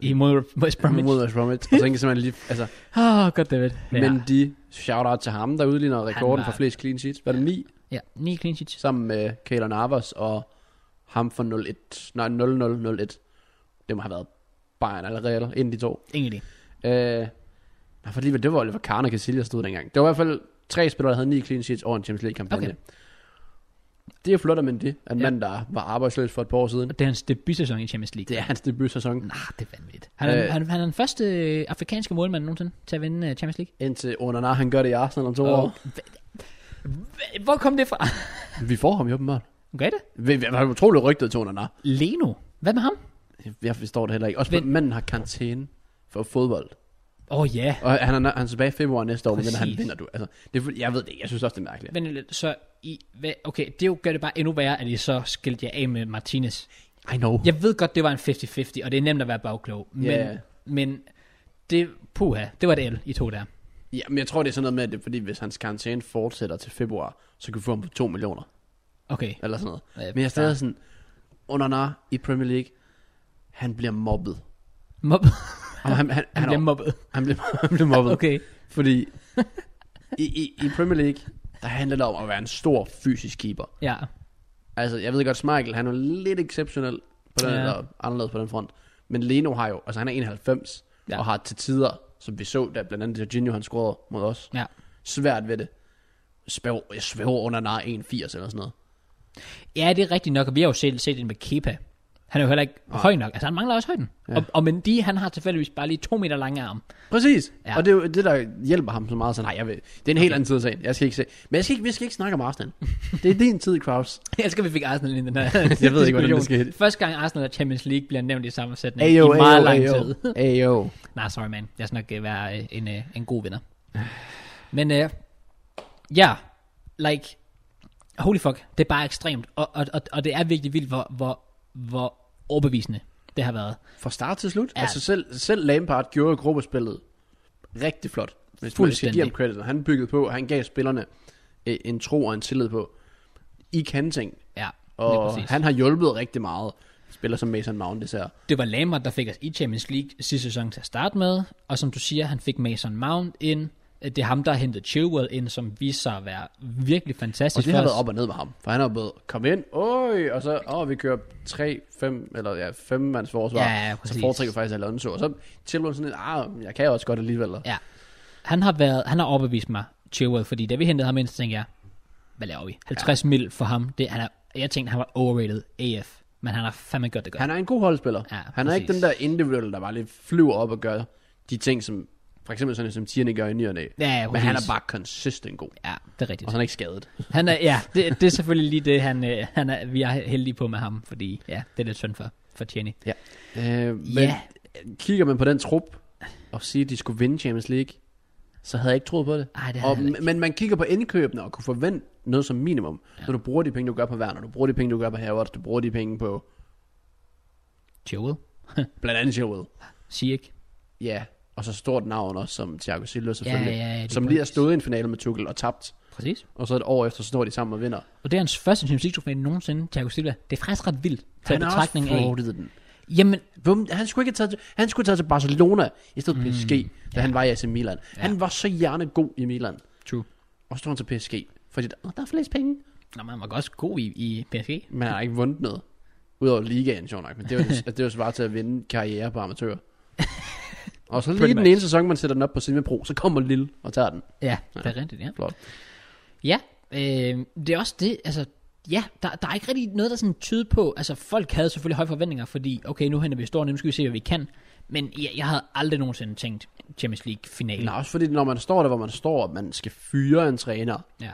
Imod West Bromwich.
Mod West Bromwich. Og så indkasserede man lige... Altså,
Åh, oh, godt David.
ja. Men de... Shout-out til ham, der udligner rekorden
var-
for flest clean sheets. Var det ni?
Ja, ni clean sheets.
Sammen med Kayla Navas og ham for 01. Nej, 0001. Det må have været Bayern allerede, inden de to.
Ingen idé.
Øh, nej, fordi det var Oliver Kahn og Casillas, der stod dengang. Det var i hvert fald tre spillere, der havde ni clean sheets over en Champions League-kampagne.
Okay.
Okay. Det er flot af Mendy, en
Ja.
ja. mand, der var arbejdsløs for et par år siden.
Og det er hans debutsæson i Champions League.
Det er hans debutsæson,
Nej, det er vanvittigt. Han er, øh,
Øh.
han, han er den første øh, afrikanske målmand nogensinde til at vinde øh, Champions League.
indtil Onana, han gør det i Arsenal om to
Og-
år.
Hva- Hvor kom det fra?
Vi får ham jo åbenbart.
Gør I det?
Vi, vi har utroligt rygtet til Onana.
Leno. Hvad med ham?
Jeg- Jeg forstår det heller ikke. Også
Men-
Men... manden har karantæne for fodbold.
Åh oh, ja.
Og han er, han er tilbage i februar næste år, men den
Præcis.
han vinder du. Altså, det, er fu- jeg ved det ikke. Jeg synes også, det er mærkeligt.
Men øh, så i, hvad, okay, det jo gør det bare endnu værre, at I så skilte jer af med Martinez.
I know.
Jeg ved godt, det var en 50-50, og det er nemt at være bagklog. Men,
Ja.
men det, puha, det var det el, I to der.
Ja, men jeg tror, det er sådan noget med, at det er, fordi hvis hans karantæne fortsætter til februar, så kan vi få ham på 2 millioner,
Okay.
eller sådan noget.
Øh,
Men jeg er
fair.
stadig sådan, under nar i Premier League, han bliver mobbet.
Mob.
Han, han, han,
Han
han,
bliver
han,
mobbet.
han, bliver, han bliver mobbet,
Okay.
fordi i, i, i Premier League, der handler det om at være en stor fysisk keeper.
Ja.
Altså, jeg ved godt, Schmeichel, han er lidt exceptionel på den,
Ja.
ja. eller anderledes på den front. Men Leno har jo, altså han er 91,
Ja.
ja. og har til tider, som vi så, da blandt andet Jorginho, han scorede mod os,
Ja.
svært ved det. Spæv, jeg svæver under nar 1,80 eller sådan noget.
Ja, det er rigtigt nok, og vi har jo set, set det med Kepa. Han er jo heller ikke ja. høj nok. Altså, han mangler også højden. Ja.
Ja.
Og, og Mendy, han har tilfældigvis bare lige to meter lange arm.
Præcis,
Ja.
ja. og det er jo det, der hjælper ham så meget. Så nej, jeg vil, det er en helt anden tid af sagen. Jeg skal ikke se. Men jeg skal ikke, vi skal ikke snakke om Arsenal. det er din tid, Kraus.
Jeg elsker, at vi fik Arsenal ind i den her
Jeg ved ikke, hvordan
diskussion.
det skete.
Første gang Arsenal og Champions League bliver nævnt i sammensætning
Ayo,
i meget lang
ayo,
tid.
ayo, ayo.
Nej, sorry man. Jeg skal nok øh, være øh, en, øh, en god vinder. Men øh, ja, like, holy fuck, det er bare ekstremt. Og, og, og, og det er virkelig vildt, hvor, hvor, hvor overbevisende det har været.
Fra start til slut.
Ja.
Ja. Altså selv, selv Lampard gjorde gruppespillet rigtig flot. Hvis man skal give ham
Fuldstændig.
credit. Han byggede på, og han gav spillerne øh, en tro og en tillid på. I kan ting.
Ja,
Og
præcis.
han har hjulpet rigtig meget. Spiller som Mason Mount især.
Det var Lampard, der fik os i Champions League sidste sæson til at starte med, og som du siger, han fik Mason Mount ind. Det er ham, der har hentet Chilwell ind, som viste sig at være virkelig
Og
fantastisk
det har
for os.
været op og ned med ham. For han har blevet, kom ind, øj, og så, åh, vi kører 3, 5, eller ja, 5 mands forsvar.
Ja, ja, præcis.
så foretrækker faktisk Alonso. Og så tilbud sådan lidt, ah, jeg kan også godt alligevel. Ja.
Ja. Han har, været, han har overbevist mig, Chilwell, fordi da vi hentede ham ind, så tænkte jeg, hvad laver vi? 50 ja. mil for ham. Det, han er, jeg tænkte, han var overrated AF, men han har fandme godt det godt. Han,
Han er en god holdspiller.
Ja,
han er ikke
præcis.
den der individuelle, der bare lige flyver op og gør de ting, som for eksempel sådan, som Tierney gør i ny og næ.
ja, ja,
Men han er
præcis.
bare consistent god.
Ja, det er rigtigt.
Og så er han ikke skadet.
Han er, ja, det, det er selvfølgelig lige det, han, øh, han er, vi er heldige på med ham, fordi ja, det er lidt synd for, for Tierney.
Øh, men
Ja.
kigger man på den trup og siger, at de skulle vinde Champions League, så havde jeg ikke troet på det.
Ej, det er
Og,
heller ikke.
men man kigger på indkøbene og kunne forvente noget som minimum. Ja. Når du bruger de penge, du gør på Werner, du bruger de penge, du gør på Havertz, du bruger de penge på
Chilwell,
blandt andet Chilwell.
Sieg.
Ja, og så stort navn også som Thiago Silva selvfølgelig.
ja, ja, det er
som lige har
præcis.
stået i en finale med Tuchel og tabt.
Præcis.
Og så et år efter, så står de sammen og vinder.
Og det er hans første Champions League-trofæ nogensinde, Thiago Silva. Det er faktisk ret vildt, taget i
har
betragtning
også
af.
fraudet den.
Jamen,
Hvem- Han skulle, ikke have taget til, han skulle tage til Barcelona i stedet
Mm.
for PSG, da han var i AC Milan. Han var så hjernegod i Milan.
true.
Og så står han til PSG. Fordi der, der er flest penge.
Nå, men han var også god i, i PSG.
Men han har ikke vundet noget. Udover ligaen, sjovt nok. Men det er jo, det er jo svaret til at vinde karriere på amatører. og så lige
Pretty
den
much.
ene sæson, man sætter den op på Silvia Pro, så kommer Lille og tager den.
Ja, det er rigtigt, ja.
Flot.
Ja, øh, det er også det, altså, ja, der, der er ikke rigtig noget, der sådan tyder på, altså folk havde selvfølgelig høje forventninger, fordi, okay, nu henter vi store, nu skal vi se, hvad vi kan, men jeg, jeg havde aldrig nogensinde tænkt Champions League finale.
Men også fordi, når man står der, hvor man står, og man skal fyre en træner,
Ja,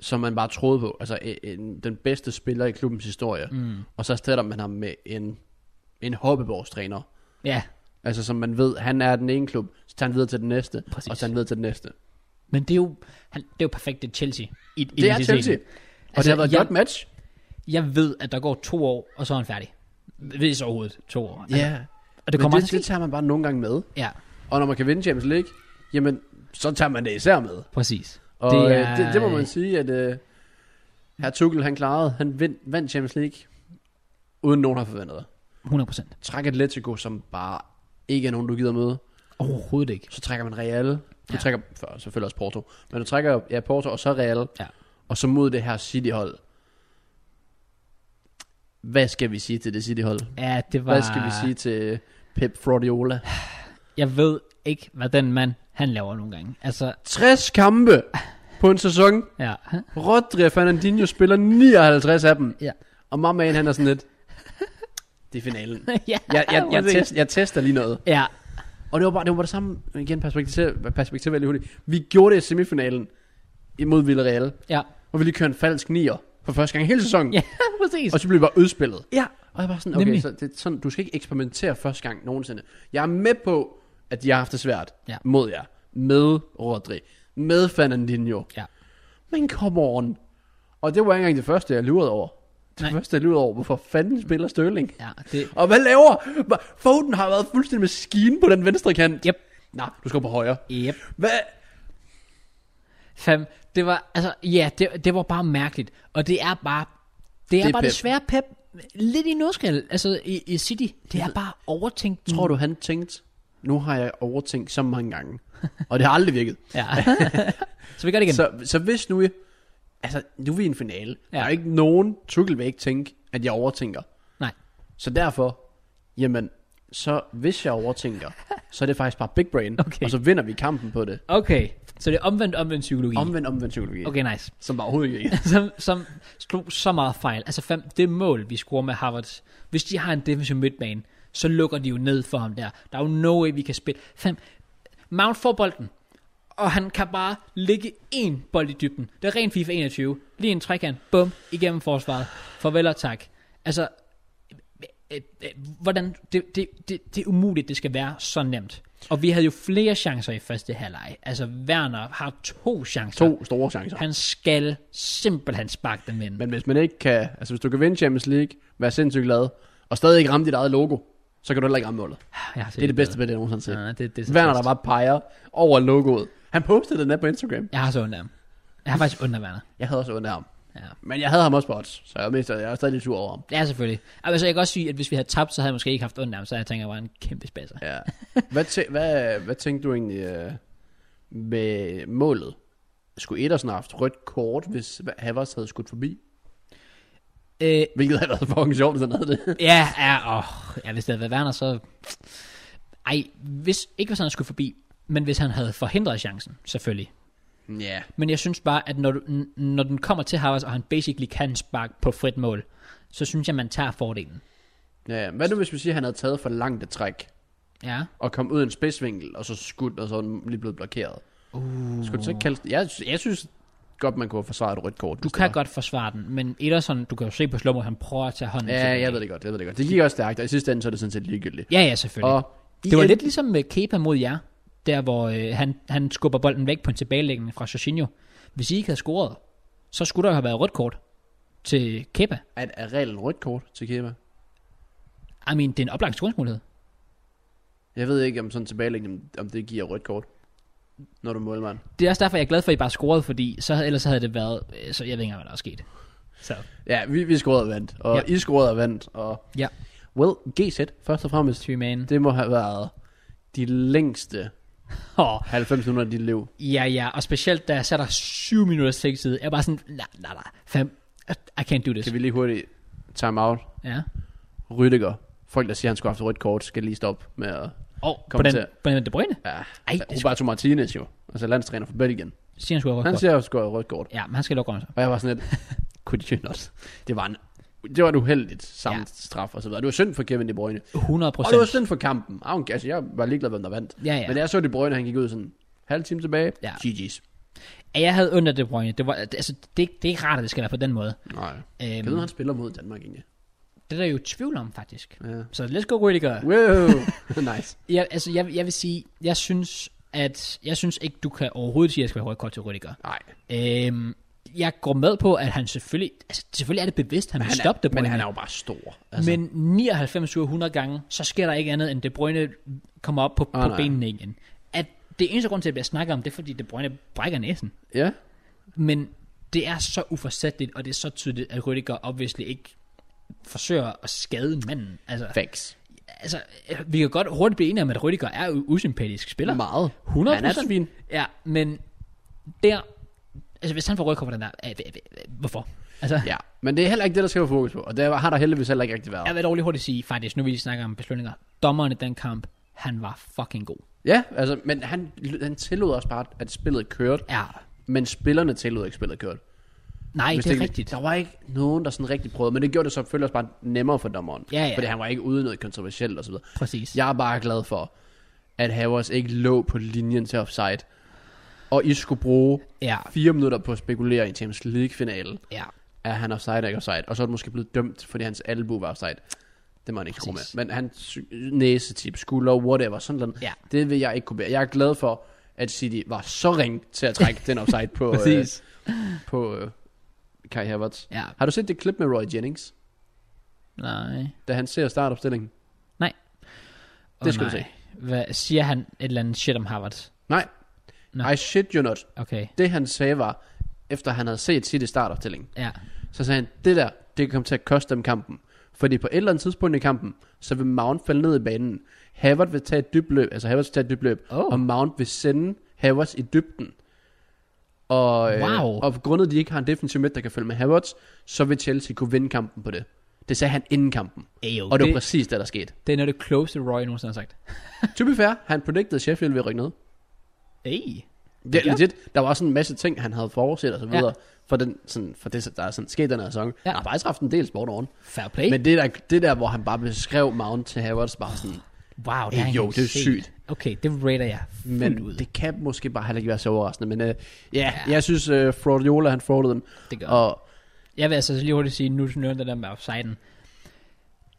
som man bare troede på. Altså øh, en, den bedste spiller i klubbens historie. Mm. Og så stiller man ham med en, en hoppeborgstræner.
ja,
Altså som man ved, han er den ene klub, så tager han videre til den næste,
Præcis.
Præcis. og så tager han videre til den næste.
men det er jo, han, det er jo perfekt, det er Chelsea. I, i
Det er
den
Chelsea.
scene.
Og altså, det har været et
jeg,
godt match.
Jeg ved, at der går to år, og så er han færdig. Hvis overhovedet to år. Altså,
Ja,
og det
men
kommer
det,
til
det
at ske.
tager man bare nogle gange med.
Ja,
Og når man kan vinde Champions League, jamen, så tager man det især med.
præcis.
Og det, er, det, det må man sige, at øh, her Tuchel, han klarede, han vind, vandt Champions League, uden nogen har forventet det.
100%.
Træk Atletico, som bare ikke er nogen, du gider møde.
Overhovedet ikke.
Så trækker man Real. Du
Ja.
ja. trækker for, selvfølgelig også Porto. Men du trækker ja, Porto og så Real.
Ja.
Og så mod det her City-hold. Hvad skal vi sige til det City-hold?
Ja, det var...
Hvad skal vi sige til Pep Fraudiola?
Jeg ved ikke, hvad den mand, han laver nogle gange. Altså,
60 kampe på en sæson.
ja.
Rodri og Fernandinho spiller 59 af dem.
Ja.
Og Mamman, han er sådan lidt... Det er finalen.
ja,
Jeg, jeg, jeg,
præcis.
test, jeg tester lige noget.
Ja,
Og det var bare det, var bare det samme, igen perspektiv, perspektiv veldig hurtigt. Vi gjorde det i semifinalen imod Villarreal,
ja.
hvor vi lige kørte en falsk nier for første gang i hele sæsonen.
Ja, præcis.
Og så blev vi bare udspillet.
Ja.
Og jeg var sådan, okay,
Nemlig.
så det er sådan, du skal ikke eksperimentere første gang nogensinde. Jeg er med på, at jeg har haft det svært
Ja.
mod jer. Med Rodri. Med Fernandinho.
Ja.
Men come on. Og det var ikke engang det første, jeg lurede over. Det
Nej.
første, jeg lurede over, hvorfor fanden spiller Sterling?
Ja, det...
Og hvad laver? Hva- Foden har været fuldstændig maskine på den venstre kant.
Yep.
Nej, du skal på højre.
Yep.
Hvad?
Fem. Det var, altså, ja, det, det var bare mærkeligt. Og det er bare, det er,
Det er
bare
Pep.
det svære Pep. Lidt i nødskal, altså i, i City. Det er bare overtænkt.
Tror du, han tænkte, nu har jeg overtænkt så mange gange. Og det har aldrig virket.
Ja. så vi gør det igen. Så,
Så, så hvis nu, jeg- altså nu er vi i en finale. Ja. Der
Ja.
er ikke nogen, Tuchel vil ikke tænke, at jeg overtænker.
Nej.
Så derfor, jamen, så hvis jeg overtænker, så er det faktisk bare big brain.
Okay.
Og så vinder vi kampen på det.
Okay, så det er omvendt omvendt psykologi.
Omvendt omvendt psykologi.
Okay, nice.
Som bare overhovedet ikke.
som, som slog så meget fejl. Altså fem, det mål, vi scorer med Harvard, hvis de har en defensive midtbane, så lukker de jo ned for ham der. Der er jo no way, vi kan spille. Fem, Mount får bolden, og han kan bare ligge en bold i dybden. Det er ren FIFA 21. Lige en trekant. Bum. Igennem forsvaret. Farvel og tak. Altså, øh, øh, hvordan, det, det, det, det er umuligt, det skal være så nemt. Og vi havde jo flere chancer i første halvleg. Altså, Werner har to chancer.
To store chancer.
Han skal simpelthen sparke dem ind. Men,
Men hvis man ikke kan, altså hvis du kan vinde Champions League, være sindssygt glad, og stadig ikke ramme dit eget logo, så kan du heller ikke ramme målet.
Ah, jeg har set
Det er det bedste ved det, jeg nogensinde har
Ja,
set.
Ah, det, det er så
Werner,
trist.
der bare peger over logoet. Han postede den der på Instagram.
Jeg har så ondt af ham. Jeg har faktisk ondt af Werner.
Jeg havde også ondt af ham.
Ja.
Men jeg havde ham også på odds, så jeg, mest, jeg er stadig lidt sur over ham.
Ja, selvfølgelig. Altså, jeg kan også sige, at hvis vi havde tabt, så havde jeg måske ikke haft ondt af ham, så jeg tænker, at jeg var en kæmpe spasser.
Ja. Hvad, tæ- hvad, hvad tænkte du egentlig øh, med målet? Skulle Ederson have haft rødt kort, hvis Havers havde skudt forbi?
Øh,
Hvilket havde været fucking sjovt, hvis han havde det.
ja, ja, åh, ja, hvis det havde været Werner, så... Ej, hvis, ikke hvis han skulle forbi, men hvis han havde forhindret chancen, selvfølgelig.
Ja.
Men jeg synes bare, at når, du, n- når den kommer til Havertz, og han basically kan sparke på frit mål, så synes jeg, man tager fordelen.
ja. Hvad nu, hvis vi siger, at han havde taget for langt et træk?
Ja.
og kom ud af en spidsvinkel, og så skudt, og så er den lige blevet blokeret. Uh. Skulle du så ikke kalde jeg, jeg synes godt, man kunne have forsvaret et rødt kort.
Du kan godt forsvare den, men Ederson, du kan jo se på slow han prøver at tage hånden til
Ja,
den,
jeg
ikke?
ved det godt, jeg ved det godt. Det gik også stærkt, og i sidste ende, så er det sådan set ligegyldigt.
Ja, ja, selvfølgelig.
Og i
det var
en-
lidt ligesom med Kepa mod jer, der hvor øh, han, han skubber bolden væk på en tilbagelæggende fra Jorginho. Hvis I ikke havde scoret, så skulle der jo have været rødt kort til Kepa.
At, er reglen rødt kort til Kema?
I mean, det er en oplagt scoringsmulighed.
Jeg ved ikke, om sådan en tilbagelægning, om det giver rødt kort, når du er målmand.
Det er også derfor, jeg er glad for, at I bare scorede, fordi så, havde- ellers havde det været... Øh, så jeg ved ikke engang, hvad der er sket. Så.
Ja, vi, vi scorede og vandt, og
Ja.
I scorede og vandt, og...
Ja.
Well, GZ, først og fremmest,
Three man.
det må have været de længste
Åh,
90 minutter, de liv.
Ja, ja, og specielt da jeg satte der syv minutter sextid, jeg var sådan, nej, nej, nej, fem, I can't do this.
Kan vi lige hurtigt time out?
Ja.
Rydiger. Folk, der siger, han skulle have haft rødt kort, skal lige stoppe med at...
Og på
Kom
den,
til.
på den De Bruyne,
Ja,
Ej, det er
Roberto Martinez jo, altså landstræner for Belgien.
siger han skulle have
Han
rødt kort.
siger, at han skulle have rødt kort.
Ja, men han skal lukke øjnene.
Og jeg var sådan lidt, could you not? Det var en, det var et uheldigt samt
Ja.
ja. straf og så videre. Det var synd for Kevin De Bruyne.
100
Og det var
procent.
synd for kampen. Ah, okay, altså, jeg var ligeglad, hvem der vandt.
Ja, ja.
Men da jeg så De Bruyne, han gik ud sådan halv time tilbage.
Ja.
GG's.
At jeg havde ondt af De Bruyne, det, var, det- altså, det, det er ikke rart, at det skal være på den måde.
Nej. Kan du vide, om
Øhm,
han spiller mod Danmark egentlig?
det er der jo tvivl om, faktisk.
Ja.
Så let's go, Rüdiger.
Wow. nice.
Jeg, altså, jeg, jeg vil sige, jeg synes, at jeg synes ikke, du kan overhovedet sige, at jeg skal have rødt kort til Rüdiger.
Nej.
Øhm, jeg går med på, at han selvfølgelig, altså, selvfølgelig er det bevidst, han vil
Han
stoppe De
er,
Bruyne.
men han er jo bare stor.
Altså. Men 99 ud af 100 gange, så sker der ikke andet, end De Bruyne kommer op på,
Ah,
på
nej.
benene igen. At det eneste grund til, at jeg snakker om det, er, fordi De Bruyne brækker næsen.
Ja.
Men det er så uforsætteligt, og det er så tydeligt, at Rüdiger obviously ikke forsøger at skade manden. Altså,
Facts.
altså, øh, vi kan godt hurtigt blive enige om, at Rüdiger er u- usympatisk spiller.
Meget.
100%.
Han er svin.
Ja, men der Altså, hvis han får rødkort på den der, øh, øh, øh, hvorfor? Altså, ja.
Ja, men det er heller ikke det, der skal være fokus på, og det har der heldigvis heller ikke rigtig været.
jeg vil dårligt hurtigt sige, faktisk, nu vi snakker om beslutninger. Dommeren i den kamp, han var fucking god.
Ja, altså, men han, han tillod også bare, at spillet kørte,
Ja,
men spillerne tillod ikke spillet kørte.
nej,
Hvis
det er rigtigt.
Der var ikke nogen, der sådan rigtig prøvede, men det gjorde det selvfølgelig også bare nemmere for dommeren.
Ja, ja.
Fordi han var ikke ude i noget kontroversielt og så videre.
Præcis.
Jeg er bare glad for, at Havers ikke lå på linjen til offside, og I skulle bruge
Ja,
fire minutter på at spekulere i en Champions League-finale.
ja.
Er han offside eller ikke offside? Og så er det måske blevet dømt, fordi hans albu var offside. Det må han ikke skrue med.
Præcis.
Men hans næsetip, skulder, whatever, sådan noget.
Ja.
Det vil jeg ikke kunne bære. Jeg er glad for, at City var så ring til at trække den offside på, øh,
Præcis.
på øh, Kai Havertz.
Ja.
Har du set det klip med Roy Jennings,
Nej.
da han ser startopstillingen?
Åh,
Det skal du
nej. Hvad, siger han et eller andet shit om Harvard?
Nej.
Nå.
I shit you not.
Okay,
Det han sagde var, efter han havde set City startopstilling,
ja.
så sagde han, det der, det kan komme til at koste dem kampen. Fordi på et eller andet tidspunkt i kampen, så vil Mount falde ned i banen. Havert vil tage et dybløb, altså Havert vil tage et dybløb,
Oh.
og Mount vil sende Havertz i dybden. Og, øh,
Wow.
og grundet de ikke har en defensiv midt, der kan følge med Havertz, så vil Chelsea kunne vinde kampen på det. Det sagde han inden kampen.
Ejo,
Og det, var
det,
præcis det, der skete.
det, er noget af det klogeste, Roy nogensinde har sagt.
to be fair, han predicted, at Sheffield ville rykke ned.
Ej.
Det er
Ja.
legit. Der var sådan en masse ting, han havde forudset og så videre.
Ja.
Ja. For, den, sådan, for det, der er sådan sket den her sæson.
Ja.
Ja. Han har faktisk haft en del sport oven.
Fair play. Men,
Men det der, det der, hvor han bare beskrev Mount til Havertz, bare sådan,
wow, det har
Ej,
han
jo,
ikke
det er
set.
sygt.
Okay, det rater jeg fuldt
men
ud.
det kan måske bare heller ikke være så overraskende. Men øh, ja,
Ja.
jeg synes, øh, Fraudiola, han fraudede den.
Det gør
Og
Jeg vil altså lige hurtigt sige, nu du nævnte det der med offsiden.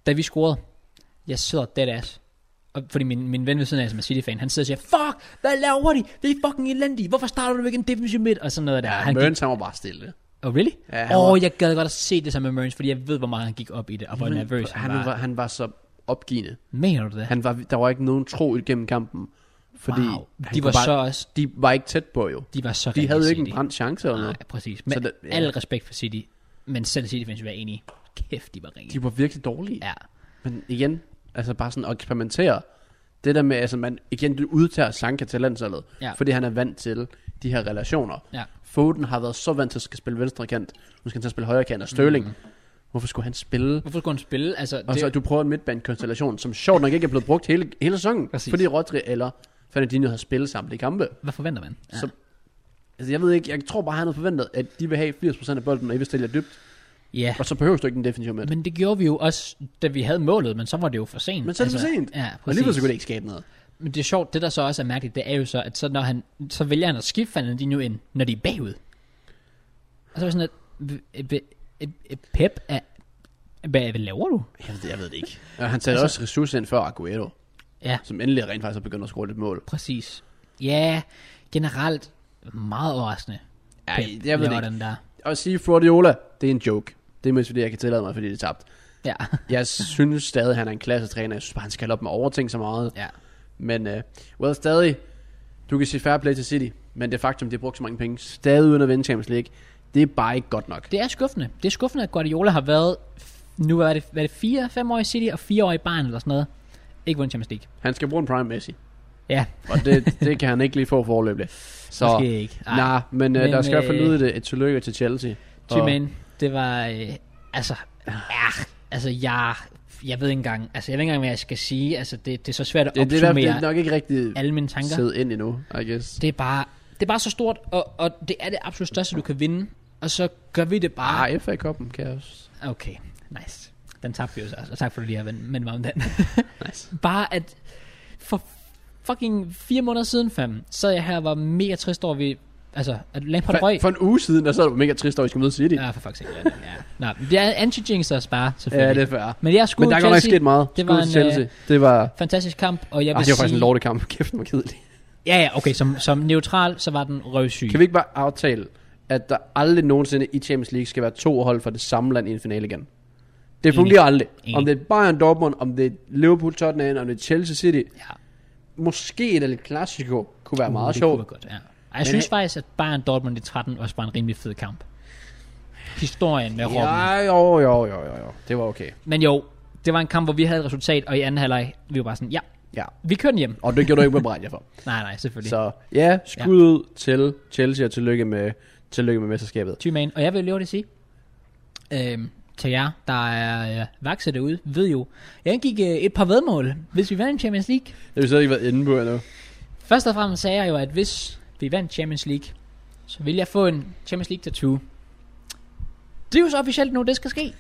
Da vi scorede, jeg sidder dead ass. Og fordi min, min ven ved siden af, som er City-fan, han sidder og siger, fuck, hvad laver de? Det er fucking elendige. Hvorfor starter du ikke en defensiv midt? Og sådan noget der.
ja,
han gik,
Mørens, han var bare stille.
oh, really?
Ja,
Åh,
han
oh,
var-
jeg gad godt at se det sammen med Mørens, fordi jeg ved, hvor meget han gik op i det, og hvor nervøs han,
han,
var.
var, han var så opgivende.
Mener du det?
Han var, der var ikke nogen tro igennem kampen. Fordi
wow.
han
De
kunne
var
bare,
så også,
de var ikke tæt på jo.
de var så
De
ringe
havde jo ikke
City.
en brændt chance eller noget.
Nej, præcis. Men
Så det-
det,
ja.
al respekt for City, men selv City fans vil være enige. Kæft, de var ringe.
De var virkelig dårlige.
Ja,
Men igen, altså bare sådan at eksperimentere. Det der med, altså man igen du udtager Sanka til landsholdet,
Ja.
fordi han er vant til de her relationer.
ja.
Foden har været så vant til at skal spille venstre kant, nu skal han til at spille højre kant, og Sterling, mm. hvorfor skulle han spille?
Hvorfor skulle han spille? Altså,
Og
det,
så at du prøver en midtbanekonstellation, som sjovt nok ikke er blevet brugt hele, hele sæsonen,
Præcis.
fordi Rodri eller Fernandinho har spillet samtlige kampe.
hvad forventer man? Ja.
Så, altså jeg ved ikke, jeg tror bare, han havde forventet, at de vil have 80% af bolden, og I vil stille jer dybt,
ja.
og så behøver du ikke en definitiv med. Men,
Men det gjorde vi jo også, da vi havde målet, men så var det jo for sent. Altså,
men så er det for sent,
Ja,
og
præcis.
alligevel så kunne det ikke skabe noget.
Men det er sjovt, det der så også er mærkeligt, det er jo så, at så, når han, så vælger han at skifte Fernandinho ind, når de er bagud. Og så er det sådan, at v- v- v- Pep er, hvad, hvad laver du?
Jeg ved, det- jeg ved det ikke. Og han satte altså, også ressourcer ind før Aguero,
Ja,
som endelig rent faktisk har begyndt at score lidt mål.
præcis. Ja, generelt meget overraskende.
Ej,
Pep
jeg ved det
laver
ikke.
den der.
Og at sige Fraudiola, det er en joke. Det er mest fordi, jeg kan tillade mig, fordi det er tabt.
Ja,
Jeg synes stadig, han er en klassetræner. Jeg synes bare, han skal holde op med at overtænke så meget.
ja.
Men uh, well, stadig, du kan sige fair play til City, men det faktum, de har brugt så mange penge, stadig uden at vinde Champions League, det er bare ikke godt nok.
Det er skuffende. Det er skuffende, at Guardiola har været, f- nu er det, hvad er det 4, 5 år i City og 4 år i Bayern eller sådan noget. Ikke vundet Champions League.
Han skal bruge en prime Messi,
Ja,
og det, det kan han ikke lige få forløbende. Så,
Måske ikke. Ej.
Nej, nah, men, uh,
Men,
der skal i hvert fald
øh,
lyde det et tillykke til Chelsea. Og-
G-Man, det var, øh, altså, ja, altså, jeg, jeg ved ikke engang, altså, jeg ved ikke engang, hvad jeg skal sige, altså, det, det er så svært at
Ja, det, er, i hvert fald-
opsummere
det er nok ikke rigtig
alle mine tanker.
sidde ind endnu, I guess.
Det er bare, det er bare så stort, og, og det er det absolut største, du kan vinde, og så gør vi det bare.
Ah, FA-koppen kan jeg også.
Okay, nice. Den tabte vi jo så også, og tak for at du lige har vendt mig om den.
Nice.
bare at, for fucking fire måneder siden, fam, sad jeg her og var mega trist over, at vi, altså, at Lampard
For,
røg.
for en uge siden, der sad du mega trist over, at I skulle møde City. Ja,
Ja, for fuck's sake. ja, ja. Nå, det er anti-jinx også bare, selvfølgelig.
ja det er fair.
Men jeg skulle
Men der er godt nok sket meget.
Det
Det
var
var
en,
Chelsea. det var,
fantastisk kamp, og jeg vil
ah, det var faktisk
sige,
en lortekamp. Kæft, den var kedelig.
Ja, ja, okay, som, som neutral, så var den røvsyg.
Kan vi ikke bare aftale, at der aldrig nogensinde i Champions League skal være to hold fra det samme land i en finale igen? Det fungerer aldrig.
Enig.
Om det er Bayern Dortmund, om det er Liverpool Tottenham, om det er Chelsea City.
Ja,
Måske et El Clasico kunne være meget
Uh, det
sjovt.
kunne være godt, ja. Og jeg synes
han-
faktisk, at Bayern Dortmund i 13 også var en rimelig fed kamp. Historien med Robben.
Ja, jo, jo, jo, jo, jo. Det var okay.
Men jo, det var en kamp, hvor vi havde et resultat, og i anden halvleg, vi var bare sådan, ja,
Ja.
vi kører den hjem.
Og det gjorde du ikke med Brejnia for.
Nej, nej, selvfølgelig. Så.
Så ja, skud ja. til Chelsea og tillykke med Tillykke med mesterskabet.
Tyman. Og jeg vil lige det sige, øh, til jer, der er øh, vakser derude, ved jo, jeg indgik øh, et par vedmål, hvis vi vandt Champions League.
Det har vi slet ikke været inde på endnu.
Først og fremmest sagde jeg jo, at hvis vi vandt Champions League, så ville jeg få en Champions League tattoo. Det er jo så officielt nu, det skal ske.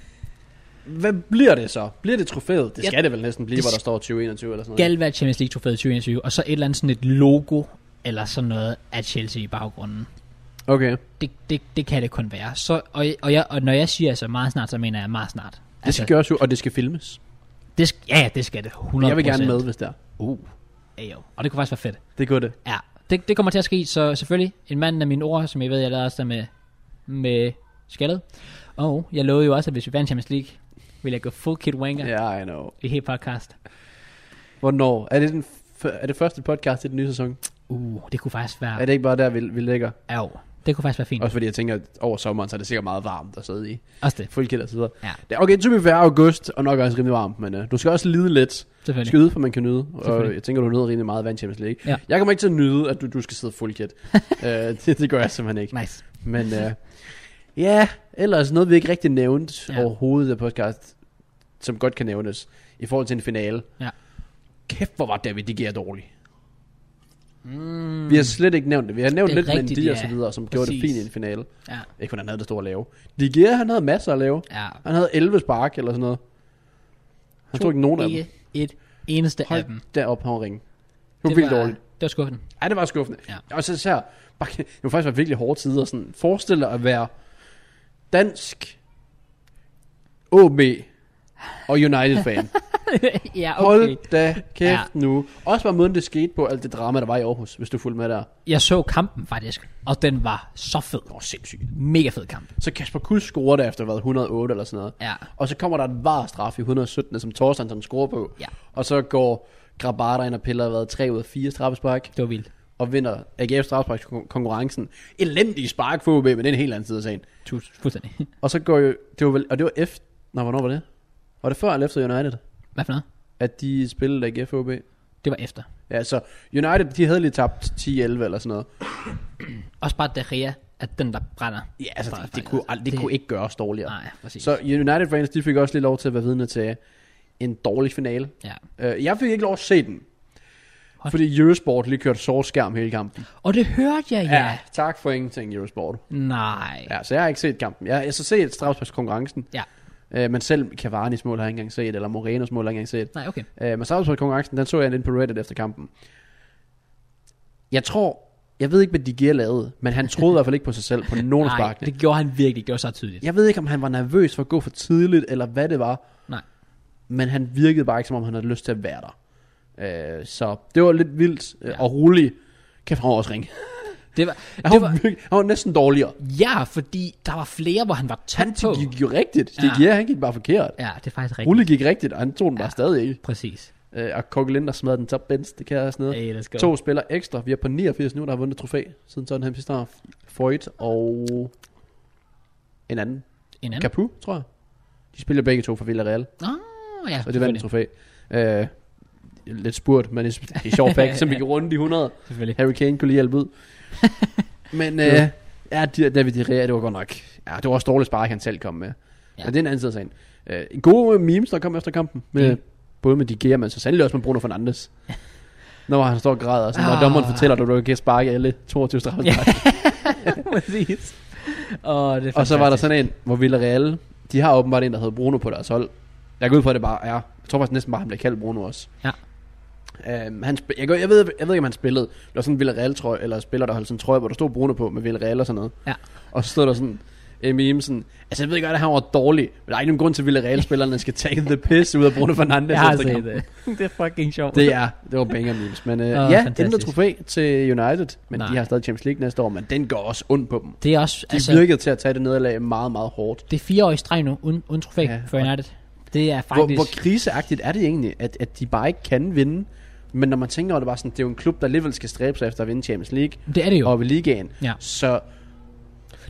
Hvad bliver det så? Bliver det trofæet? Det
Jeg-
skal det vel næsten blive,
det
hvor der
s-
står 2021 eller sådan noget.
Skal være Champions League trofæet 2021, og så et eller andet sådan et logo, eller sådan noget af Chelsea i baggrunden.
Okay.
Det, det, det kan det kun være. Så, og, og, jeg, og når jeg siger altså meget snart, så mener jeg meget snart. Altså,
Det skal gøres jo, og det skal filmes.
det skal, ja, ja, det skal det. 100%.
Jeg vil gerne med, hvis det er.
Uh. Ja, jo. Og det kunne faktisk være fedt.
Det går det.
Ja, det, det kommer til at ske, så selvfølgelig en mand af mine ord, som I ved, jeg lavede også der med, med skaldet. Og jeg lovede jo også, at hvis vi vandt Champions League, ville jeg gå full kid wanker
Ja,
yeah.
yeah, I know.
i hele podcast.
Hvornår? Er det, den f- er det første podcast i den nye sæson?
Uh, det kunne faktisk være...
Er det ikke bare der, vi, vi ligger?
Au, det kunne faktisk være fint.
Også fordi jeg tænker, at over sommeren, så er det sikkert meget varmt at sidde i.
Også det,
Fuld kælder og så videre.
Ja.
Det er okay, typisk hver august, og nok også rimelig varmt, men uh, du skal også lide lidt. Du skal
selvfølgelig.
yde, for man kan nyde. Og
Selvfølgelig.
jeg tænker, du nyder rimelig meget vand Champions League.
Ja.
Jeg kommer ikke til at nyde, at du, du skal sidde fuld kæt. uh, det, det gør jeg simpelthen ikke.
Nice.
Men uh, ja, ellers noget, vi ikke rigtig nævnt ja.
Ja.
overhovedet af podcast, som godt kan nævnes, i forhold til en finale.
Ja.
Kæft, hvor var David De Gea dårlig.
Mm,
Vi har slet ikke nævnt det. Vi har nævnt
Det er
lidt rigtigt,
rigtigt,
Mendy og
ja.
så videre, som gjorde det
Præcis.
fint i en finale.
ja,
Ikke kun han havde det store at lave. De Gea, han havde masser at lave.
ja.
Han havde 11 spark eller sådan noget. Han tog ikke nogen af dem.
Ikke et eneste af dem.
Hold derop, han var ringe. Det var
Det
vildt
var-
dårligt.
Det var skuffende.
Ja, det var skuffende.
Ja.
Og så især, bare, det var faktisk var virkelig hårde tider. Sådan, forestil dig at være dansk OB og United-fan.
ja, okay.
Hold da kæft ja.
Ja.
nu. Også bare måden, det skete på alt det drama, der var i Aarhus, hvis du fulgte med der.
Jeg så kampen faktisk, og den var så fed. Åh, sindssygt. Mega fed kamp.
Så Kasper Kuls scorer der efter, hvad, 108 eller sådan noget.
Ja.
Og så kommer der en var straf i 117, som Thorsten som scorer på.
Ja.
Og så går Grabater ind og piller hvad, 3 ud af 4 straffespark
Det var vildt.
og vinder AGF straffesparkskonkurrencen. Elendig spark for OB, men det er en helt anden side af sagen.
Tus- Fuldstændig.
Og så går jo, det var vel, og det var F, nå, hvornår var det? Var det før eller efter United,
Hvad for noget?
at de spillede AGF og OB?
Det var efter.
Ja, så United, de havde lige tabt 10-11 eller sådan noget.
Også bare Daria, at den der brænder.
Ja, altså,
Bare-
det, det, kunne, ald- det,
det-
kunne ikke gøres dårligere.
Nej, præcis.
Så United fans, de fik også lige lov til at være vidne til en dårlig finale.
Ja.
Øh, jeg fik ikke lov at se den.
Hold-
Fordi Eurosport lige kørte sortskærm hele kampen.
Og det hørte jeg, ja. ja.
tak for ingenting, Eurosport.
Nej.
Ja, så jeg har ikke set kampen. Jeg, jeg har så set straffesparkskonkurrencen.
Ja.
Øh, men selv Cavani's mål har jeg ikke engang set, eller Morenos mål har jeg ikke engang set.
Nej, okay.
Øh, men straffesparkskonkurrencen, den så jeg inde på Reddit efter kampen. Jeg tror, jeg ved ikke, hvad De Gea lavede, men han troede i hvert fald ikke på sig selv på nogen af
Nej,
sparkene.
det gjorde han virkelig. Det var så tydeligt.
Jeg ved ikke, om han var nervøs for at gå for tidligt, eller hvad det var.
Nej.
Men han virkede bare ikke, som om han havde lyst til at være der. Øh, så det var lidt vildt øh,
Ja.
og roligt. Kæft, han var også ringe.
Det var,
Han,
det
var...
var,
Virkelig, han var næsten dårligere.
ja, fordi der var flere, hvor han var tæt
Han
på.
gik jo rigtigt.
Ja.
Ja. ja, han gik bare forkert.
Ja, det er faktisk rigtigt.
Rulle gik rigtigt, og han tog den bare stadig ikke.
Præcis.
Øh, og Kokkelin, der smadrede den top bench, det kan jeg også noget.
Hey, let's go.
To spillere ekstra. Vi er på 89 nu, der har vundet trofæ siden Tottenham sidste år. Foyt og en anden.
En anden.
Capu, tror jeg. De spiller begge to for Villarreal.
Åh, ja,
Og det vandt et trofæ. Øh, lidt spurt, men det er sjovt fact, som vi kan runde de 100.
selvfølgelig.
Harry Kane kunne lige hjælpe ud. men øh, ja, de- David De Gea, det var godt nok. Ja, det var også dårligt spark, han selv kom med. Ja.
Ja.
Men det er en anden side af sagen. Øh, gode memes, der kom efter kampen. Med,
Mm.
Både med De Gea, men så sandelig også med Bruno Fernandes. Når han står og græder, og sådan, når
Ah.
dommeren fortæller dig, at du kan sparke alle 22 straffespark. Ja,
Præcis. Og, det er
og så var der
fantastisk.
sådan en, hvor Villarreal, de har åbenbart en, der hedder Bruno på deres hold. Jeg går ud fra, at det bare er. Jeg tror faktisk næsten bare, han bliver kaldt Bruno også.
Ja.
Øhm, han sp- jeg, går, jeg, ved, jeg ved ikke, om han spillede. Der var sådan en Villarreal trøje, eller spiller, der holdt sådan en trøje, hvor der stod Bruno på med Villarreal og sådan noget.
Ja.
Og så stod der sådan en meme sådan, altså jeg ved godt, at han var dårlig, men der er ikke nogen grund til, at Villarreal-spillerne skal tage the piss ud af Bruno Fernandes.
Jeg har
efter
set
kampen."
det. det er fucking sjovt.
Det er, det var banger memes. Men øh,
Åh,
ja,
fantastisk.
intet trofæ til United, men
Nej.
de har stadig Champions League næste år, men den går også ondt på dem.
det er også,
De altså, virkede til at tage det nederlag meget, meget hårdt.
det er fire år i streg nu, uden, uden trofæ
Ja,
ja, for
og-
United. Det er
Hvor,
faktisk...
hvor kriseagtigt er det egentlig, at, at de bare ikke kan vinde? Men når man tænker over det, bare sådan, det er jo en klub, der alligevel skal stræbe sig efter at vinde Champions League
det er det jo.
og ved ligaen.
Ja.
Så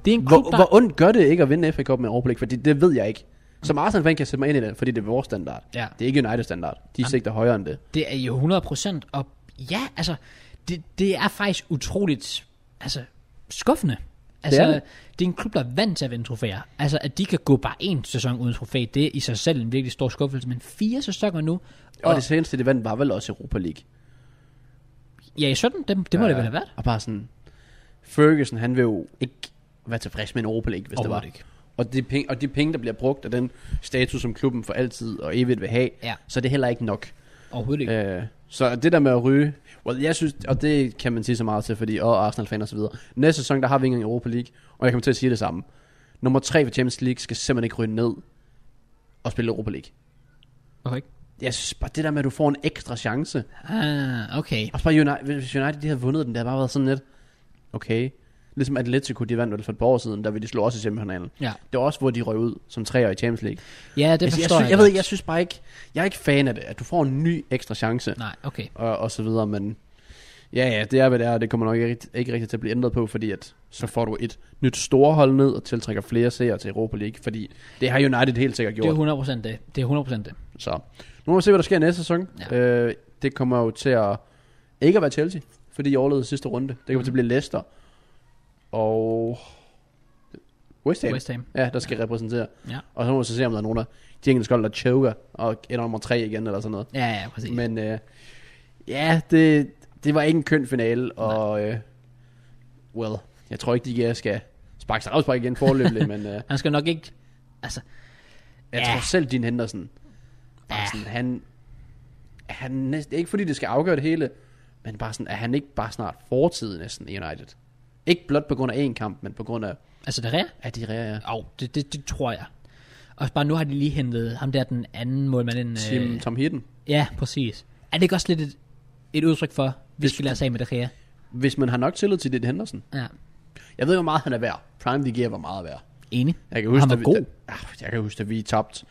Det er en klub,
hvor,
der...
hvor ondt gør det ikke at vinde FA Cup med overblik? Fordi det ved jeg ikke. Som Arsenal-fan kan jeg sætte mig ind i det, fordi det er vores standard.
Ja.
Det er ikke United-standard. De er sigter højere end det.
Det er jo 100%, og ja, altså, det, det er faktisk utroligt, altså, skuffende. Altså,
er
det er,
det.
det er en klub, der er vant til at vinde trofæer. Altså, at de kan gå bare en sæson uden trofæ, det er i sig selv en virkelig stor skuffelse. Men fire sæsoner nu,
Og,
og
det seneste, det vandt, var vel også Europa League.
ja, i 17, det, det må det vel have været.
Og bare sådan, Ferguson, han vil jo ikke være tilfreds med en Europa League, hvis det var.
Overhovedet ikke.
Og de, penge, og de penge, der bliver brugt, og den status, som klubben for altid og evigt vil have,
Ja.
så er det heller ikke nok.
Overhovedet ikke.
Øh, så det der med at ryge, well, jeg synes, og det kan man sige så meget til, fordi og Arsenal fan og så videre. Næste sæson, der har vi ikke engang Europa League, og jeg kommer til at sige det samme. Nummer 3 for Champions League skal simpelthen ikke ryge ned og spille Europa League.
Hvorfor ikke?
Jeg synes bare, det der med, at du får en ekstra chance.
Ah, okay.
Og bare United, hvis United de havde vundet den, der bare været sådan lidt, okay. Ligesom Atletico, de vandt vel for et par år siden, der ville de slå også i semifinalen.
Ja,
Det var også, hvor de røg ud som treer i Champions League.
ja det
jeg, Altså, jeg,
forstår
synes, jeg, ved,
godt.
ikke, jeg synes bare ikke, jeg er ikke fan af det, at du får en ny ekstra chance.
Nej, okay.
og, og så videre, men ja, ja, det er, hvad det er, og det kommer nok ikke, rigt- ikke rigtig til at blive ændret på, fordi at så får du et nyt store hold ned og tiltrækker flere seere til Europa League, fordi det har United helt sikkert
Det
gjort.
er 100% det. Det er 100% det.
Så nu må vi se, hvad der sker næste sæson.
Ja.
Ja. Øh, det kommer jo til at ikke at være Chelsea, fordi de overlevede sidste runde. Det kommer til at blive Leicester og West Ham.
West Ham.
Ja, der skal repræsentere.
Ja.
Og så må vi så se, om der er nogen af de engelske hold, der choker og ender nummer tre igen eller sådan noget.
Ja, ja, præcis. Men,
Men øh, ja, det, det var ikke en køn finale, og øh, well, jeg tror ikke, de jeg skal sparke sig afspark igen forløbende, men øh,
han skal nok ikke... Altså,
jeg
Ja.
tror selv, din Henderson, bare
Ja.
sådan, han, han næsten, ikke fordi det skal afgøre det hele, men bare sådan, er han ikke bare snart fortid næsten i United? Ikke blot på grund af én kamp, men på grund af,
altså det er
at de reager.
Åh, oh, det, det, det, tror jeg. Og bare nu har de lige hentet ham der, den anden målmand. Den,
Tim, Tom Hidden.
ja, præcis. Er det ikke også lidt et, et udtryk for, at vi skal lade os af med det her?
Hvis man har nok tillid til din Henderson.
Ja.
Jeg ved ikke, hvor meget han er værd. Prime DG var meget værd.
Enig.
Jeg kan huske,
Han var
at vi,
god.
Da, Ah, jeg kan huske, at vi tabte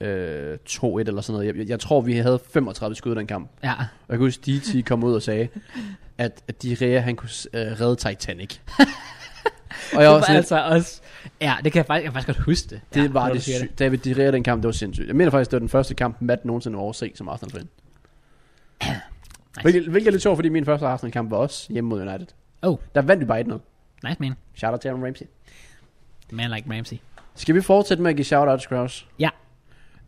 øh, 2-1 eller sådan noget. Jeg, jeg, jeg tror, vi havde 35 skud i den kamp.
Ja.
Og jeg kan huske, at DT kom ud og sagde, at, at de Rea, han kunne øh, redde Titanic. og jeg
Det
var
var
sådan, lidt,
altså også... Ja, det kan jeg faktisk, jeg kan faktisk godt huske det.
det
ja,
var
når du
det
siger
sygt. David De Rea, den kamp, det var sindssygt. Jeg mener faktisk, det var den første kamp, Matt nogensinde var overset som Arsenal-fan. Hvilket, hvilket er lidt sjovt, fordi min første Arsenal-kamp var også hjemme mod United.
Oh.
Der vandt vi bare 1-0.
Nice man.
Shout out til Aaron Ramsey.
Man like Ramsey.
Skal vi fortsætte med at give shout-outs, Kraus?
Ja.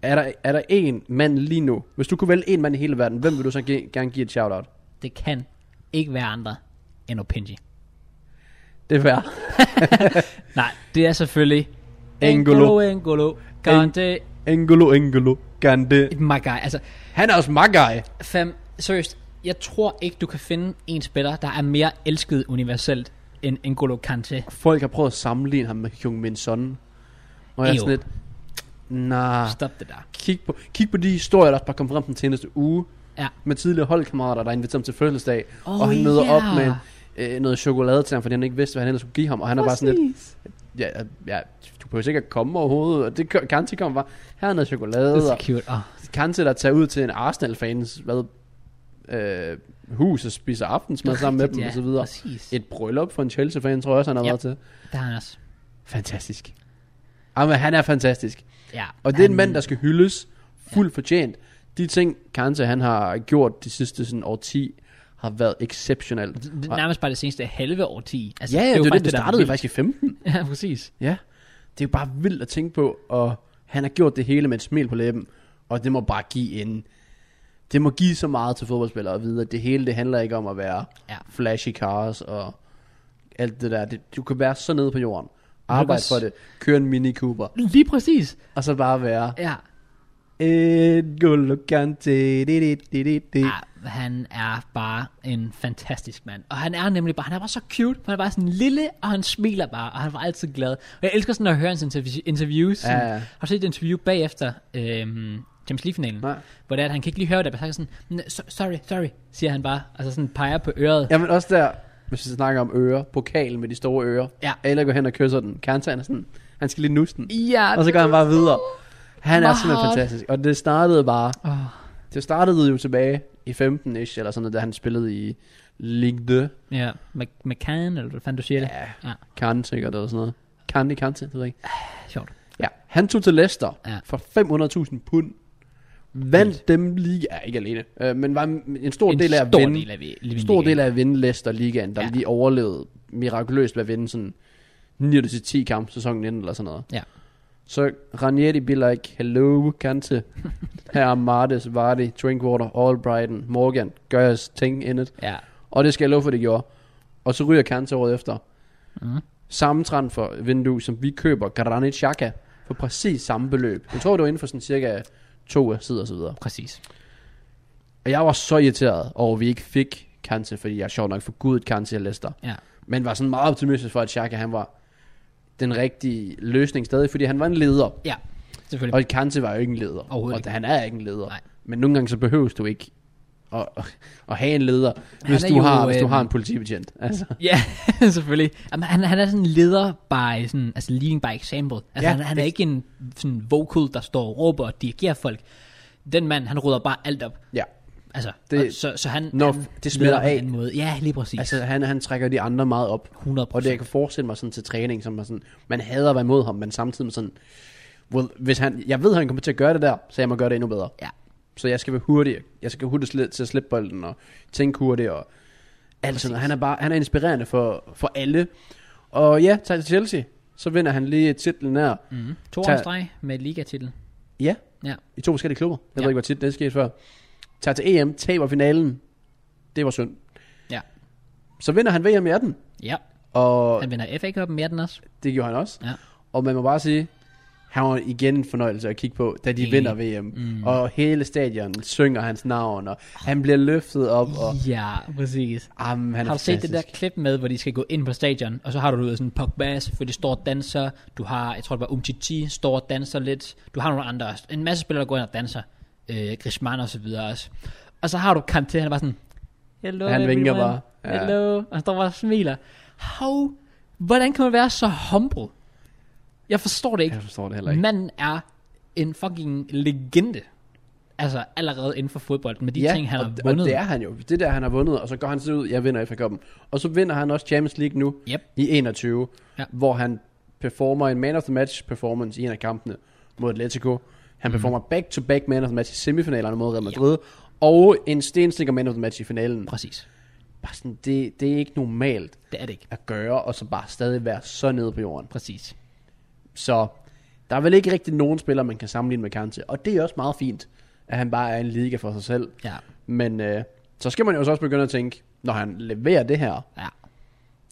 Er der, er der én mand lige nu? Hvis du kunne vælge én mand i hele verden, hvem vil du så ge- gerne give et shout-out?
Det kan ikke være andre end Opinji.
Det er fair.
Nej, det er selvfølgelig...
N'Golo.
Engolo. Conte.
Engolo, Engolo, Gande.
My guy. Altså,
Han er også my guy.
Fam, seriøst, jeg tror ikke, du kan finde en spiller, der er mere elsket universelt end N'Golo Kante.
Folk har prøvet at sammenligne ham med Jung Min Son. Og jeg er
Ew.
sådan lidt... Nah.
Stop det der.
Kig på, kig på de historier, der bare kom frem den seneste uge.
Ja.
Med tidligere holdkammerater, der inviterer ham til fødselsdag.
Oh,
og han møder
ja.
op med øh, noget chokolade til ham, fordi han ikke vidste, hvad han ellers skulle give ham. Og han er bare sådan lidt... ja, ja, du behøver sikkert komme overhovedet, og det gør- Kante kom bare, her er noget
Det
chokolade,
er
og
så cute. Oh,
Kante der tager ud til en Arsenal-fans, hvad, øh, hus og spiser aftensmad sammen med dem, og så videre.
Præcis.
Et bryllup for en Chelsea-fan, tror jeg også, han har
Ja.
været til.
Der er han også.
Fantastisk. Jamen, han er fantastisk.
Ja,
Og det er en
han-
mand, der skal hyldes fuldt fortjent. De ting, Kante han har gjort de sidste sådan, årti, har været exceptionelt.
Det er nærmest bare det seneste halve årti.
Ja, ja, det,
jo
det, det, det, det
der altså, er
startede jo
vildt.
faktisk i 15.
Ja, præcis.
Ja, det er jo bare vildt at tænke på, og han har gjort det hele med et smil på læben, og det må bare give en... Det må give så meget til fodboldspillere at vide, at det hele det handler ikke om at være
Ja.
flashy cars og alt det der. Det, du kan være så nede på jorden. Arbejde
også-
for det. Køre en Mini Cooper.
Lige præcis.
Og så bare være...
Ja.
Et golokante. di- di- di- di- di.
ja. Ah, Han er bare en fantastisk mand. Og han er nemlig bare, han er bare så cute. Han er bare sådan lille, og han smiler bare, og han var altid glad. Og jeg elsker sådan at høre hans interv- interviews. Sådan,
Ja, ja.
Har du set et interview bagefter øhm, Champions League-finalen?
Nej.
Hvor det er, at han kan ikke lige høre det, men han er sådan, "N- so- sorry, sorry, siger han bare. Altså sådan peger på øret.
Jamen også der, hvis vi snakker om ører. Pokalen med de store ører.
Ja.
Alle går hen og kysser den. Kante han er sådan... Han skal lige nusse den.
Ja,
Og så går han bare videre. Han er
Meget.
simpelthen fantastisk. Og det startede bare...
Åh.
Det startede jo tilbage i 15-ish, eller sådan noget, da han spillede i Ligue 2.
Ja, Mc- McCann, eller hvad fanden du siger det.
Ja.
ja.
Kante, sikkert, eller sådan noget. Kante, Kante, det ved jeg ikke.
Sjovt.
Ja. Han tog til Leicester
Ja.
ja. for 500.000 pund. Vandt dem lige... Ja, ikke alene. Øh, men var en en stor
En
del af at
stor
vinde...
del af vi-
stor
ligaen.
del af at vinde Leicester Ligaen, der
Ja.
ja. lige overlevede mirakuløst ved at vinde sådan 9-10 kamp sæsonen inden eller sådan noget.
Ja.
Så Ranieri bliver like, hello, Kante. Her er Martes, Vardy, Drinkwater, Albrighton, Morgan, gør jeres ting in it.
Ja.
Og det skal jeg love for, det gjorde. Og så ryger Kante året efter.
Mm.
Samme transfervindue, som vi køber Granit Xhaka for præcis samme beløb. Jeg tror, det var inden for sådan cirka to sider og så videre.
Præcis.
Og jeg var så irriteret over, at vi ikke fik Kante, fordi jeg sjovt nok for gudet Kante i Leicester.
Ja.
Men var sådan meget optimistisk for, at Xhaka han var den rigtige løsning stadig, fordi han var en leder.
Ja, selvfølgelig.
Og Kante var jo ikke en leder.
Overhovedet
og
ikke.
han er ikke en leder.
Nej.
Men nogle gange så behøves du ikke at, at have en leder, hvis
er
du,
jo,
har, hvis du
øh,
har en politibetjent. Altså,
Ja, selvfølgelig. Jamen, han, han er sådan en leder by, sådan, altså leading by example. Altså,
Ja,
ja, han, han er
det-
ikke en sådan vocal, der står og råber og dirigerer folk. Den mand, han rydder bare alt op.
ja.
Altså,
Det-
det, og, så, så han,
når
han
det smitter
leder på en
af.
anden måde. Ja, lige præcis.
altså
Altså,
han, han trækker de andre meget op.
100
Og det jeg kan forestille mig sådan til træning, som er sådan, man hader at være imod ham, men samtidig med sådan, well, hvis han, jeg ved, at han kommer til at gøre det der, så jeg må gøre det endnu bedre.
Ja,
Så jeg skal være hurtig. Jeg skal hurtigt sli- til at slippe bolden og tænke hurtigt og alt sådan noget. Han er, bare, han er inspirerende for, for alle. Og ja, tager til Chelsea, så vinder han lige titlen her.
mm. to
Tag-
år i streg med ligatitlen.
Ja,
Ja,
i to forskellige klubber. Jeg ja.
Ja.
ved ikke, hvor tit det skete før. Tager til EM, taber finalen. Det var synd.
ja,
Så vinder han VM i 18,
ja.
og
Han vinder FA Cup'en mere den også.
det gjorde han også.
Ja.
Og man må bare sige, han var igen en fornøjelse at kigge på, da de
Enig.
vinder VM. Mm. Og hele stadion synger hans navn, og han bliver løftet op. Og,
Ja, præcis.
ah, men han er
Mm. Har du set det der
fantastisk.
klip med, hvor de skal gå ind på stadion, og så har du ud af sådan Pogba, selvfølgelig står og danser, du har, jeg tror det var Umtiti, står og danser lidt, du har nogle andre også, en masse spillere, der går ind og danser, øh, Griezmann og så videre også. Og så har du Kanté, han er bare sådan, hello
Han vinker
everyone.
bare. Ja.
hello, og han står bare og smiler. How, hvordan kan man være så humble? Jeg forstår det ikke.
Jeg forstår det heller ikke.
Manden er en fucking legende. Altså allerede inden for fodbold, med de ting, han
og,
har
d-
vundet.
og det er han jo. Det der, han har vundet, og så går han så ud, jeg vinder FA Cup'en. Og så vinder han også Champions League nu
Yep.
i 21,
Ja.
hvor han performer en man of the match performance i en af kampene mod Atletico. Han
Mhm.
performer back-to-back man of the match i semifinalerne mod Real Madrid, og en stensikker man of the match i finalen.
Præcis.
Bare sådan, det, det er ikke normalt
Det er det ikke.
at gøre, og så bare stadig være så nede på jorden.
Præcis.
Så der er vel ikke rigtig nogen spiller, man kan sammenligne med Kante, og det er også meget fint, at han bare er en liga for sig selv.
Ja,
Men øh, så skal man jo så også begynde at tænke, når han leverer det her,
ja,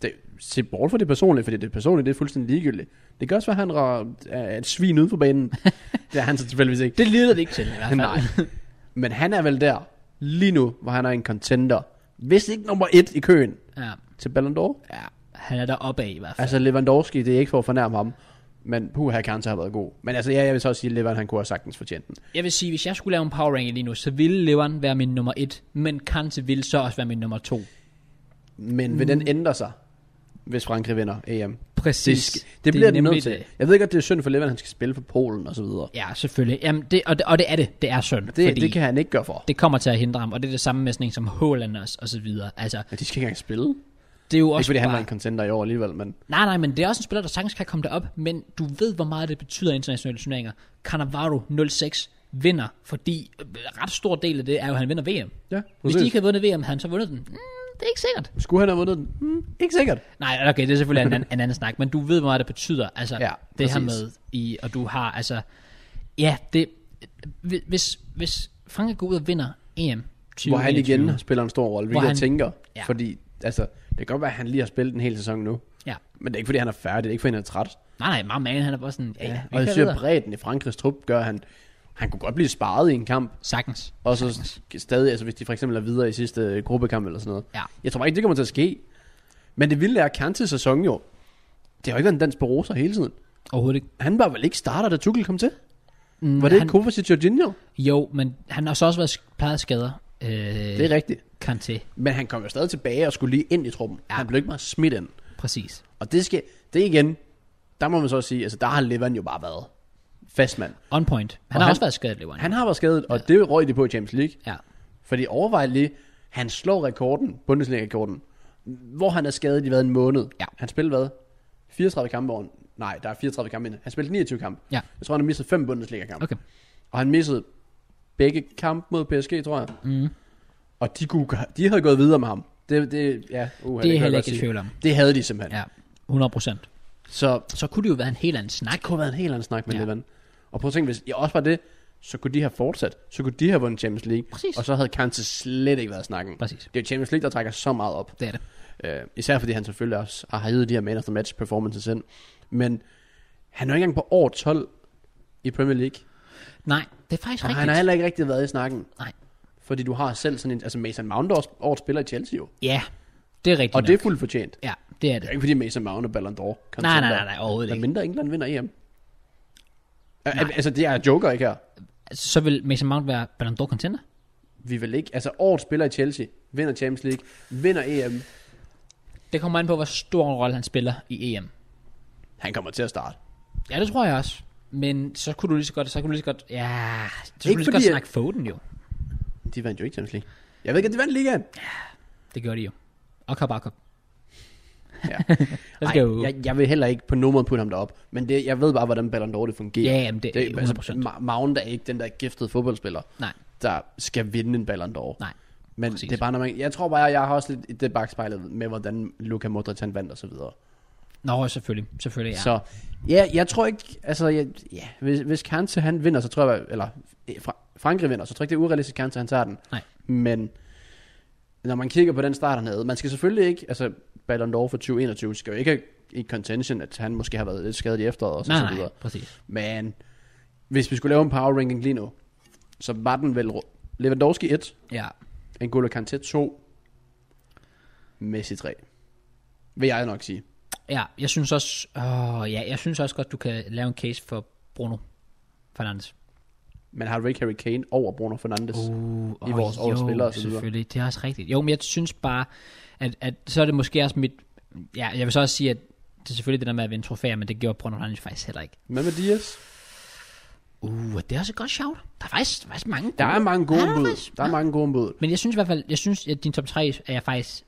det, se bort fra det personlige, fordi det personlige, det er fuldstændig ligegyldigt. Det kan også være, at han ra- er et svin ude på banen. det er han så tilfældigvis ikke.
Det lyder det ikke til, i hvert fald.
Nej. Men han er vel der, lige nu, hvor han er en contender. Hvis ikke nummer et i køen
Ja,
til Ballon d'Or.
ja. Han er der oppe i hvert fald.
Altså Lewandowski, det er ikke for at fornærme ham. Men puha, Kante har været god. Men altså, ja, jeg vil så også sige, at Levan, han kunne have sagtens fortjent den.
Jeg vil sige, hvis jeg skulle lave en power ranking lige nu, så ville Leveren være min nummer et, men Kante ville så også være min nummer to.
Men vil
Mm.
den ændre sig, hvis Frankrig vinder EM? Det,
Præcis.
sk- det bliver
er
det, det nødt
nemlig
til.
det.
Jeg ved godt, det er synd for Levan, han skal spille for Polen og så videre.
Ja, selvfølgelig. Jamen, det, og, det, og det er det. Det er synd.
Det,
fordi
det kan han ikke gøre for.
det kommer til at hindre ham, og det er det samme med sådan en som Haaland også, og så videre. Altså,
Men de skal ikke engang spille.
det er jo også
Ikke fordi han var
bare...
en contender i år alligevel, men
Nej, nej, men det er også en spiller, der sagtens kan komme derop, men du ved, hvor meget det betyder i internationale turneringer. Cannavaro 06 vinder, fordi øh, ret stor del af det er jo, at han vinder VM.
ja,
Hvis de ikke havde vundet VM, havde han så vundet den. Mm, det er ikke sikkert.
Skulle han have vundet den? Hmm, ikke sikkert.
Nej, okay, det er selvfølgelig en, anden- en anden snak, men du ved, hvor meget det betyder, altså
Ja,
ja, det her
præcis.
med, i, og du har, altså, ja, det, hvis, hvis Frankrig går ud og vinder E EM 20,
Hvor han igen spiller en stor rolle, hvilket
Hvor
jeg
han-
tænker.
Ja.
Fordi, altså, det kan godt være, at han lige har spillet en hel sæson nu.
Ja.
Men det er ikke, fordi han er færdig. Det er ikke, fordi han er træt.
Nej, nej, meget man, han er bare sådan, ja, ja, vi
og jeg
kører
synes, at
videre.
bredden i Frankrigs trup gør, at han, han kunne godt blive sparet i en kamp.
Sagtens.
Og så sk- stadig, altså hvis de for eksempel er videre i sidste øh, gruppekamp eller sådan noget.
Ja.
Jeg tror bare ikke, det kommer til at ske. Men det vilde er, at Kantes sæson jo, det har jo ikke været en dans på roser hele tiden.
Overhovedet ikke.
Han var vel ikke starter, da Tuchel kom til?
Mm,
Var det
han,
ikke Kovacic Jorginho?
Jo, men han har så også været sk- plejet af skader. Øh, det
Det er rigtigt.
Kanté,
Men han kom jo stadig tilbage og skulle lige ind i truppen. Ja. Han blev ikke meget smidt ind.
præcis.
Og det skal, det er igen, der må man så sige, altså der har Levan jo bare været fastmand.
On point. Han har
han-
også været skadet, Levan.
Han har været skadet, og det røg de på i Champions League.
Ja,
Fordi overvej lige, han slår rekorden, Bundesliga-rekorden, hvor han er skadet i hvad, en måned.
Ja.
Han spillede hvad? 34 kampe over en- Nej, der er 34 kampe inden. Han spillede 29 kampe.
Ja.
Jeg tror, han har misset fem Bundesliga-kampe.
okay.
Og han missede begge kampe mod PSG, tror jeg.
Mhm.
Mm. Og de, kunne, gøre- de havde gået videre med ham. Det, det, ja, uh,
Det er heller ikke i tvivl om.
Det havde de simpelthen.
Ja, 100 procent.
Så
Så kunne det jo være en helt anden snak.
det kunne have været en helt anden snak med
Ja.
ja. Levan. Og prøv at tænke, hvis jeg også var det, så kunne de have fortsat. Så kunne de have vundet Champions League.
Præcis.
Og så havde Kante slet ikke været snakken.
Præcis.
Det er jo Champions League, der trækker så meget op.
Det er det.
Øh, især fordi han selvfølgelig også har hævet de her man of the match performances ind. Men han er jo ikke engang på år 12 i Premier League.
Nej, det er faktisk
Og
rigtigt.
han har heller ikke rigtig været i snakken.
Nej.
Fordi du har selv sådan en... Altså Mason Mount er også årets spiller i Chelsea jo.
Ja, det er rigtigt
Og
nok.
det er fuldt fortjent.
Ja, det er
Det
det.
er ikke fordi Mason Mount er Ballon d'Or.
Nej, nej, nej, nej, overhovedet
Men
ikke.
mindre England vinder EM. Nej. Altså, det er joker ikke her.
Altså, Så vil Mason Mount være Ballon d'Or contender?
Vi vil ikke... Altså, årets spiller i Chelsea vinder Champions League, vinder E EM.
Det kommer an på, hvor stor en rolle han spiller i EM.
Han kommer til at starte.
Ja, det tror jeg også. Men så kunne du lige så godt, så kunne du lige så godt, ja, så kunne du lige så
fordi,
godt
at-
snakke Foden jo.
De vandt jo ikke Champions League. Jeg ved ikke, at de vandt ligaen.
Det gjorde de jo. Og Cup, og Cup.
Ja.
Der skal
Ej,
jo-
jeg, jeg, vil heller ikke på nogen måde putte ham derop, men det, jeg ved bare, hvordan Ballon d'Or det fungerer.
Ja, jamen, det er 100%.
Ma- Mount er ikke den der giftede fodboldspiller,
Nej,
der skal vinde en Ballon d'Or.
nej.
Men
præcis.
det er bare, når man, jeg tror bare, jeg, jeg har også lidt det bagspejlet med, hvordan Luka Modric han vandt og så videre.
Nå, selvfølgelig, selvfølgelig,
Ja.
ja.
Så ja, jeg tror ikke, altså, jeg, ja, hvis, hvis Kante han vinder, så tror jeg, eller eh, Fra- Frankrig vinder, så tror jeg ikke, det er urealistisk, Kante han tager den.
Nej.
Men når man kigger på den start, han havde, man skal selvfølgelig ikke, altså Ballon d'Or for 2021 skal jo ikke have- i contention, at han måske har været lidt skadet i efteråret og så,
nej,
så
nej,
videre.
præcis.
Men hvis vi skulle lave en power ranking lige nu, så var den vel ru- Lewandowski 1,
Ja,
N'Golo Kanté 2, Messi 3. Vil jeg nok sige.
ja, jeg synes også, åh, ja, jeg synes også godt, du kan lave en case for Bruno Fernandes.
Men har du ikke Harry Kane over Bruno Fernandes?
Uh,
I vores årets spillere og så videre.
selvfølgelig, det er også rigtigt. Jo, men jeg synes bare, at, at så er det måske også mit, ja, jeg vil så også sige, at det er selvfølgelig det der med at vinde trofæer, men det gjorde Bruno Fernandes faktisk heller ikke.
Hvad med Dias?
Uh, det er også et godt shout. Der er faktisk, der er faktisk mange.
Der er mange gode
Ja, der er
bud.
faktisk-
Der er mange gode bud.
Men jeg synes i hvert fald, jeg synes, at din top 3 er jeg faktisk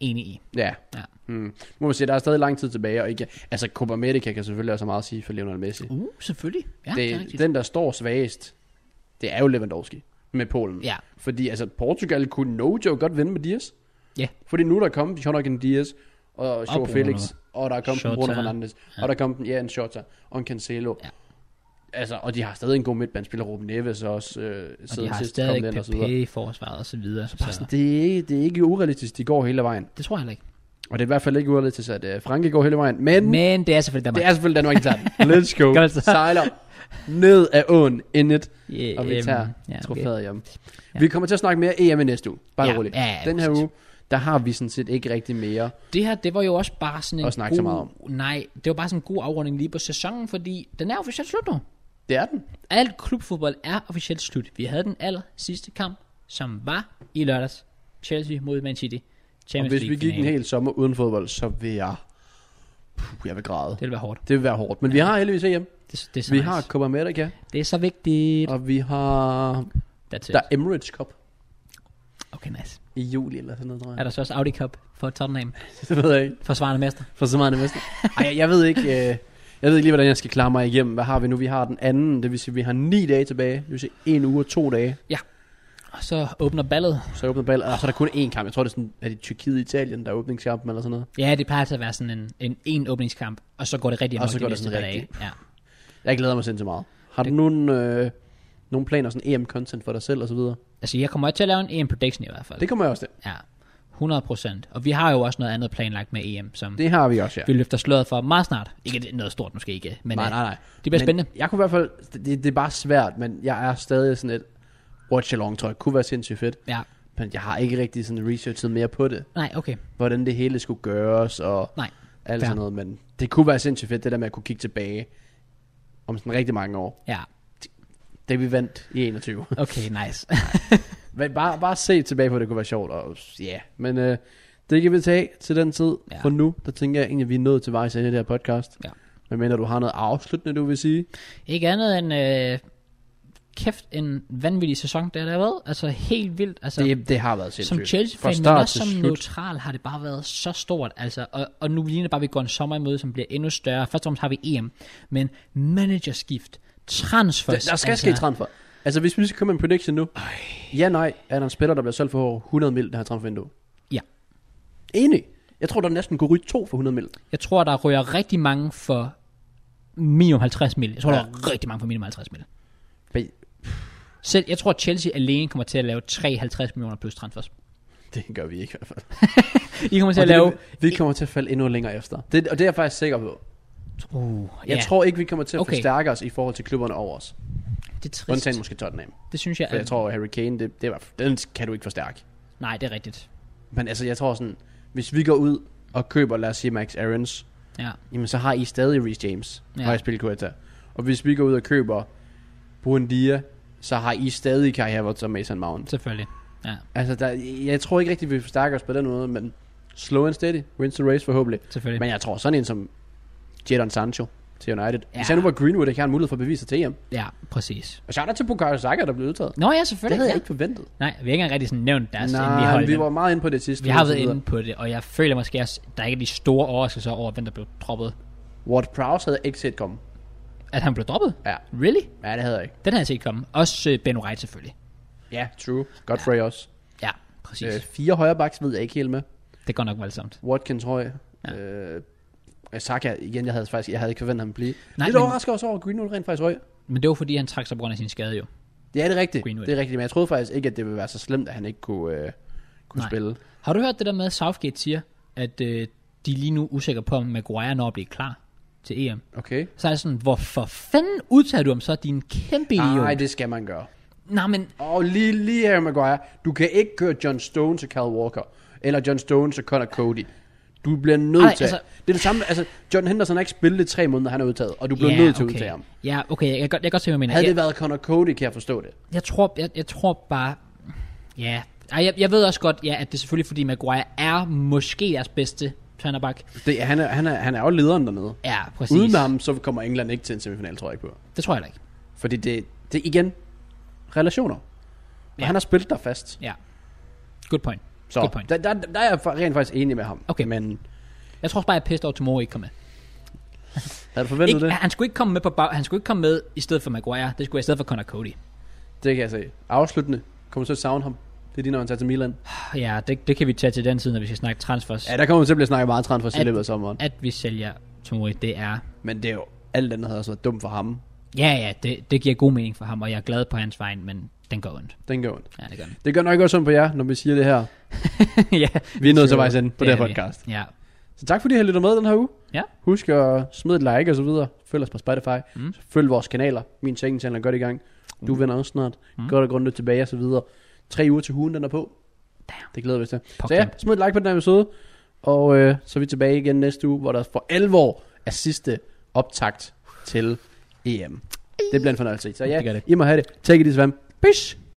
enig i.
Ja.
Ja.
Hmm. Nu må man sige, der er stadig lang tid tilbage. Og ikke, altså, Copa America kan selvfølgelig også have meget at sige for Lionel Messi. Ja,
Uh, selvfølgelig. Ja, det, det er
det,
rigtigt.
den, der står svagest, det er jo Lewandowski med Polen.
Ja,
Fordi altså, Portugal kunne no joke godt vinde med Dias.
Ja.
Fordi nu er der kommet Jonathan Dias og Joao
Bruno.
Felix, og der er kommet Bruno
Shota.
Fernandes, ja. og der er kommet ja, en Shota og en Cancelo.
Ja.
Altså, og de har stadig en god midtbanespiller, Ruben Neves også, øh,
og de
siden
har
sidst
stadig
kom ind
ikke
og så videre.
PP i forsvaret og så videre. Så,
Bare sådan, Det er, ikke- det er ikke urealistisk, de går hele vejen.
det tror jeg heller ikke.
Og det er i hvert fald ikke urealistisk, at øh, Franke går hele vejen. Men, Men
Men det er selvfølgelig
det
Danmark.
er selvfølgelig Danmark, der tager den. Let's go.
Godt så.
Sejler ned af åen indet,
Yeah,
og vi tager
ja,
trofæet hjem.
Ja.
Vi kommer til at snakke mere EM i næste uge. Bare
Ja,
roligt.
ja, ja,
den her
præcis.
uge, der har vi sådan set ikke rigtig mere.
Det her, det var jo også bare sådan en
At snakke
god,
så meget om.
Nej, det var bare sådan en god afrunding lige på sæsonen, fordi den er officielt slut nu.
Det er den.
Alt klubfodbold er officielt slut. Vi havde den aller sidste kamp, som var i lørdags. Chelsea mod Man City.
Og
Champions
hvis vi gik en
League-finale.
hel sommer uden fodbold, så vil jeg... Puh, jeg vil græde.
Det ville være hårdt.
Det vil være hårdt. Men vi har heldigvis EM.
Det, det, er så
Vi
nice.
har Copa America,
det er så vigtigt.
og vi har...
That's it.
Der er Emirates Cup
Okay, nice.
i juli eller sådan noget, tror jeg.
Er der så også Audi Cup for Tottenham?
Det ved jeg ikke.
Forsvarende mester.
For så meget det meste. Ej, jeg- jeg ved ikke, øh, jeg ved ikke lige, hvordan jeg skal klare mig igennem. Hvad har vi nu? Vi har den anden, det vil sige, vi har ni dage tilbage. Det vil sige, en uge og to dage.
Og så åbner ballet.
Så åbner ballet, og så er der kun én kamp. Jeg tror, det er sådan, er det Tyrkiet Italien, der er åbningskampen eller sådan noget.
Ja, det plejer altså at være sådan en, en, en åbningskamp, og så går det rigtig
Og så
amok
går
de næste
det sådan
par dage. Ja.
Jeg glæder mig sindssygt meget. Har du
Det-
nogen, øh, nogen planer, sådan EM-content for dig selv og så videre?
Altså, jeg kommer til at lave en EM prediction i hvert fald.
Det kommer jeg også til.
Ja, 100 procent. Og vi har jo også noget andet planlagt med EM, som det,
Det har vi også, ja.
vi løfter sløret for meget snart. Ikke det- noget stort måske ikke, men
Nej,
øh,
nej, nej.
det bliver spændende.
Jeg kunne i hvert fald, det, det, det er bare svært, men jeg er stadig sådan et watch along, tror jeg. Kunne være sindssygt fedt.
Ja,
Men jeg har ikke rigtig sådan researchet mere på det.
nej, okay.
hvordan det hele skulle gøres og
Nej,
alt
fair.
sådan noget, men det kunne være sindssygt fedt, det der med at kunne kigge tilbage om sådan rigtig mange år,
Ja,
det vi vandt i 21.
okay, nice.
men bare, bare se tilbage på, det kunne være sjovt, og ja, yeah. men øh, det kan vi tage til den tid.
Ja.
Ja. For nu, der tænker jeg egentlig, at vi er nået til vejs ende i det her podcast.
Ja.
Men mener du har noget afsluttende, du vil sige?
Ikke andet end... Øh, kæft, en vanvittig sæson, der har været. Altså, helt vildt. Altså,
Det, det har været sindssygt.
Som Chelsea-fan, men også som neutral, har det bare været så stort. Altså, og, og nu ligner det bare, at vi går en sommer imod, som bliver endnu større. Først og fremmest har vi EM, men managerskift, transfers.
Der, der skal ske transfer. Altså, hvis vi lige skal komme med en prediction nu. Ej. Ja, nej. Er der en spiller, der bliver solgt for over 100 mil, det her transfervindue?
Ja.
Enig. Jeg tror, der næsten kunne ryge to for 100 mil.
Jeg tror, der rører rigtig mange for minimum 50 mil. Jeg tror, ja. der
Ja.
er rigtig mange for minimum 50 mil.
Be-
Selv, jeg tror, at Chelsea alene kommer til at lave 53 millioner plus transfers.
Det gør vi ikke i hvert fald.
I kommer til
Og
at lave...
det, vi kommer til at falde endnu længere efter. Det, og det er jeg faktisk sikker på.
Uh,
Jeg
ja,
tror ikke, vi kommer til at
Okay.
okay. forstærke os i forhold til klubberne over os.
det er trist.
Undtagen måske Tottenham.
Det synes jeg...
For jeg tror, at Harry Kane, det, det var, den kan du ikke forstærke.
Nej, det er rigtigt.
Men altså, jeg tror sådan, hvis vi går ud og køber, lad os sige, Max Aarons,
Ja.
jamen så har I stadig Reece James,
Ja.
ja. og Aspilicueta. Og hvis vi går ud og køber Buendia, så har I stadig Kai Havertz og Mason Mount.
Selvfølgelig. Ja,
Altså, der, jeg tror ikke rigtig, vi forstærker os på den måde, men slow and steady, wins the race forhåbentlig.
selvfølgelig.
Men jeg tror sådan en som Jadon Sancho til United.
Ja.
Ja. Hvis han nu var Greenwood, ikke har en mulighed for at bevise sig til hjem.
Ja, præcis.
Og shout out til Bukayo Saka, der blev udtaget.
Nå ja,
Det
selvfølgelig.
havde
ja.
jeg ikke forventet.
Nej, vi har ikke engang rigtig sådan nævnt deres endelige
Nej,
hold.
vi
Vi,
var meget inde på det sidste.
vi har
og så
været
videre.
inde på det, og jeg føler måske også, der er ikke er de store overraskelser over, hvem der blev droppet.
Ward Prowse havde jeg ikke set komme.
At han blev droppet?
Ja.
Really?
Ja, det havde jeg ikke.
Den havde jeg set komme. Også øh, Ben Wright selvfølgelig.
Ja, true. Godfrey ja. også.
Ja, præcis.
Øh,
Øh.
fire højre backs ved jeg ikke helt med.
Det går nok voldsomt.
Watkins høj. Ja. Øh, Saka, igen, jeg havde faktisk jeg havde ikke forventet, at han blev.
Nej,
Nej, Lidt
men-
men... overrasker også over, at Greenwood rent faktisk høj.
Men det var fordi, han trak sig på grund af sin skade jo.
Ja, det er rigtigt.
Greenwood.
Det er rigtigt, men jeg troede faktisk ikke, at det ville være så slemt, at han ikke kunne, øh, kunne
Nej.
spille.
Har du hørt det der med, at Southgate siger, at øh, de er lige nu er usikre på, om Maguire når at blive klar til EM?
Okay.
Så er jeg sådan, hvorfor fanden udtager du om så din kæmpe idiot?
Nej,
Nej, det...
det skal man gøre.
Nej, men
Og lige, lige her, Maguire. Du kan ikke køre John Stones og Cal Walker. Eller John Stones og Connor Cody. Du bliver nødt
Ej,
Ej, til...
altså-
Altså... Det er det samme... Altså, John Henderson har ikke spillet i tre måneder, han er udtaget. Og du bliver
ja,
nødt til
okay.
at udtage ham.
Ja, okay, jeg kan godt, jeg kan godt se, hvad jeg mener.
Havde
jeg,
det været Connor Cody, kan jeg forstå det.
jeg, tror, jeg, jeg tror bare... Ja, Ej, jeg, jeg ved også godt, ja, at det er selvfølgelig, fordi Maguire er måske deres bedste Tønderbak.
det han, er, han, er, han er jo lederen dernede.
Ja, præcis.
Præcis. Uden ham, så kommer England ikke til en semifinal, tror jeg ikke på.
Det tror jeg heller ikke.
Fordi det, det er igen relationer. Og
Ja.
ja. han har spillet der fast.
Ja. Good point. Good
Så
point.
der, der, der er jeg fa- rent faktisk enig med ham.
Okay.
Men
Jeg tror også bare, at Pest over Tomorrow ikke kom med.
havde du forventet
Ikke,
det?
han skulle ikke komme med på bag, han skulle ikke komme med i stedet for Maguire. Det skulle være i stedet for Connor Cody.
Det kan jeg se. Afsluttende. Kommer til at savne ham. Det er de, når han tager til Milan.
Ja, det, det kan vi tage til den tid, når vi skal snakke transfers.
Ja,
At,
der kommer til at blive snakket meget træt for sig i
At-
løbet af sommeren.
at vi sælger Tomori, det er...
Men det er jo alt andet havde også været dumt for ham.
Ja, ja, det, det giver god mening for ham, og jeg er glad på hans vej, men den går ondt.
Den gør ondt.
Ja, det gør den.
Det gør nok også ondt på jer, når vi siger det her.
ja,
Vi er nået til
True.
vejs ende på det,
er
her
vi.
podcast.
Ja,
Så tak fordi I har lyttet med den her uge.
ja.
Husk at smide et like og så videre. Følg os på Spotify.
Mm.
Mm. Følg vores kanaler. Min second channel er godt i gang. Du vender også snart.
Mm.
Mm. Godt og grundigt tilbage og så videre. Tre uger til hugen, den er på.
Damn.
Det glæder vi os til.
Fuck
Så ja,
dem.
smid et like på den her episode. Og øh, så er vi tilbage igen næste uge, hvor der for alvor er sidste optakt til EM. Det bliver en fornøjelse. Så ja,
Det gør det.
I må have det. Take it easy, fam. Peace.